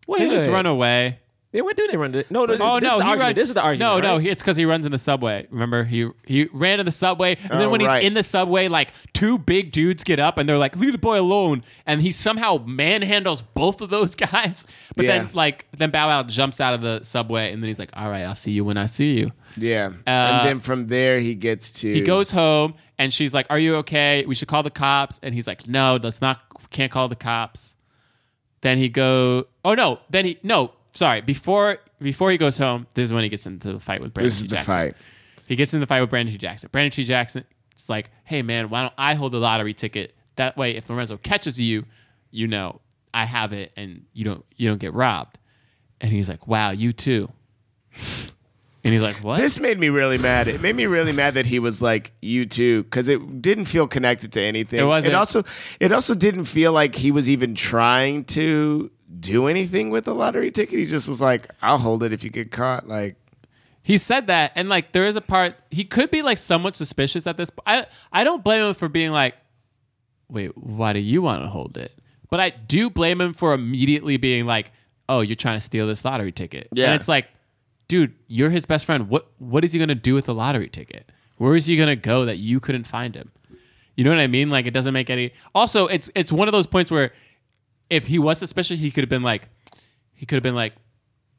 Speaker 2: Wait,
Speaker 3: They just
Speaker 2: wait.
Speaker 3: run away.
Speaker 2: Yeah, where do they run? No, no, this,
Speaker 3: oh
Speaker 2: is,
Speaker 3: no,
Speaker 2: this is the
Speaker 3: he
Speaker 2: argument.
Speaker 3: runs.
Speaker 2: This is the argument.
Speaker 3: No, no,
Speaker 2: right?
Speaker 3: he, it's because he runs in the subway. Remember, he he ran in the subway, and then
Speaker 2: Oh,
Speaker 3: when
Speaker 2: right.
Speaker 3: he's in the subway, like two big dudes get up and they're like, "Leave the boy alone," and he somehow manhandles both of those guys. But
Speaker 4: Yeah.
Speaker 3: then, like, then Bow Wow jumps out of the subway, and then he's like, "All right, I'll see you when I see you."
Speaker 4: Yeah.
Speaker 3: Uh,
Speaker 4: and then from there, he gets to.
Speaker 3: He goes home and she's like, "Are you okay? We should call the cops." And he's like, "No, let's not. Can't call the cops." Then he go. Oh no. Then he no. Sorry. Before before he goes home, this is when he gets into the fight with Brandon.
Speaker 4: This is
Speaker 3: T.
Speaker 4: the
Speaker 3: Jackson.
Speaker 4: fight.
Speaker 3: He gets in the fight with Brandon T. Jackson. Brandon T. Jackson. It's like, hey man, why don't I hold the lottery ticket? That way, if Lorenzo catches you, you know I have it, and you don't you don't get robbed. And he's like, wow, you too. And he's like, what?
Speaker 4: This made me really mad. It made me really mad that he was like you too, because it didn't feel connected to anything.
Speaker 3: It wasn't.
Speaker 4: also, it also didn't feel like he was even trying to do anything with the lottery ticket. He just was like, "I'll hold it if you get caught." Like,
Speaker 3: He said that, and like there is a part he could be like somewhat suspicious at this. I I don't blame him for being like, wait, why do you want to hold it? But I do blame him for immediately being like, oh, you're trying to steal this lottery ticket.
Speaker 4: Yeah.
Speaker 3: and it's like, dude, you're his best friend. What what is he gonna do with the lottery ticket? Where is he gonna go that you couldn't find him? You know what I mean? Like it doesn't make any. Also, it's it's one of those points where if he was suspicious, he could have been like, he could have been like,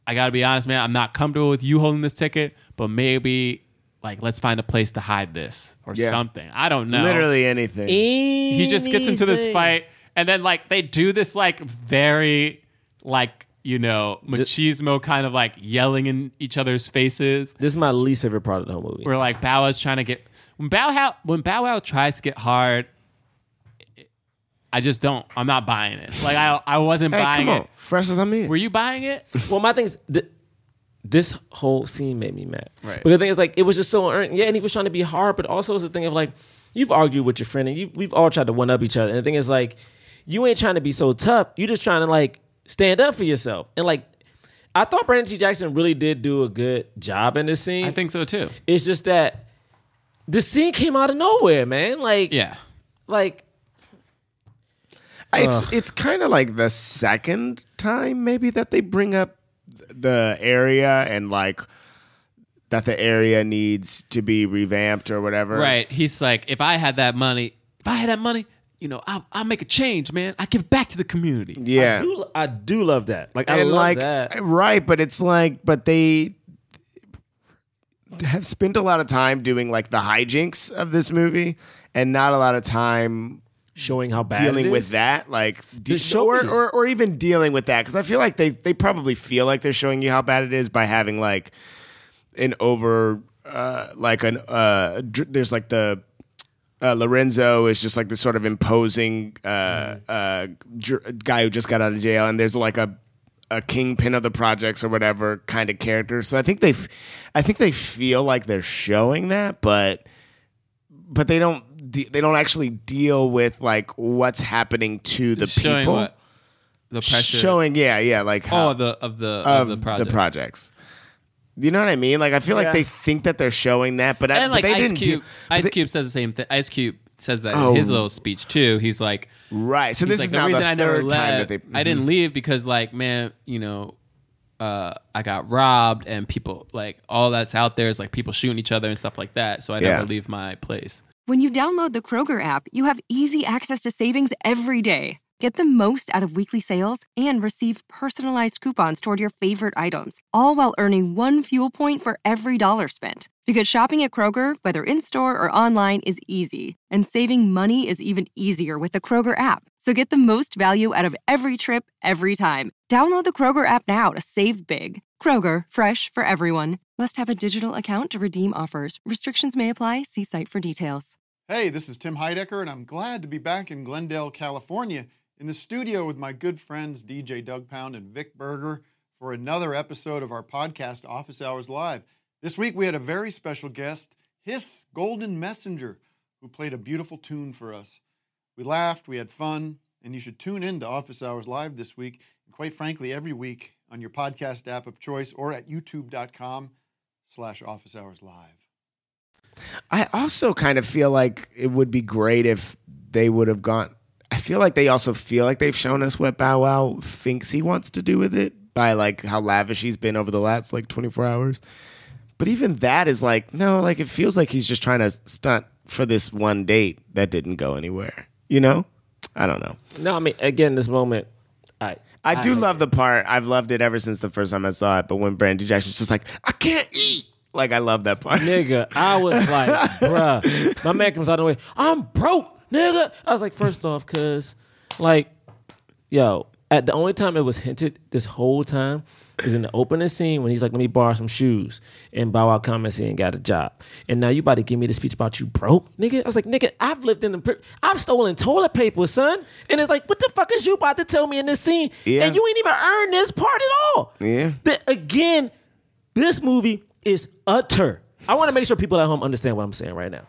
Speaker 3: I gotta be honest, man, I'm not comfortable with you holding this ticket, but maybe like let's find a place to hide this or
Speaker 4: Yeah.
Speaker 3: something. I don't know.
Speaker 4: Literally anything.
Speaker 3: Eh, He just gets into this
Speaker 4: Anything.
Speaker 3: fight, and then like they do this like very like you know machismo kind of like yelling in each other's faces.
Speaker 2: This is my least favorite part of the whole movie.
Speaker 3: Where like Bow Wow's trying to get when Bow Wow when Bow Wow tries to get hard. I just don't. I'm not buying it. Like I, I wasn't
Speaker 4: Hey,
Speaker 3: buying
Speaker 4: come
Speaker 3: it.
Speaker 4: on. fresh as I'm in.
Speaker 3: Were you buying it?
Speaker 2: well, my thing is th- this whole scene made me mad.
Speaker 3: Right.
Speaker 2: But the thing is, like, it was just so earned. Yeah, and he was trying to be hard, but also it's a thing of like, you've argued with your friend, and you, we've all tried to one up each other. And the thing is, like, you ain't trying to be so tough. You're just trying to like stand up for yourself. And like, I thought Brandon T. Jackson really did do a good job in this scene. I
Speaker 3: think so too.
Speaker 2: It's just that the scene came out of nowhere, man. Like,
Speaker 3: yeah,
Speaker 2: like
Speaker 4: It's it's kind of like the second time maybe that they bring up th- the area and like
Speaker 9: that the area needs to be revamped or whatever.
Speaker 3: Right. He's like, if I had that money, if I had that money, you know, I I make a change, man. I give back to the community.
Speaker 9: Yeah.
Speaker 2: I do, I do love that. Like I
Speaker 9: and
Speaker 2: love
Speaker 9: like
Speaker 2: that.
Speaker 9: right, but it's like, but they have spent a lot of time doing like the hijinks of this movie, and not a lot of time
Speaker 2: showing how bad
Speaker 9: dealing
Speaker 2: it
Speaker 9: with
Speaker 2: is?
Speaker 9: that, like de-
Speaker 2: Just show
Speaker 9: or,
Speaker 2: me.
Speaker 9: or or even dealing with that, because I feel like they they probably feel like they're showing you how bad it is by having like an over uh, like an uh, dr- there's like the uh, Lorenzo is just like this sort of imposing uh, uh, dr- guy who just got out of jail, and there's like a a kingpin of the projects or whatever kind of character. So I think they, f- I think they feel like they're showing that, but but they don't de- they don't actually deal with like what's happening to the
Speaker 3: Showing
Speaker 9: people.
Speaker 3: what? The pressure.
Speaker 9: showing yeah yeah like
Speaker 3: Oh, of the of the of, the project.
Speaker 9: projects. You know what I mean? Like I feel
Speaker 3: Yeah.
Speaker 9: like they think that they're showing that, but, I,
Speaker 3: and like
Speaker 9: but they
Speaker 3: Ice
Speaker 9: didn't
Speaker 3: Cube,
Speaker 9: do-
Speaker 3: Ice Cube says the same thing. Ice Cube says that
Speaker 9: Oh.
Speaker 3: in his little speech too. He's like,
Speaker 9: right. So
Speaker 3: he's
Speaker 9: this
Speaker 3: like,
Speaker 9: is
Speaker 3: the
Speaker 9: now
Speaker 3: reason
Speaker 9: the
Speaker 3: I never
Speaker 9: third time that
Speaker 3: left.
Speaker 9: they.
Speaker 3: I didn't
Speaker 9: Mhm.
Speaker 3: leave because like, man, you know, uh, I got robbed and people like all that's out there is like people shooting each other and stuff like that. So I
Speaker 9: Yeah.
Speaker 3: never leave my place.
Speaker 14: When you download the Kroger app, you have easy access to savings every day. Get the most out of weekly sales and receive personalized coupons toward your favorite items, all while earning one fuel point for every dollar spent. Because shopping at Kroger, whether in store or online, is easy, and saving money is even easier with the Kroger app. So get the most value out of every trip, every time. Download the Kroger app now to save big. Kroger, fresh for everyone. Must have a digital account to redeem offers. Restrictions may apply. See site for details.
Speaker 11: Hey, this is Tim Heidecker, and I'm glad to be back in Glendale, California, in the studio with my good friends DJ Doug Pound and Vic Berger for another episode of our podcast, Office Hours Live. This week we had a very special guest, His Golden Messenger, who played a beautiful tune for us. We laughed, we had fun, and you should tune in to Office Hours Live this week, and quite frankly, every week on your podcast app of choice or at youtube.com slash office hours live.
Speaker 9: I also kind of feel like it would be great if they would have gone. I feel like they also feel like they've shown us what Bow Wow thinks he wants to do with it by like how lavish he's been over the last like 24 hours. But even that is like, no, like it feels like he's just trying to stunt for this one date that didn't go anywhere, you know? I don't know.
Speaker 2: No, I mean again, this moment. I
Speaker 9: I do love the part. I've loved it ever since the first time I saw it. But when Brandon Jackson's just like, I can't eat. Like, I love that part.
Speaker 2: Nigga, I was like, bruh. My man comes out of the way. I'm broke, nigga. I was like, first off, cause like, yo, at the only time it was hinted this whole time is in the opening scene when he's like, let me borrow some shoes. And Bow Wow comments he ain't got a job. And now you about to give me the speech about you broke, nigga. I was like, nigga, I've lived in the, pri- I've stolen toilet paper, son. And it's like, what the fuck is you about to tell me in this scene?
Speaker 9: Yeah.
Speaker 2: And you ain't even earned this part at all.
Speaker 9: Yeah.
Speaker 2: That again, this movie is utter. I want to make sure people at home understand what I'm saying right now.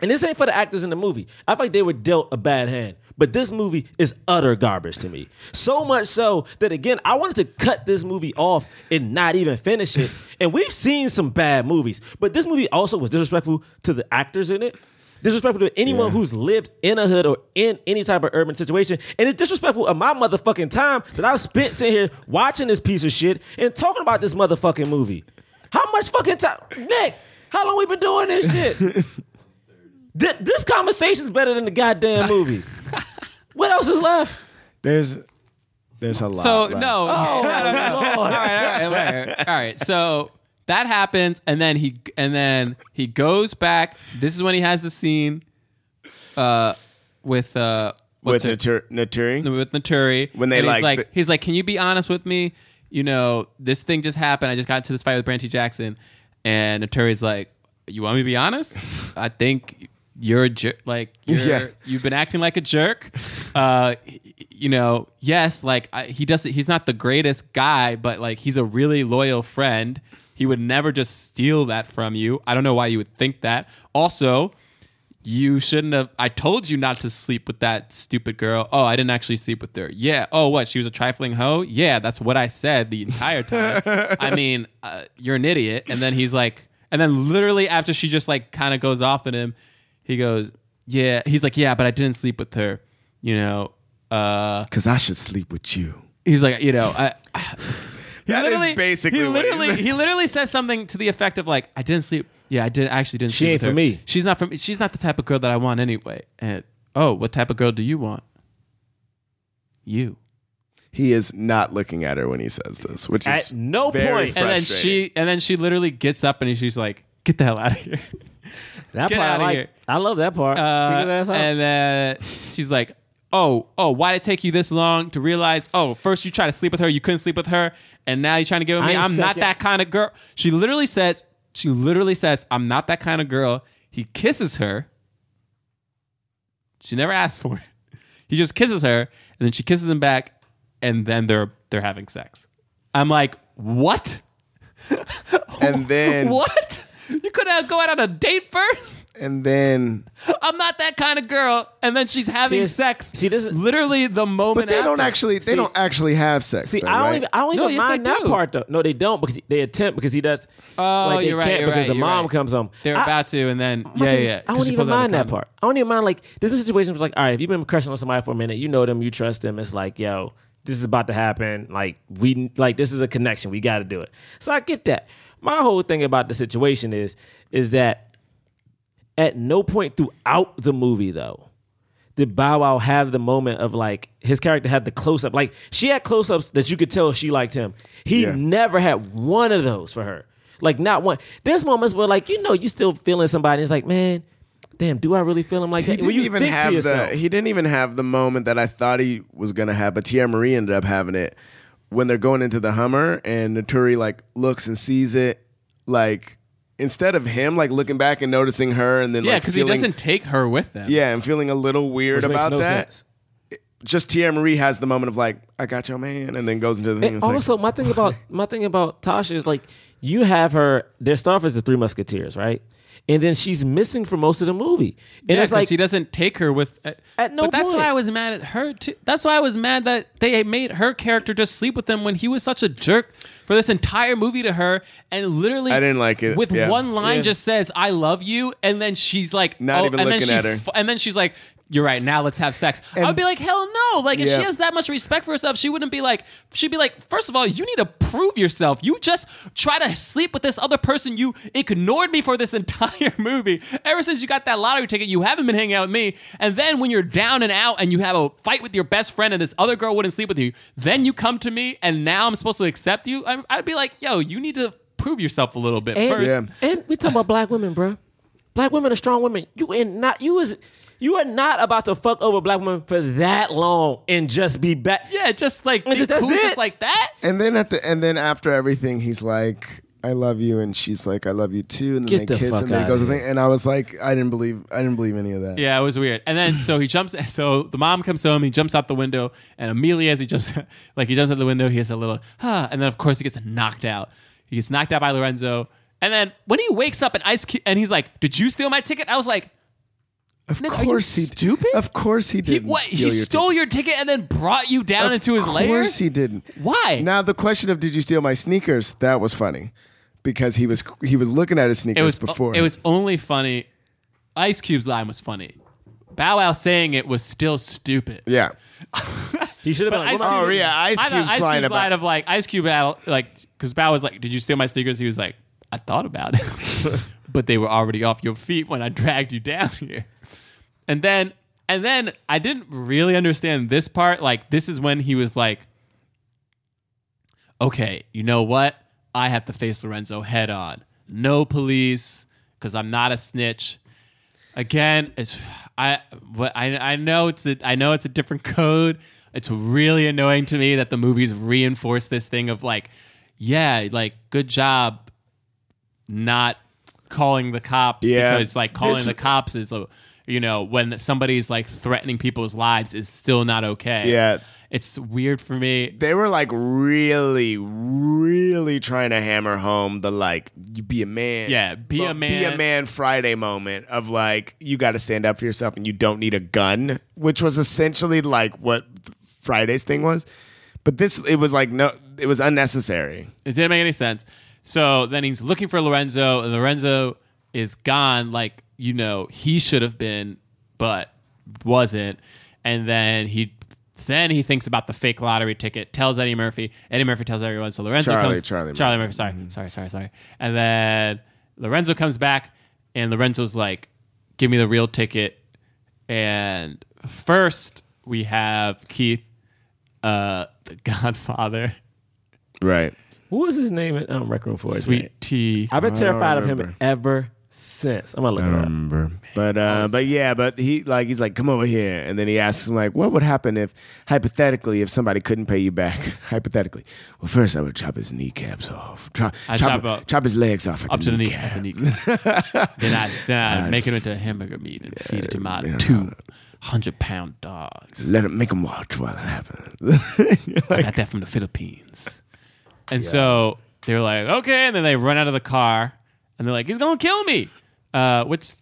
Speaker 2: And this ain't for the actors in the movie. I feel like they were dealt a bad hand. But this movie is utter garbage to me. So much so that again, I wanted to cut this movie off and not even finish it. And we've seen some bad movies, but this movie also was disrespectful to the actors in it. Disrespectful to anyone who's lived in a hood or in any type of urban situation. And it's disrespectful of my motherfucking time that I've spent sitting here watching this piece of shit and talking about this motherfucking movie. How much fucking time? Nick, how long we been doing this shit? Th- this conversation's better than the goddamn movie. what else is left?
Speaker 9: There's there's a lot.
Speaker 3: so
Speaker 9: left.
Speaker 3: no,
Speaker 2: Oh,
Speaker 3: all, right, all right, all right, all right. So that happens, and then he and then he goes back. This is when he has the scene uh, with uh,
Speaker 9: With
Speaker 3: what's her-
Speaker 9: Natur- Naturi?
Speaker 3: with Naturi.
Speaker 9: When they
Speaker 3: And
Speaker 9: like,
Speaker 3: he's like, he's like, can you be honest with me? You know, this thing just happened. I just got into this fight with Branty Jackson, and Naturi's like, you want me to be honest? I think you're a jerk. Like, you're,
Speaker 9: Yeah.
Speaker 3: you've been acting like a jerk. Uh, y- you know, yes, like I, he doesn't. He's not the greatest guy, but like he's a really loyal friend. He would never just steal that from you. I don't know why you would think that. Also, you shouldn't have. I told you not to sleep with that stupid girl. Oh, I didn't actually sleep with her. Yeah. Oh, what? She was a trifling hoe? Yeah, that's what I said the entire time. I mean, uh, you're an idiot. And then he's like, and then literally after she just like kind of goes off at him, he goes, yeah. He's like, yeah, but I didn't sleep with her, you know. Uh, Because
Speaker 9: I should sleep with you.
Speaker 3: He's like, you know, I, He
Speaker 9: That is
Speaker 3: literally-
Speaker 9: basically
Speaker 3: he
Speaker 9: what he
Speaker 3: literally
Speaker 9: said.
Speaker 3: he literally says something to the effect of like, "I didn't sleep. Yeah, I didn't I actually didn't.
Speaker 2: She
Speaker 3: sleep
Speaker 2: ain't
Speaker 3: with
Speaker 2: for
Speaker 3: her.
Speaker 2: me.
Speaker 3: She's not for me. She's not the type of girl that I want anyway." And oh, what type of girl do you want? You.
Speaker 9: He is not looking at her when he says this, which is very
Speaker 3: And then
Speaker 9: frustrating.
Speaker 3: she and then she literally gets up and she's like, "Get the hell out of here."
Speaker 2: That
Speaker 3: Get
Speaker 2: part I
Speaker 3: out of
Speaker 2: like.
Speaker 3: here.
Speaker 2: I love that part.
Speaker 3: Uh,
Speaker 2: Kick his ass out.
Speaker 3: and then she's like, "Oh, oh, why did it take you this long to realize? Oh, first you try to sleep with her, you couldn't sleep with her, and now you're trying to get with
Speaker 2: I
Speaker 3: me.
Speaker 2: ain't
Speaker 3: I'm not
Speaker 2: second-
Speaker 3: that kind of girl." She literally says, "She literally says, I'm not that kind of girl." He kisses her. She never asked for it. He just kisses her, and then she kisses him back, and then they're they're having sex. I'm like, what?
Speaker 9: and then
Speaker 3: what? You could have go out on a date first.
Speaker 9: and then
Speaker 3: I'm not that kind of girl. And then she's having
Speaker 9: is-
Speaker 3: sex. She doesn't literally the moment.
Speaker 9: But they don't
Speaker 3: after.
Speaker 9: actually they
Speaker 3: See-
Speaker 9: don't actually have sex.
Speaker 2: See,
Speaker 9: though,
Speaker 2: I don't
Speaker 9: right?
Speaker 2: even I don't
Speaker 3: No,
Speaker 2: even
Speaker 3: yes,
Speaker 2: mind
Speaker 3: they
Speaker 2: that
Speaker 3: do.
Speaker 2: part though. No, they don't because they attempt because he does.
Speaker 3: Oh,
Speaker 2: like, they
Speaker 3: you're right.
Speaker 2: can't
Speaker 3: you're
Speaker 2: because
Speaker 3: right,
Speaker 2: the
Speaker 3: you're
Speaker 2: mom
Speaker 3: right.
Speaker 2: comes home.
Speaker 3: They're
Speaker 2: I-
Speaker 3: about to, and then
Speaker 2: My
Speaker 3: yeah,
Speaker 2: thing is,
Speaker 3: yeah. 'cause
Speaker 2: I don't
Speaker 3: she
Speaker 2: even
Speaker 3: pulls out the
Speaker 2: mind that
Speaker 3: condom.
Speaker 2: part. I don't even mind like this is a situation was like, all right, if you've been crushing on somebody for a minute, you know them, you trust them. It's like, yo, this is about to happen. Like we like this is a connection. We got to do it. So I get that. My whole thing about the situation is is that at no point throughout the movie though did Bow Wow have the moment of like his character had the close up. Like she had close ups that you could tell she liked him. He never had one of those for her. Like not one. There's moments where like you know you still feeling somebody. It's like man, damn, do I really feel him like
Speaker 9: He
Speaker 2: that? Well,
Speaker 9: didn't
Speaker 2: you
Speaker 9: even
Speaker 2: think to
Speaker 9: have the
Speaker 2: yourself.
Speaker 9: he didn't even have the moment that I thought he was gonna have, but Tia Marie ended up having it when they're going into the Hummer and Naturi like looks and sees it like instead of him like looking back and noticing her and then
Speaker 3: Yeah,
Speaker 9: like
Speaker 3: because he
Speaker 9: feeling-
Speaker 3: doesn't take her with them.
Speaker 9: yeah and feeling a little weird
Speaker 2: Which makes
Speaker 9: about
Speaker 2: no
Speaker 9: that. It- Just Tia Marie has the moment of like I got your man and then goes into the thing.
Speaker 2: And
Speaker 9: and it's
Speaker 2: also,
Speaker 9: like,
Speaker 2: my thing about my thing about Tasha is like you have her. Their star is the Three Musketeers, right? And then she's missing for most of the movie. And
Speaker 3: yeah,
Speaker 2: it's like
Speaker 3: he doesn't take her with. At,
Speaker 2: no
Speaker 3: but that's
Speaker 2: point.
Speaker 3: why I was mad at her too. That's why I was mad that they made her character just sleep with him when he was such a jerk for this entire movie to her, and literally
Speaker 9: I didn't like it.
Speaker 3: With
Speaker 9: Yeah.
Speaker 3: one line,
Speaker 9: Yeah.
Speaker 3: just says "I love you," and then she's like,
Speaker 9: Not
Speaker 3: oh,
Speaker 9: even
Speaker 3: and then
Speaker 9: looking
Speaker 3: she
Speaker 9: at her.
Speaker 3: f- and then she's like. You're right. Now let's have sex. I would be like, hell no. Like, if
Speaker 9: Yeah.
Speaker 3: she has that much respect for herself, she wouldn't be like, she'd be like, first of all, you need to prove yourself. You just try to sleep with this other person. You ignored me for this entire movie. Ever since you got that lottery ticket, you haven't been hanging out with me. And then when you're down and out and you have a fight with your best friend and this other girl wouldn't sleep with you, then you come to me and now I'm supposed to accept you. I, I'd be like, yo, you need to prove yourself a little bit
Speaker 2: and,
Speaker 3: first.
Speaker 2: and we talking about black women, bro. Black women are strong women. You and not you is you are not about to fuck over black women for that long and just be back.
Speaker 3: Yeah, just like
Speaker 2: and just, that's
Speaker 3: cool,
Speaker 2: it.
Speaker 3: just like that.
Speaker 9: And then at the and then after everything, he's like, "I love you," and she's like, "I love you too." And
Speaker 3: Get
Speaker 9: then they
Speaker 3: the
Speaker 9: kiss,
Speaker 3: fuck
Speaker 9: and then it
Speaker 3: outta
Speaker 9: goes the
Speaker 3: here.
Speaker 9: thing. And I was like, I didn't believe, I didn't believe any of that.
Speaker 3: Yeah, it was weird. And then so he jumps. So the mom comes home. He jumps out the window, and immediately as he jumps, like he jumps out the window, he has a little, huh, and then of course he gets knocked out. He gets knocked out by Lorenzo. And then when he wakes up, and Ice Cube, and he's like, "Did you steal my ticket?" I was like,
Speaker 9: Of
Speaker 3: Nick, are you
Speaker 9: course he
Speaker 3: stupid.
Speaker 9: Of course he
Speaker 3: "He
Speaker 9: didn't.
Speaker 3: what?
Speaker 9: steal
Speaker 3: He
Speaker 9: your
Speaker 3: stole your ticket and then brought you down
Speaker 9: Of
Speaker 3: into his lair."
Speaker 9: Of course he didn't.
Speaker 3: Why?
Speaker 9: Now the question of did you steal my sneakers? That was funny because he was he was looking at his sneakers
Speaker 3: it was oh,
Speaker 9: before.
Speaker 3: It was only funny. Ice Cube's line was funny. Bow Wow saying it was still stupid.
Speaker 9: Yeah.
Speaker 2: he should
Speaker 3: But Ice Cube,
Speaker 9: Oh, Ice
Speaker 3: I thought
Speaker 9: Cube's
Speaker 3: Ice
Speaker 9: line
Speaker 3: Cube's
Speaker 9: about-
Speaker 3: line of like Ice Cube, out- like because Bow was like, "Did you steal my sneakers?" He was like, "I thought about it, but they were already off your feet when I dragged you down here." And then, and then I didn't really understand this part. Like, this is when he was like, "Okay, you know what? I have to face Lorenzo head on. No police, because I'm not a snitch." Again, it's I what I I know it's a, I know it's a different code. It's really annoying to me that the movies reinforce this thing of like, yeah, like good job, not calling the cops
Speaker 9: Yeah.
Speaker 3: because like calling
Speaker 9: This-
Speaker 3: the cops is a, you know when somebody's like threatening people's lives is still not okay.
Speaker 9: Yeah.
Speaker 3: it's weird for me.
Speaker 9: they were like really, really trying to hammer home the like you be a man.
Speaker 3: Yeah, be a
Speaker 9: Be a
Speaker 3: man.
Speaker 9: man Friday moment of like you got to stand up for yourself and you don't need a gun, which was essentially like what Friday's thing was. But this it was like no it was unnecessary.
Speaker 3: It didn't make any sense. So then he's looking for Lorenzo, and Lorenzo is gone. Like you know, he should have been, but wasn't. And then he Then he thinks about the fake lottery ticket, tells Eddie Murphy. Eddie Murphy tells everyone. So Lorenzo
Speaker 4: Charlie,
Speaker 3: comes.
Speaker 4: Charlie Murphy. Mm-hmm.
Speaker 3: Charlie Murphy. Sorry, sorry, sorry, sorry. And then Lorenzo comes back, and Lorenzo's like, "Give me the real ticket." And first we have Keith, uh, the Godfather.
Speaker 4: Right.
Speaker 2: What was his name at um, Rec Room 4?
Speaker 3: Sweet Tea.
Speaker 2: I've been
Speaker 3: I don't
Speaker 2: terrified of him
Speaker 3: remember.
Speaker 2: ever since. I'm going to
Speaker 4: I
Speaker 2: look
Speaker 4: don't
Speaker 2: it up.
Speaker 3: Um,
Speaker 4: remember. But uh, but yeah, but he like he's like, come over here, and then he asks him like, what would happen if hypothetically if somebody couldn't pay you back? hypothetically, well, first I would chop his kneecaps off, chop
Speaker 3: I
Speaker 4: chop,
Speaker 3: chop up-
Speaker 4: chop his legs off at
Speaker 3: up
Speaker 4: the
Speaker 3: to the knee,
Speaker 4: kneecap.
Speaker 3: at the knee. then I then I
Speaker 4: I'd
Speaker 3: make it into hamburger meat and feed it to my two hundred pound dog.
Speaker 4: Let him make him watch while it happens.
Speaker 3: I got that from the Philippines. And so they're like, okay, and then they run out of the car, and they're like, he's gonna kill me, uh, which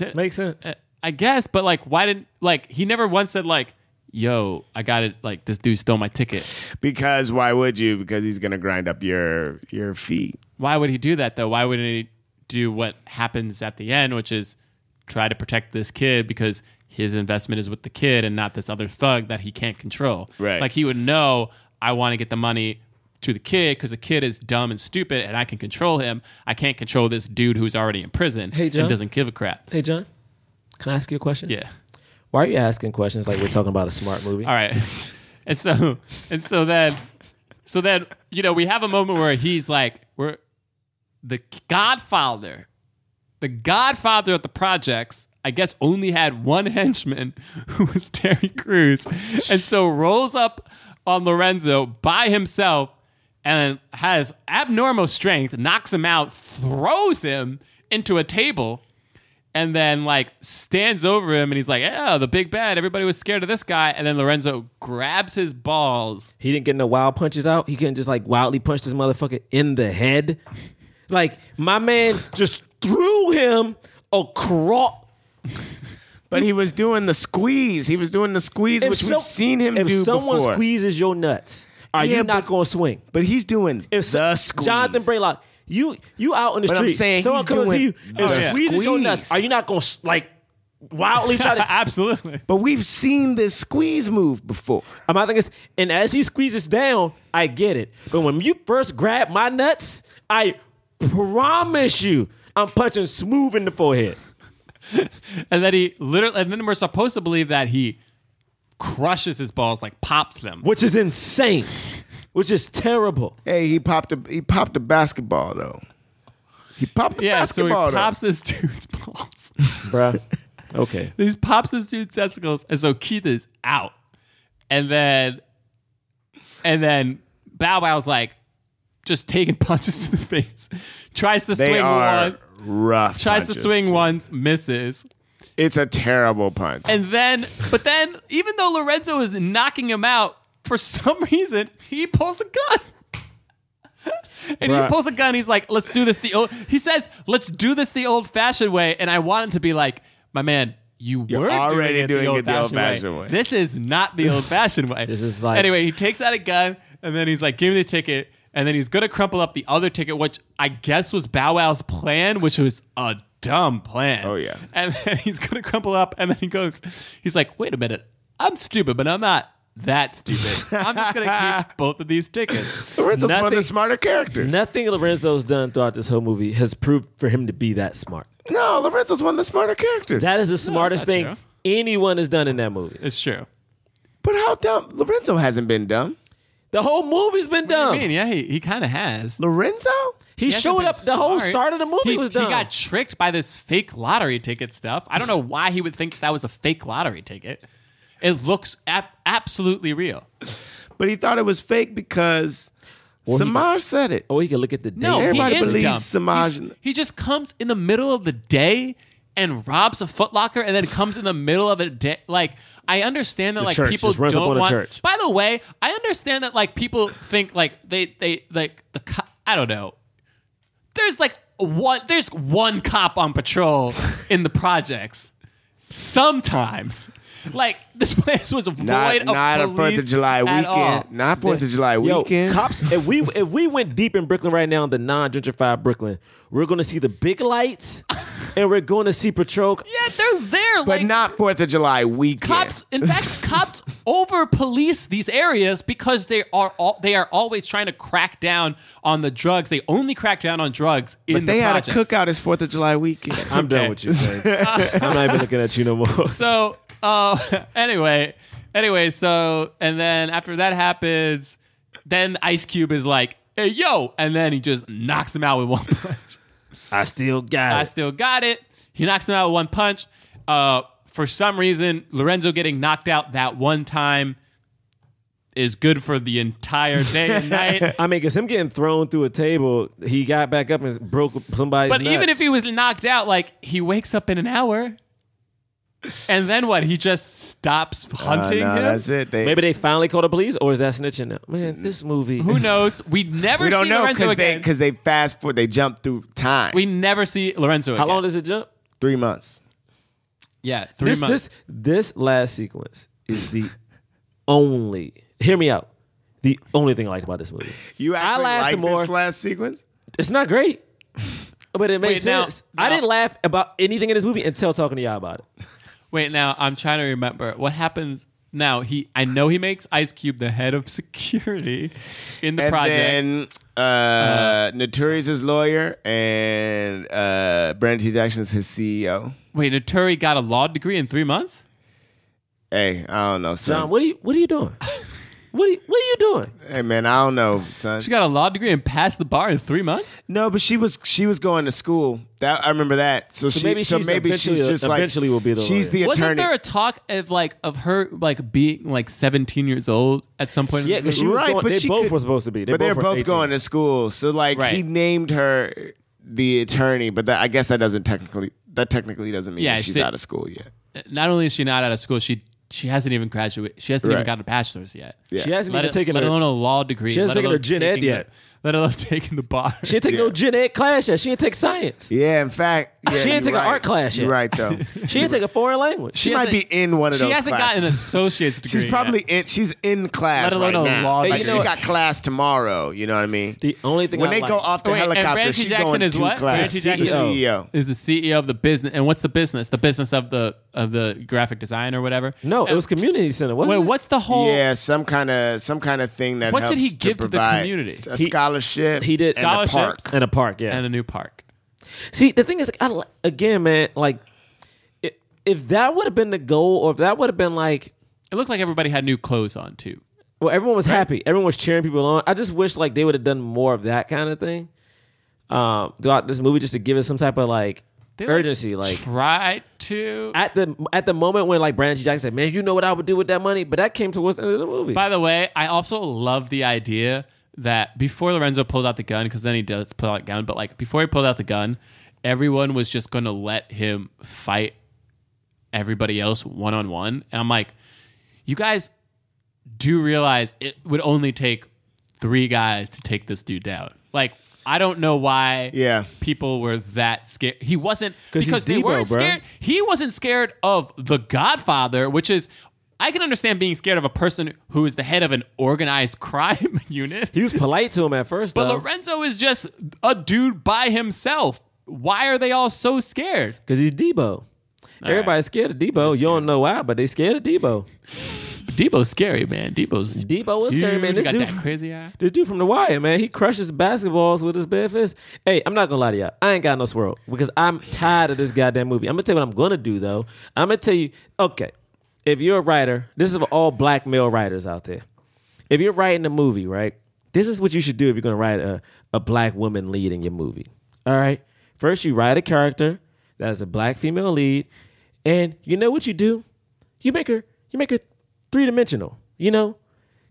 Speaker 3: uh,
Speaker 2: makes sense,
Speaker 3: I guess. But like, why didn't like he never once said like, yo, I got it, like this dude stole my ticket.
Speaker 4: Because why would you? Because he's gonna grind up your your feet.
Speaker 3: Why would he do that though? Why wouldn't he do what happens at the end, which is try to protect this kid because his investment is with the kid and not this other thug that he can't control.
Speaker 4: Right.
Speaker 3: Like he would know, I want to get the money to the kid because the kid is dumb and stupid and I can control him. I can't control this dude who's already in prison
Speaker 2: Hey, John.
Speaker 3: and doesn't give a crap.
Speaker 2: Hey, John, can I ask you a question?
Speaker 3: Yeah.
Speaker 2: Why are you asking questions like we're talking about a smart movie?
Speaker 3: All right. And so and so then so then you know we have a moment where he's like we're the Godfather, the Godfather of the projects. I guess only had one henchman who was Terry Crews, and so rolls up on Lorenzo by himself and has abnormal strength, knocks him out, throws him into a table and then like stands over him and he's like, "Yeah, the big bad. Everybody was scared of this guy." And then Lorenzo grabs his balls.
Speaker 2: He didn't get no wild punches out. He couldn't just like wildly punch this motherfucker in the head. Like my man just threw him across.
Speaker 4: But he was doing the squeeze. He was doing the squeeze, which
Speaker 2: some-
Speaker 4: we've seen him
Speaker 2: if
Speaker 4: do
Speaker 2: someone
Speaker 4: before.
Speaker 2: squeezes your nuts, are
Speaker 4: Yeah,
Speaker 2: you not going to swing?
Speaker 4: But he's doing
Speaker 2: if so-
Speaker 4: the squeeze.
Speaker 2: Jonathan Braylock, you you out in the
Speaker 4: But I'm
Speaker 2: street.
Speaker 4: saying
Speaker 2: someone
Speaker 4: he's
Speaker 2: comes to
Speaker 4: doing
Speaker 2: you and
Speaker 4: the
Speaker 2: squeezes your
Speaker 4: squeeze.
Speaker 2: nuts. Are you not going to like wildly try to?
Speaker 3: Absolutely.
Speaker 4: But we've seen this squeeze move before.
Speaker 2: Um, I think it's and as he squeezes down, I get it. But when you first grab my nuts, I promise you, I'm punching smooth in the forehead.
Speaker 3: And then he literally, and then we're supposed to believe that he crushes his balls, like pops them.
Speaker 2: which is insane, which is terrible.
Speaker 4: Hey, he popped a he popped a basketball though. He popped a
Speaker 3: Yeah, so he
Speaker 4: basketball
Speaker 3: pops this dude's balls.
Speaker 2: Bruh. Okay.
Speaker 3: He pops this dude's testicles, and so Keith is out. And then, and then Bow Wow's like just taking punches to the face, tries to
Speaker 4: though. They
Speaker 3: swing
Speaker 4: are
Speaker 3: one,
Speaker 4: rough.
Speaker 3: tries to
Speaker 4: punches.
Speaker 3: swing once, misses.
Speaker 4: It's a terrible punch.
Speaker 3: And then, but then, even though Lorenzo is knocking him out, for some reason, he pulls a gun. and he
Speaker 4: Right.
Speaker 3: pulls a gun. He's like, let's do this the old, he says, let's do this the old fashioned way. And I want it to be like, my man, you
Speaker 4: You're
Speaker 3: were
Speaker 4: already doing
Speaker 3: doing it the
Speaker 4: it the
Speaker 3: old fashioned
Speaker 4: old-fashioned
Speaker 3: way.
Speaker 4: way.
Speaker 3: This is not the old fashioned way. This
Speaker 2: is like-
Speaker 3: anyway, he takes out a gun and then he's like, give me the ticket. And then he's going to crumple up the other ticket, which I guess was Bow Wow's plan, which was a dumb plan. Oh, yeah. And then he's going to crumple up and then he goes, he's like, wait a minute. I'm stupid, but I'm not that stupid. I'm just going to keep both of these tickets.
Speaker 4: Lorenzo's one of the smarter characters.
Speaker 2: Nothing Lorenzo's done throughout this whole movie has proved for him to be that smart.
Speaker 4: No, Lorenzo's one of the smarter characters.
Speaker 2: That is the smartest
Speaker 4: not
Speaker 2: thing
Speaker 4: true.
Speaker 2: anyone has done in that movie.
Speaker 3: It's true.
Speaker 4: But how dumb? Lorenzo hasn't been dumb.
Speaker 2: The whole movie's been dumb.
Speaker 3: I mean, yeah, he, he kind of has.
Speaker 4: Lorenzo?
Speaker 2: He,
Speaker 3: hasn't
Speaker 2: showed
Speaker 3: been
Speaker 2: up. The whole
Speaker 3: smart.
Speaker 2: start of the movie
Speaker 3: He-
Speaker 2: was dumb.
Speaker 3: He got tricked by this fake lottery ticket stuff. I don't know why he would think that was a fake lottery ticket. It looks ap- absolutely real.
Speaker 4: But he thought it was fake because
Speaker 2: Or he-
Speaker 4: Samaj said it.
Speaker 2: or he could look at the date.
Speaker 3: No,
Speaker 4: Everybody
Speaker 3: he is
Speaker 4: believes
Speaker 3: dumb.
Speaker 4: Samaj-
Speaker 3: He's- He just comes in the middle of the day and robs a Footlocker, and then comes in the middle of a day. Like I understand that
Speaker 2: The
Speaker 3: like
Speaker 2: church,
Speaker 3: people
Speaker 2: just runs up on
Speaker 3: don't
Speaker 2: the
Speaker 3: want.
Speaker 2: church.
Speaker 3: By the way, I understand that like people think like they they like the co- I don't know. There's like one there's one cop on patrol in the projects sometimes. Like this place was void
Speaker 9: Not-
Speaker 3: of
Speaker 9: not a
Speaker 3: police
Speaker 9: Fourth of July
Speaker 3: at
Speaker 9: weekend.
Speaker 3: all.
Speaker 9: Not Fourth of July weekend.
Speaker 2: Cops, if we if we went deep in Brooklyn right now, the non-gentrified Brooklyn, we're gonna see the big lights, and we're gonna see patrol.
Speaker 3: Yeah, they're there.
Speaker 9: but not Fourth of July weekend.
Speaker 3: cops in fact cops over police these areas because they are all, they are always trying to crack down on the drugs they only crack down on drugs in
Speaker 9: but they
Speaker 3: the
Speaker 9: had
Speaker 3: projects.
Speaker 9: a cookout as Fourth of July weekend.
Speaker 2: I'm done with you. Jake. I'm not even looking at you no more.
Speaker 3: so uh, anyway anyway so and then after that happens then ice cube is like hey yo and then he just knocks him out with one punch
Speaker 2: I still got
Speaker 3: I
Speaker 2: it.
Speaker 3: still got it. He knocks him out with one punch. Uh, for some reason, Lorenzo getting knocked out that one time is good for the entire day and night.
Speaker 2: I mean, because him getting thrown through a table, he got back up and broke somebody's.
Speaker 3: But even
Speaker 2: nuts.
Speaker 3: if he was knocked out, like he wakes up in an hour, and then what? He just stops
Speaker 2: Uh,
Speaker 3: hunting him.
Speaker 2: Maybe they finally called the police, or is that snitching? Now? Man, this movie.
Speaker 3: Who knows? We never
Speaker 2: We don't
Speaker 3: see
Speaker 2: know,
Speaker 3: Lorenzo
Speaker 2: 'cause
Speaker 3: again.
Speaker 2: they-
Speaker 9: because they fast forward, they jump through time.
Speaker 3: We never see Lorenzo
Speaker 2: How
Speaker 3: again.
Speaker 2: long does it jump?
Speaker 9: Three months.
Speaker 3: Yeah, three
Speaker 2: this,
Speaker 3: months.
Speaker 2: This this last sequence is the only. Hear me out. The only thing I liked about this movie.
Speaker 9: You actually
Speaker 2: laughed
Speaker 9: like
Speaker 2: more-
Speaker 9: this last sequence?
Speaker 2: It's not great, but it makes
Speaker 3: Wait, now-
Speaker 2: sense. I didn't laugh about anything in this movie until talking to y'all about it.
Speaker 3: Wait, now I'm trying to remember what happens. Now he, I know he makes Ice Cube the head of security in the
Speaker 9: and
Speaker 3: project.
Speaker 9: then uh,
Speaker 3: Uh-huh.
Speaker 9: Naturi's his lawyer, and uh, Brandon T. Jackson's his E CEO.
Speaker 3: Wait, Naturi got a law degree in three months?
Speaker 9: Hey, I don't know, son.
Speaker 2: John, what are you what are you doing? What are you, what are you doing?
Speaker 9: Hey, man, I don't know, son.
Speaker 3: She got a law degree and passed the bar in three months.
Speaker 9: no, but she was she was going to school. That I remember that. So,
Speaker 2: So
Speaker 9: she,
Speaker 2: maybe
Speaker 9: so
Speaker 2: she's
Speaker 9: maybe
Speaker 2: eventually-
Speaker 9: she's just like
Speaker 2: eventually will be the
Speaker 9: she's the
Speaker 2: lawyer.
Speaker 9: attorney.
Speaker 3: Wasn't there a talk of like of her like being like 17 years old at some point? in
Speaker 2: Yeah,
Speaker 3: the
Speaker 2: because she
Speaker 3: movie?
Speaker 2: was
Speaker 9: Right,
Speaker 2: going,
Speaker 9: but
Speaker 2: they
Speaker 9: she
Speaker 2: both
Speaker 9: could-
Speaker 2: were supposed to be. They
Speaker 9: but they're
Speaker 2: were
Speaker 9: both
Speaker 2: 18.
Speaker 9: going to school. So like
Speaker 3: Right.
Speaker 9: he named her the attorney, but that, I guess that doesn't technically that technically doesn't mean
Speaker 3: Yeah,
Speaker 9: that she's
Speaker 3: she-
Speaker 9: out of school yet.
Speaker 3: Not only is she not out of school, she she hasn't even graduated. She hasn't even
Speaker 9: Right.
Speaker 3: got a bachelor's yet.
Speaker 9: Yeah.
Speaker 2: She hasn't
Speaker 3: let
Speaker 2: even
Speaker 3: a-
Speaker 2: taken
Speaker 3: let
Speaker 2: her-
Speaker 3: alone a law degree.
Speaker 2: She hasn't
Speaker 3: let
Speaker 2: taken her
Speaker 3: alone
Speaker 2: gen ed
Speaker 3: taking
Speaker 2: yet.
Speaker 3: the- let alone taking the bar.
Speaker 2: She didn't take no gen ed class yet. She didn't take science.
Speaker 9: Yeah, in fact, yeah,
Speaker 2: she
Speaker 9: you're
Speaker 2: didn't take
Speaker 9: right.
Speaker 2: an art class yet.
Speaker 9: You're right though.
Speaker 2: She didn't take a foreign language.
Speaker 9: She might be in one of
Speaker 3: she
Speaker 9: those
Speaker 3: hasn't gotten an
Speaker 9: classes.
Speaker 3: associate's degree.
Speaker 9: She's
Speaker 3: yet.
Speaker 9: probably in. She's in class
Speaker 3: Let alone
Speaker 9: right
Speaker 3: a
Speaker 9: now.
Speaker 3: law
Speaker 9: Like,
Speaker 3: degree.
Speaker 9: she got class tomorrow. You know what I mean?
Speaker 2: The only thing
Speaker 9: when
Speaker 2: I
Speaker 9: they go
Speaker 2: liked-
Speaker 9: off the
Speaker 3: Wait, and
Speaker 9: helicopter,
Speaker 3: Brandon
Speaker 9: she's
Speaker 3: Jackson
Speaker 9: going
Speaker 3: is
Speaker 9: to
Speaker 3: what?
Speaker 9: class.
Speaker 3: Brandon
Speaker 9: The E
Speaker 3: Jackson-
Speaker 9: CEO.
Speaker 3: is the CEO of the business. And what's the business? The business of the of the graphic design or whatever.
Speaker 2: No, it was community center. Wasn't
Speaker 3: Wait,
Speaker 2: it?
Speaker 3: what's the whole?
Speaker 9: Yeah, some kind of some kind of thing that.
Speaker 3: What did
Speaker 9: helps
Speaker 3: he
Speaker 9: to
Speaker 3: give to the
Speaker 9: provide
Speaker 3: community?
Speaker 9: A
Speaker 2: He-
Speaker 9: scholarship.
Speaker 2: He did
Speaker 9: and a park.
Speaker 3: Scholarships.
Speaker 2: in a park. Yeah.
Speaker 3: and a new park.
Speaker 2: See, the thing is, like, I, li- again, man, like, i- if that would have been the goal, or if that would have been like,
Speaker 3: It looked like everybody had new clothes on too.
Speaker 2: well, everyone was happy, everyone was cheering people on. I just wish like they would have done more of that kind of thing um, throughout this movie, just to give it some type of like
Speaker 3: They, like,
Speaker 2: urgency. Like,
Speaker 3: Try to.
Speaker 2: at the at the moment when like Brandon T. Jackson said, "Man, you know what I would do with that money," but that came towards the end of the movie.
Speaker 3: By the way, I also love the idea that before Lorenzo pulled out the gun, because then he does pull out the gun, but like before he pulled out the gun, everyone was just going to let him fight everybody else one on one. And I'm like, you guys do realize it would only take three guys to take this dude down. Like, I don't know why
Speaker 9: Yeah.
Speaker 3: people were that scared. He wasn't
Speaker 2: 'Cause he's
Speaker 3: because they
Speaker 2: Debo,
Speaker 3: weren't
Speaker 2: bro.
Speaker 3: scared. He wasn't scared of The Godfather, which is I can understand being scared of a person who is the head of an organized crime unit.
Speaker 2: he was polite to him at first,
Speaker 3: But
Speaker 2: though,
Speaker 3: Lorenzo is just a dude by himself. Why are they all so scared?
Speaker 2: because he's Debo. Everybody's scared of Debo. You don't know why, but they scared of Debo.
Speaker 3: Debo's scary, man. Debo's
Speaker 2: Debo was scary, man.
Speaker 3: huge.
Speaker 2: This
Speaker 3: got
Speaker 2: dude
Speaker 3: that crazy eye.
Speaker 2: This dude from The Wire, man, he crushes basketballs with his bare fist. Hey, I'm not gonna lie to y'all. I ain't got no swirl because I'm tired of this goddamn movie. I'm gonna tell you what I'm gonna do though. I'm gonna tell you, okay, if you're a writer, this is for all black male writers out there. If you're writing a movie, right, this is what you should do if you're gonna write a, a black woman lead in your movie. All right. First you write a character that is a black female lead, and you know what you do? You make her you make her three dimensional, you know?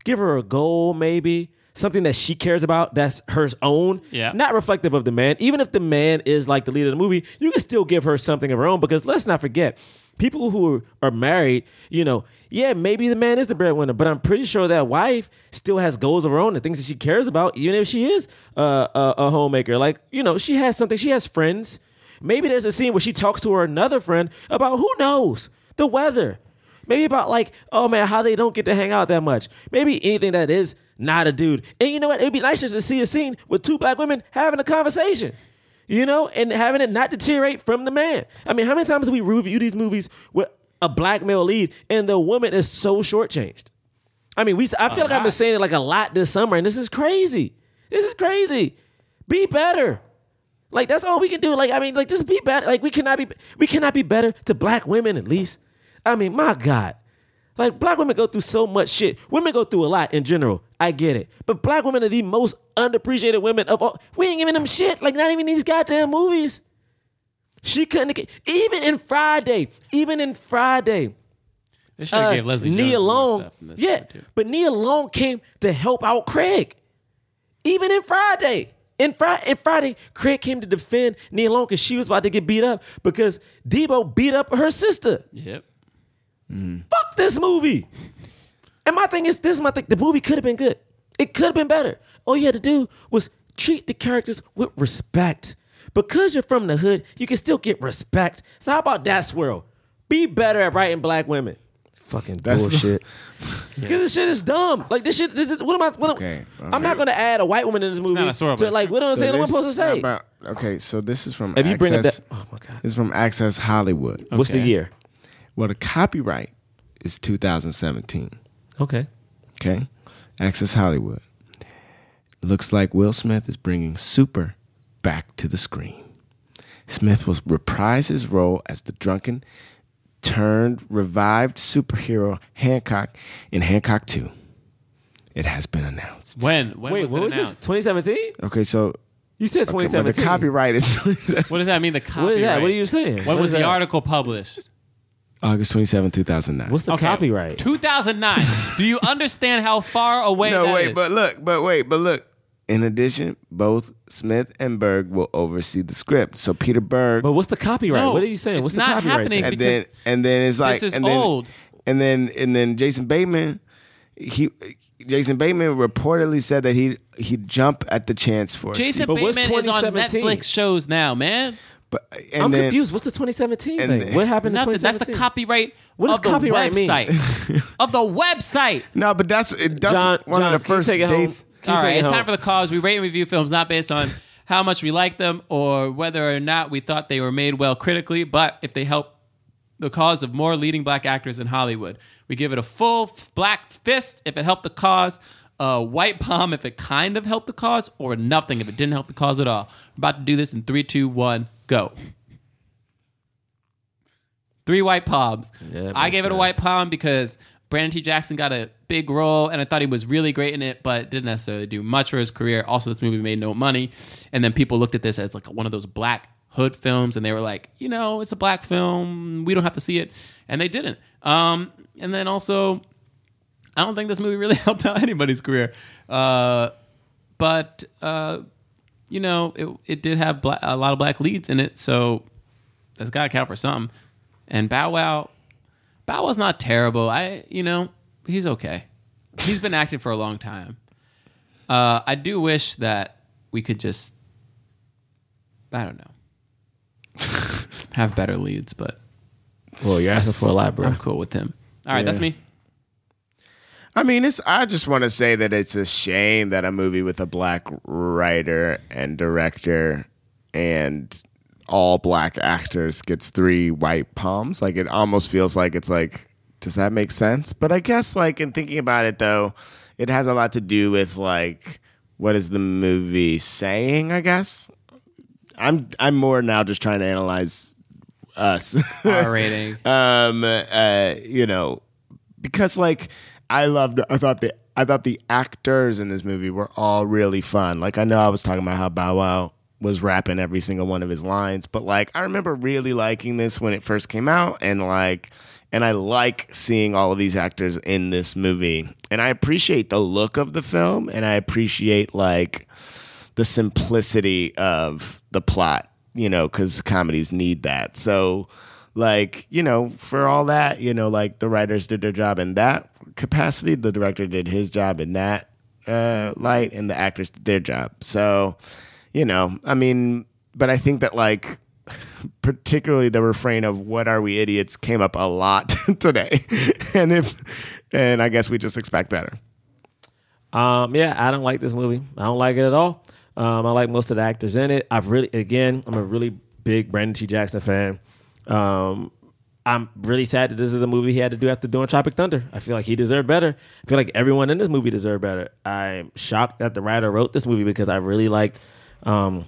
Speaker 2: give her a goal maybe something that she cares about that's hers own
Speaker 3: Yeah.
Speaker 2: not reflective of the man even if the man is like the lead of the movie you can still give her something of her own because let's not forget people who are married you know yeah maybe the man is the breadwinner but i'm pretty sure that wife still has goals of her own and things that she cares about even if she is uh, a, a homemaker like you know she has something she has friends maybe there's a scene where she talks to her another friend about who knows the weather Maybe about like, oh man, how they don't get to hang out that much. Maybe anything that is not a dude. And you know what? It'd be nice just to see a scene with two black women having a conversation. You know, and having it not deteriorate from the man. I mean, how many times do we review these movies with a black male lead and the woman is so shortchanged? I mean, we. I feel
Speaker 4: A
Speaker 2: like I've been
Speaker 4: lot.
Speaker 2: saying it like a lot this summer, and this is crazy. This is crazy. Be better. Like that's all we can do. Like I mean, like just be better. Like we cannot be we cannot be better to black women at least. I mean, my God. Like black women go through so much shit. Women go through a lot in general. I get it. But black women are the most underappreciated women of all. We ain't giving them shit. Like not even these goddamn movies. She couldn't get- even in Friday. Even in Friday.
Speaker 3: They should have gave Leslie
Speaker 2: Uh, Nia
Speaker 3: Jones more
Speaker 2: Long,
Speaker 3: stuff in this
Speaker 2: yeah, but Nia Long came to help out Craig. Even in Friday, in, Fri- in Friday, Craig came to defend Nia Long because she was about to get beat up because Debo beat up her sister.
Speaker 3: Yep.
Speaker 2: Fuck this movie. And my thing is, this is my thing. The movie could have been good. It could have been better. All you had to do was treat the characters with respect. Because you're from the hood, you can still get respect. So how about that swirl? Be better at writing black women. Fucking
Speaker 4: That's
Speaker 2: bullshit. Because this shit is dumb. Like this shit. This is, what am I? What am, I'm not gonna add a white woman in this movie. to, like, what am I
Speaker 4: So
Speaker 2: saying? What am I
Speaker 4: this-
Speaker 2: supposed to say?
Speaker 4: about- okay, so this is from
Speaker 2: If you
Speaker 4: Access,
Speaker 2: bring it back- oh my
Speaker 4: god, this is from Access Hollywood.
Speaker 2: What's the year?
Speaker 4: Well, the copyright is 2017.
Speaker 2: Okay.
Speaker 4: Okay, Access Hollywood. Looks like Will Smith is bringing Super back to the screen. Smith will reprise his role as the drunken, turned revived superhero Hancock in Hancock 2. It has been announced.
Speaker 3: When? When
Speaker 2: Wait,
Speaker 3: was
Speaker 2: what
Speaker 3: it
Speaker 2: was this?
Speaker 3: announced?
Speaker 2: 2017?
Speaker 4: Okay, so
Speaker 2: You said
Speaker 4: Okay, but
Speaker 2: 2017.
Speaker 4: the copyright is
Speaker 3: What does that mean? The copyright.
Speaker 2: What is that? What are you saying?
Speaker 3: When
Speaker 2: What
Speaker 3: was
Speaker 2: is
Speaker 3: the
Speaker 2: that?
Speaker 3: article published?
Speaker 4: August 27, 2009.
Speaker 2: What's the
Speaker 3: Okay.
Speaker 2: Oh, copyright?
Speaker 3: 2009. Do you understand how far away?
Speaker 4: No,
Speaker 3: that
Speaker 4: wait,
Speaker 3: is?
Speaker 4: but look, but wait, but look. In addition, both Smith and Berg will oversee the script. So Peter Berg. But
Speaker 2: what's the copyright?
Speaker 3: No, What are you saying? it's What's the not copyright happening thing?
Speaker 4: And then,
Speaker 3: because
Speaker 4: and then it's like
Speaker 3: this is
Speaker 4: and then,
Speaker 3: old.
Speaker 4: And then and then Jason Bateman, he Jason Bateman reportedly said that he he jump at the chance for a
Speaker 3: Jason
Speaker 4: sequel.
Speaker 3: Bateman is on Netflix shows now, man.
Speaker 4: But and
Speaker 2: I'm
Speaker 4: then-
Speaker 2: confused. What's the 2017
Speaker 4: and
Speaker 2: thing?
Speaker 4: then-
Speaker 2: what happened?
Speaker 3: Nothing.
Speaker 2: In
Speaker 3: That's the
Speaker 2: 2017?
Speaker 3: copyright.
Speaker 2: What does
Speaker 3: of the
Speaker 2: copyright mean?
Speaker 3: website. of the website.
Speaker 4: No, but that's that's
Speaker 2: John-
Speaker 4: one
Speaker 2: John,
Speaker 4: of the
Speaker 2: can you
Speaker 4: first
Speaker 2: take it home?
Speaker 4: dates.
Speaker 2: Can you
Speaker 3: All
Speaker 2: take
Speaker 3: right,
Speaker 2: it
Speaker 3: it's
Speaker 2: home?
Speaker 3: time for the cause. We rate and review films not based on how much we like them or whether or not we thought they were made well critically, but if they help the cause of more leading black actors in Hollywood. We give it a full f- black fist if it helped the cause, a white palm if it kind of helped the cause, or nothing if it didn't help the cause at all. We're about to do this in three, two, one, go. Three white palms.
Speaker 2: that
Speaker 3: I
Speaker 2: makes
Speaker 3: gave it a
Speaker 2: sense.
Speaker 3: white palm because Brandon T. Jackson got a big role, and I thought he was really great in it, but didn't necessarily do much for his career. Also, this movie made no money, and then people looked at this as like one of those black hood films, and they were like, you know, it's a black film, we don't have to see it, and they didn't. Um, and then also, I don't think this movie really helped out anybody's career. Uh, but uh, you know, it it did have bla a lot of black leads in it, so that's got to count for something. And Bow Wow, Bow Wow's not terrible. I you know he's okay. He's been acting for a long time. Uh, I do wish that we could just I don't know have better leads, but
Speaker 2: Well, you're asking for a lot, bro.
Speaker 3: I'm cool with him. all right, that's
Speaker 4: Yeah.
Speaker 3: me.
Speaker 4: I mean, it's. I just want to say that it's a shame that a movie with a black writer and director and all black actors gets three white palms. Like it almost feels like it's like, does that make sense? But I guess like in thinking about it though, it has a lot to do with like what is the movie saying? I guess I'm. I'm more now just trying to analyze us.
Speaker 3: R rating.
Speaker 4: um. Uh. You know because like I loved I thought the I thought the actors in this movie were all really fun. Like I know I was talking about how Bow Wow was rapping every single one of his lines, but like I remember really liking this when it first came out and like and I like seeing all of these actors in this movie. And I appreciate the look of the film and I appreciate like the simplicity of the plot, you know, because comedies need that. So, like, you know, for all that, you know, like the writers did their job in that capacity, the director did his job in that uh, light, and the actors did their job. So, you know, I mean, but I think that, like, particularly the refrain of "What are we idiots?" came up a lot today, and if and I guess we just expect better.
Speaker 2: Um, yeah, I don't like this movie. I don't like it at all. Um, I like most of the actors in it. I've really, again, I'm a really big Brandon T. Jackson fan. Um, I'm really sad that this is a movie he had to do after doing Tropic Thunder. I feel like he deserved better. I feel like everyone in this movie deserved better. I'm shocked that the writer wrote this movie because I really liked um,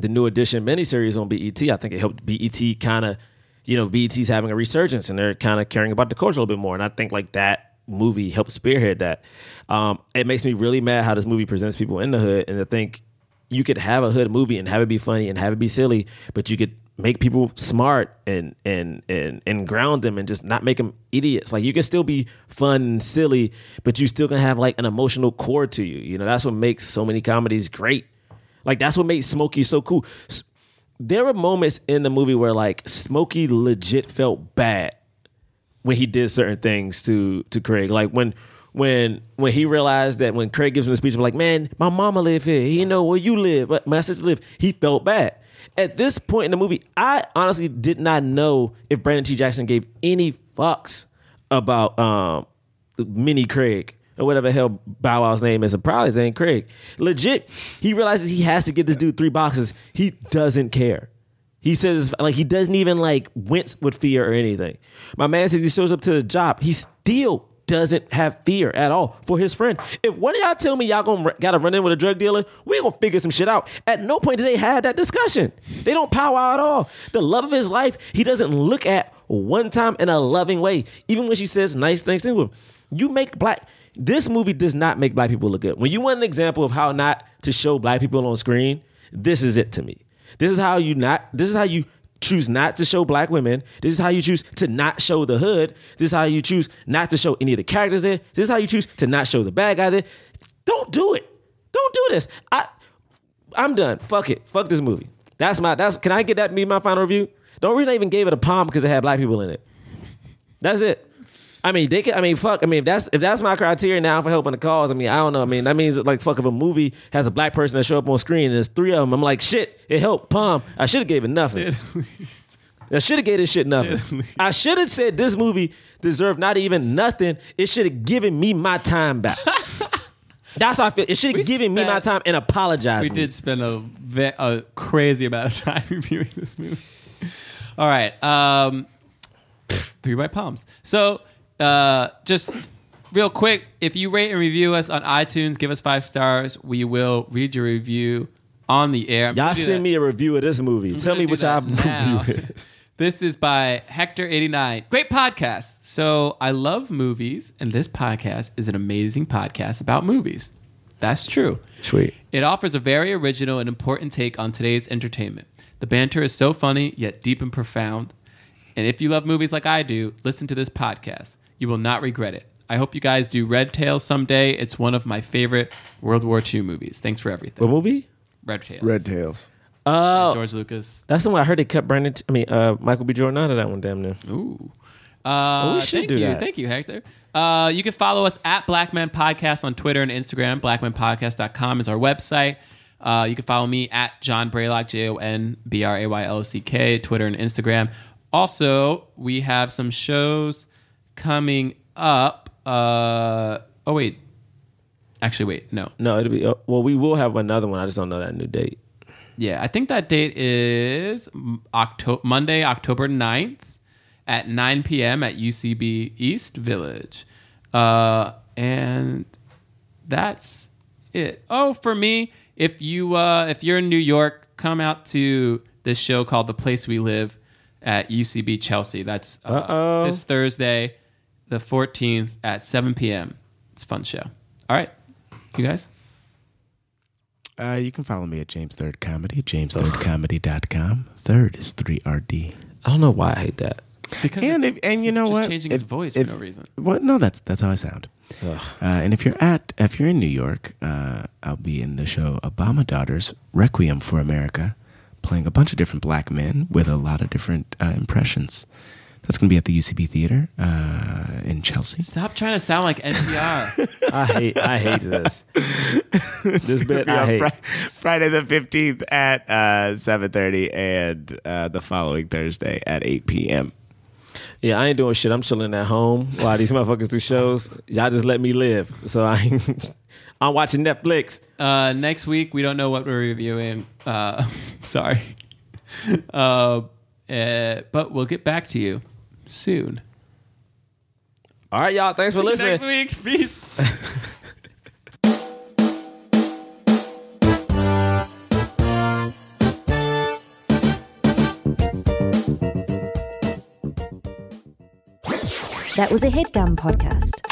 Speaker 2: the new edition miniseries on BET. I think it helped BET kind of, you know, BET's having a resurgence and they're kind of caring about the culture a little bit more. And I think like that movie helped spearhead that. Um, it makes me really mad how this movie presents people in the hood, and I think you could have a hood movie and have it be funny and have it be silly, but you could make people smart and and and and ground them and just not make them idiots. Like you can still be fun and silly, but you still can have like an emotional core to you. You know that's what makes so many comedies great. Like that's what made Smokey so cool. S- There were moments in the movie where like Smokey legit felt bad when he did certain things to to Craig. Like when when when he realized that when Craig gives him the speech, I'm like, man, my mama live here. He know where you live, but my sister live. He felt bad. At this point in the movie, I honestly did not know if Brandon T. Jackson gave any fucks about um Mini Craig or whatever the hell Bow Wow's name is. And probably his name Craig. Legit, he realizes he has to get this dude three boxes. He doesn't care. He says like he doesn't even like wince with fear or anything. My man says he shows up to the job. He still doesn't have fear at all for his friend. If one of y'all tell me y'all gonna gotta run in with a drug dealer, we gonna figure some shit out. At no point did they have that discussion. They don't powwow at all. The love of his life, he doesn't look at one time in a loving way, even when she says nice things to him. You make black. This movie does not make black people look good. When you want an example of how not to show black people on screen, this is it to me. This is how you not. This is how you choose not to show black women. This is how you choose to not show the hood. This is how you choose not to show any of the characters there. This is how you choose to not show the bad guy there. Don't do it. Don't do this. I, I'm done. Fuck it. Fuck this movie. That's my. That's. Can I get that? Be my final review. The only reason I even gave it a palm because it had black people in it. That's it. I mean, they could. I mean, fuck. I mean, if that's if that's my criteria now for helping the cause, I mean, I don't know. I mean, that means that, like, fuck. If a movie has a black person that show up on screen and there's three of them, I'm like, shit, it helped. Palm. I should have gave it nothing. I should have gave this shit nothing. I should have said this movie deserved not even nothing. It should have given me my time back. That's how I feel. It should have given me my time and apologized.
Speaker 3: We
Speaker 2: me.
Speaker 3: did spend a, ve- a crazy amount of time reviewing this movie. All right. Um, three by palms. So, uh, just real quick, if you rate and review us on iTunes, give us five stars. We will read your review on the air. I'm
Speaker 2: Y'all
Speaker 3: gonna do
Speaker 2: send
Speaker 3: that.
Speaker 2: me a review of this movie. Tell me
Speaker 3: do
Speaker 2: which
Speaker 3: that
Speaker 2: I
Speaker 3: now.
Speaker 2: review it.
Speaker 3: This is by Hector89. Great podcast. So I love movies, and this podcast is an amazing podcast about movies. That's true.
Speaker 2: Sweet.
Speaker 3: It offers a very original and important take on today's entertainment. The banter is so funny, yet deep and profound. And if you love movies like I do, listen to this podcast. You will not regret it. I hope you guys do Red Tail someday. It's one of my favorite World War II movies. Thanks for everything.
Speaker 2: What movie?
Speaker 3: Red Tail.
Speaker 9: Red Tails.
Speaker 2: Oh,
Speaker 3: George Lucas.
Speaker 2: That's the one I heard they cut Brandon. T- I mean, uh, Michael B. Jordan out of that one. Damn near.
Speaker 3: Ooh.
Speaker 2: Well,
Speaker 3: Uh,
Speaker 2: Oh, we should
Speaker 3: thank
Speaker 2: do
Speaker 3: you,
Speaker 2: that.
Speaker 3: thank you, Hector. Uh, you can follow us at Black Men Podcast on Twitter and Instagram. BlackMenPodcast.com is our website. Uh, you can follow me at John Braylock, J O N B R A Y L O C K, Twitter and Instagram. Also, we have some shows coming up. Uh, oh wait, actually, wait, no.
Speaker 2: No, it'll be. Uh, well, we will have another one. I just don't know that new date.
Speaker 3: Yeah, I think that date is October Monday, October 9th at 9 p.m. at UCB East Village. Uh, and that's it. Oh, for me, if you uh, if you're in New York, come out to this show called The Place We Live at UCB Chelsea. That's uh,
Speaker 2: Uh-oh.
Speaker 3: this Thursday, the 14th at 7 p.m. It's a fun show. All right. You guys?
Speaker 9: Uh, you can follow me at James Third Comedy, jamesthirdcomedy.com. Third is 3RD.
Speaker 2: I don't know why I hate that.
Speaker 3: Because
Speaker 9: and
Speaker 3: it's-
Speaker 9: if, and you know
Speaker 3: just
Speaker 9: what?
Speaker 3: changing his voice for no reason.
Speaker 9: Well, no, that's that's how I sound. Uh, and if you're at if you're in New York, uh, I'll be in the show Obama Daughters Requiem for America, playing a bunch of different black men with a lot of different uh, impressions.
Speaker 15: That's going to be at the UCB Theater uh, in Chelsea.
Speaker 3: Stop trying to sound like NPR.
Speaker 2: I hate I hate this.
Speaker 11: this
Speaker 2: bit I hate.
Speaker 11: Friday the fifteenth at uh, seven thirty, and uh, the following Thursday at eight p.m.
Speaker 2: Yeah, I ain't doing shit. I'm chilling at home while these motherfuckers do shows. Y'all just let me live. So I, ain't- I'm watching Netflix.
Speaker 3: Uh, next week, we don't know what we're reviewing. Uh, sorry. Uh, eh, but we'll get back to you soon.
Speaker 2: All right, y'all. Thanks for
Speaker 3: See you
Speaker 2: listening.
Speaker 3: Next week, peace.
Speaker 16: That was a headgum podcast.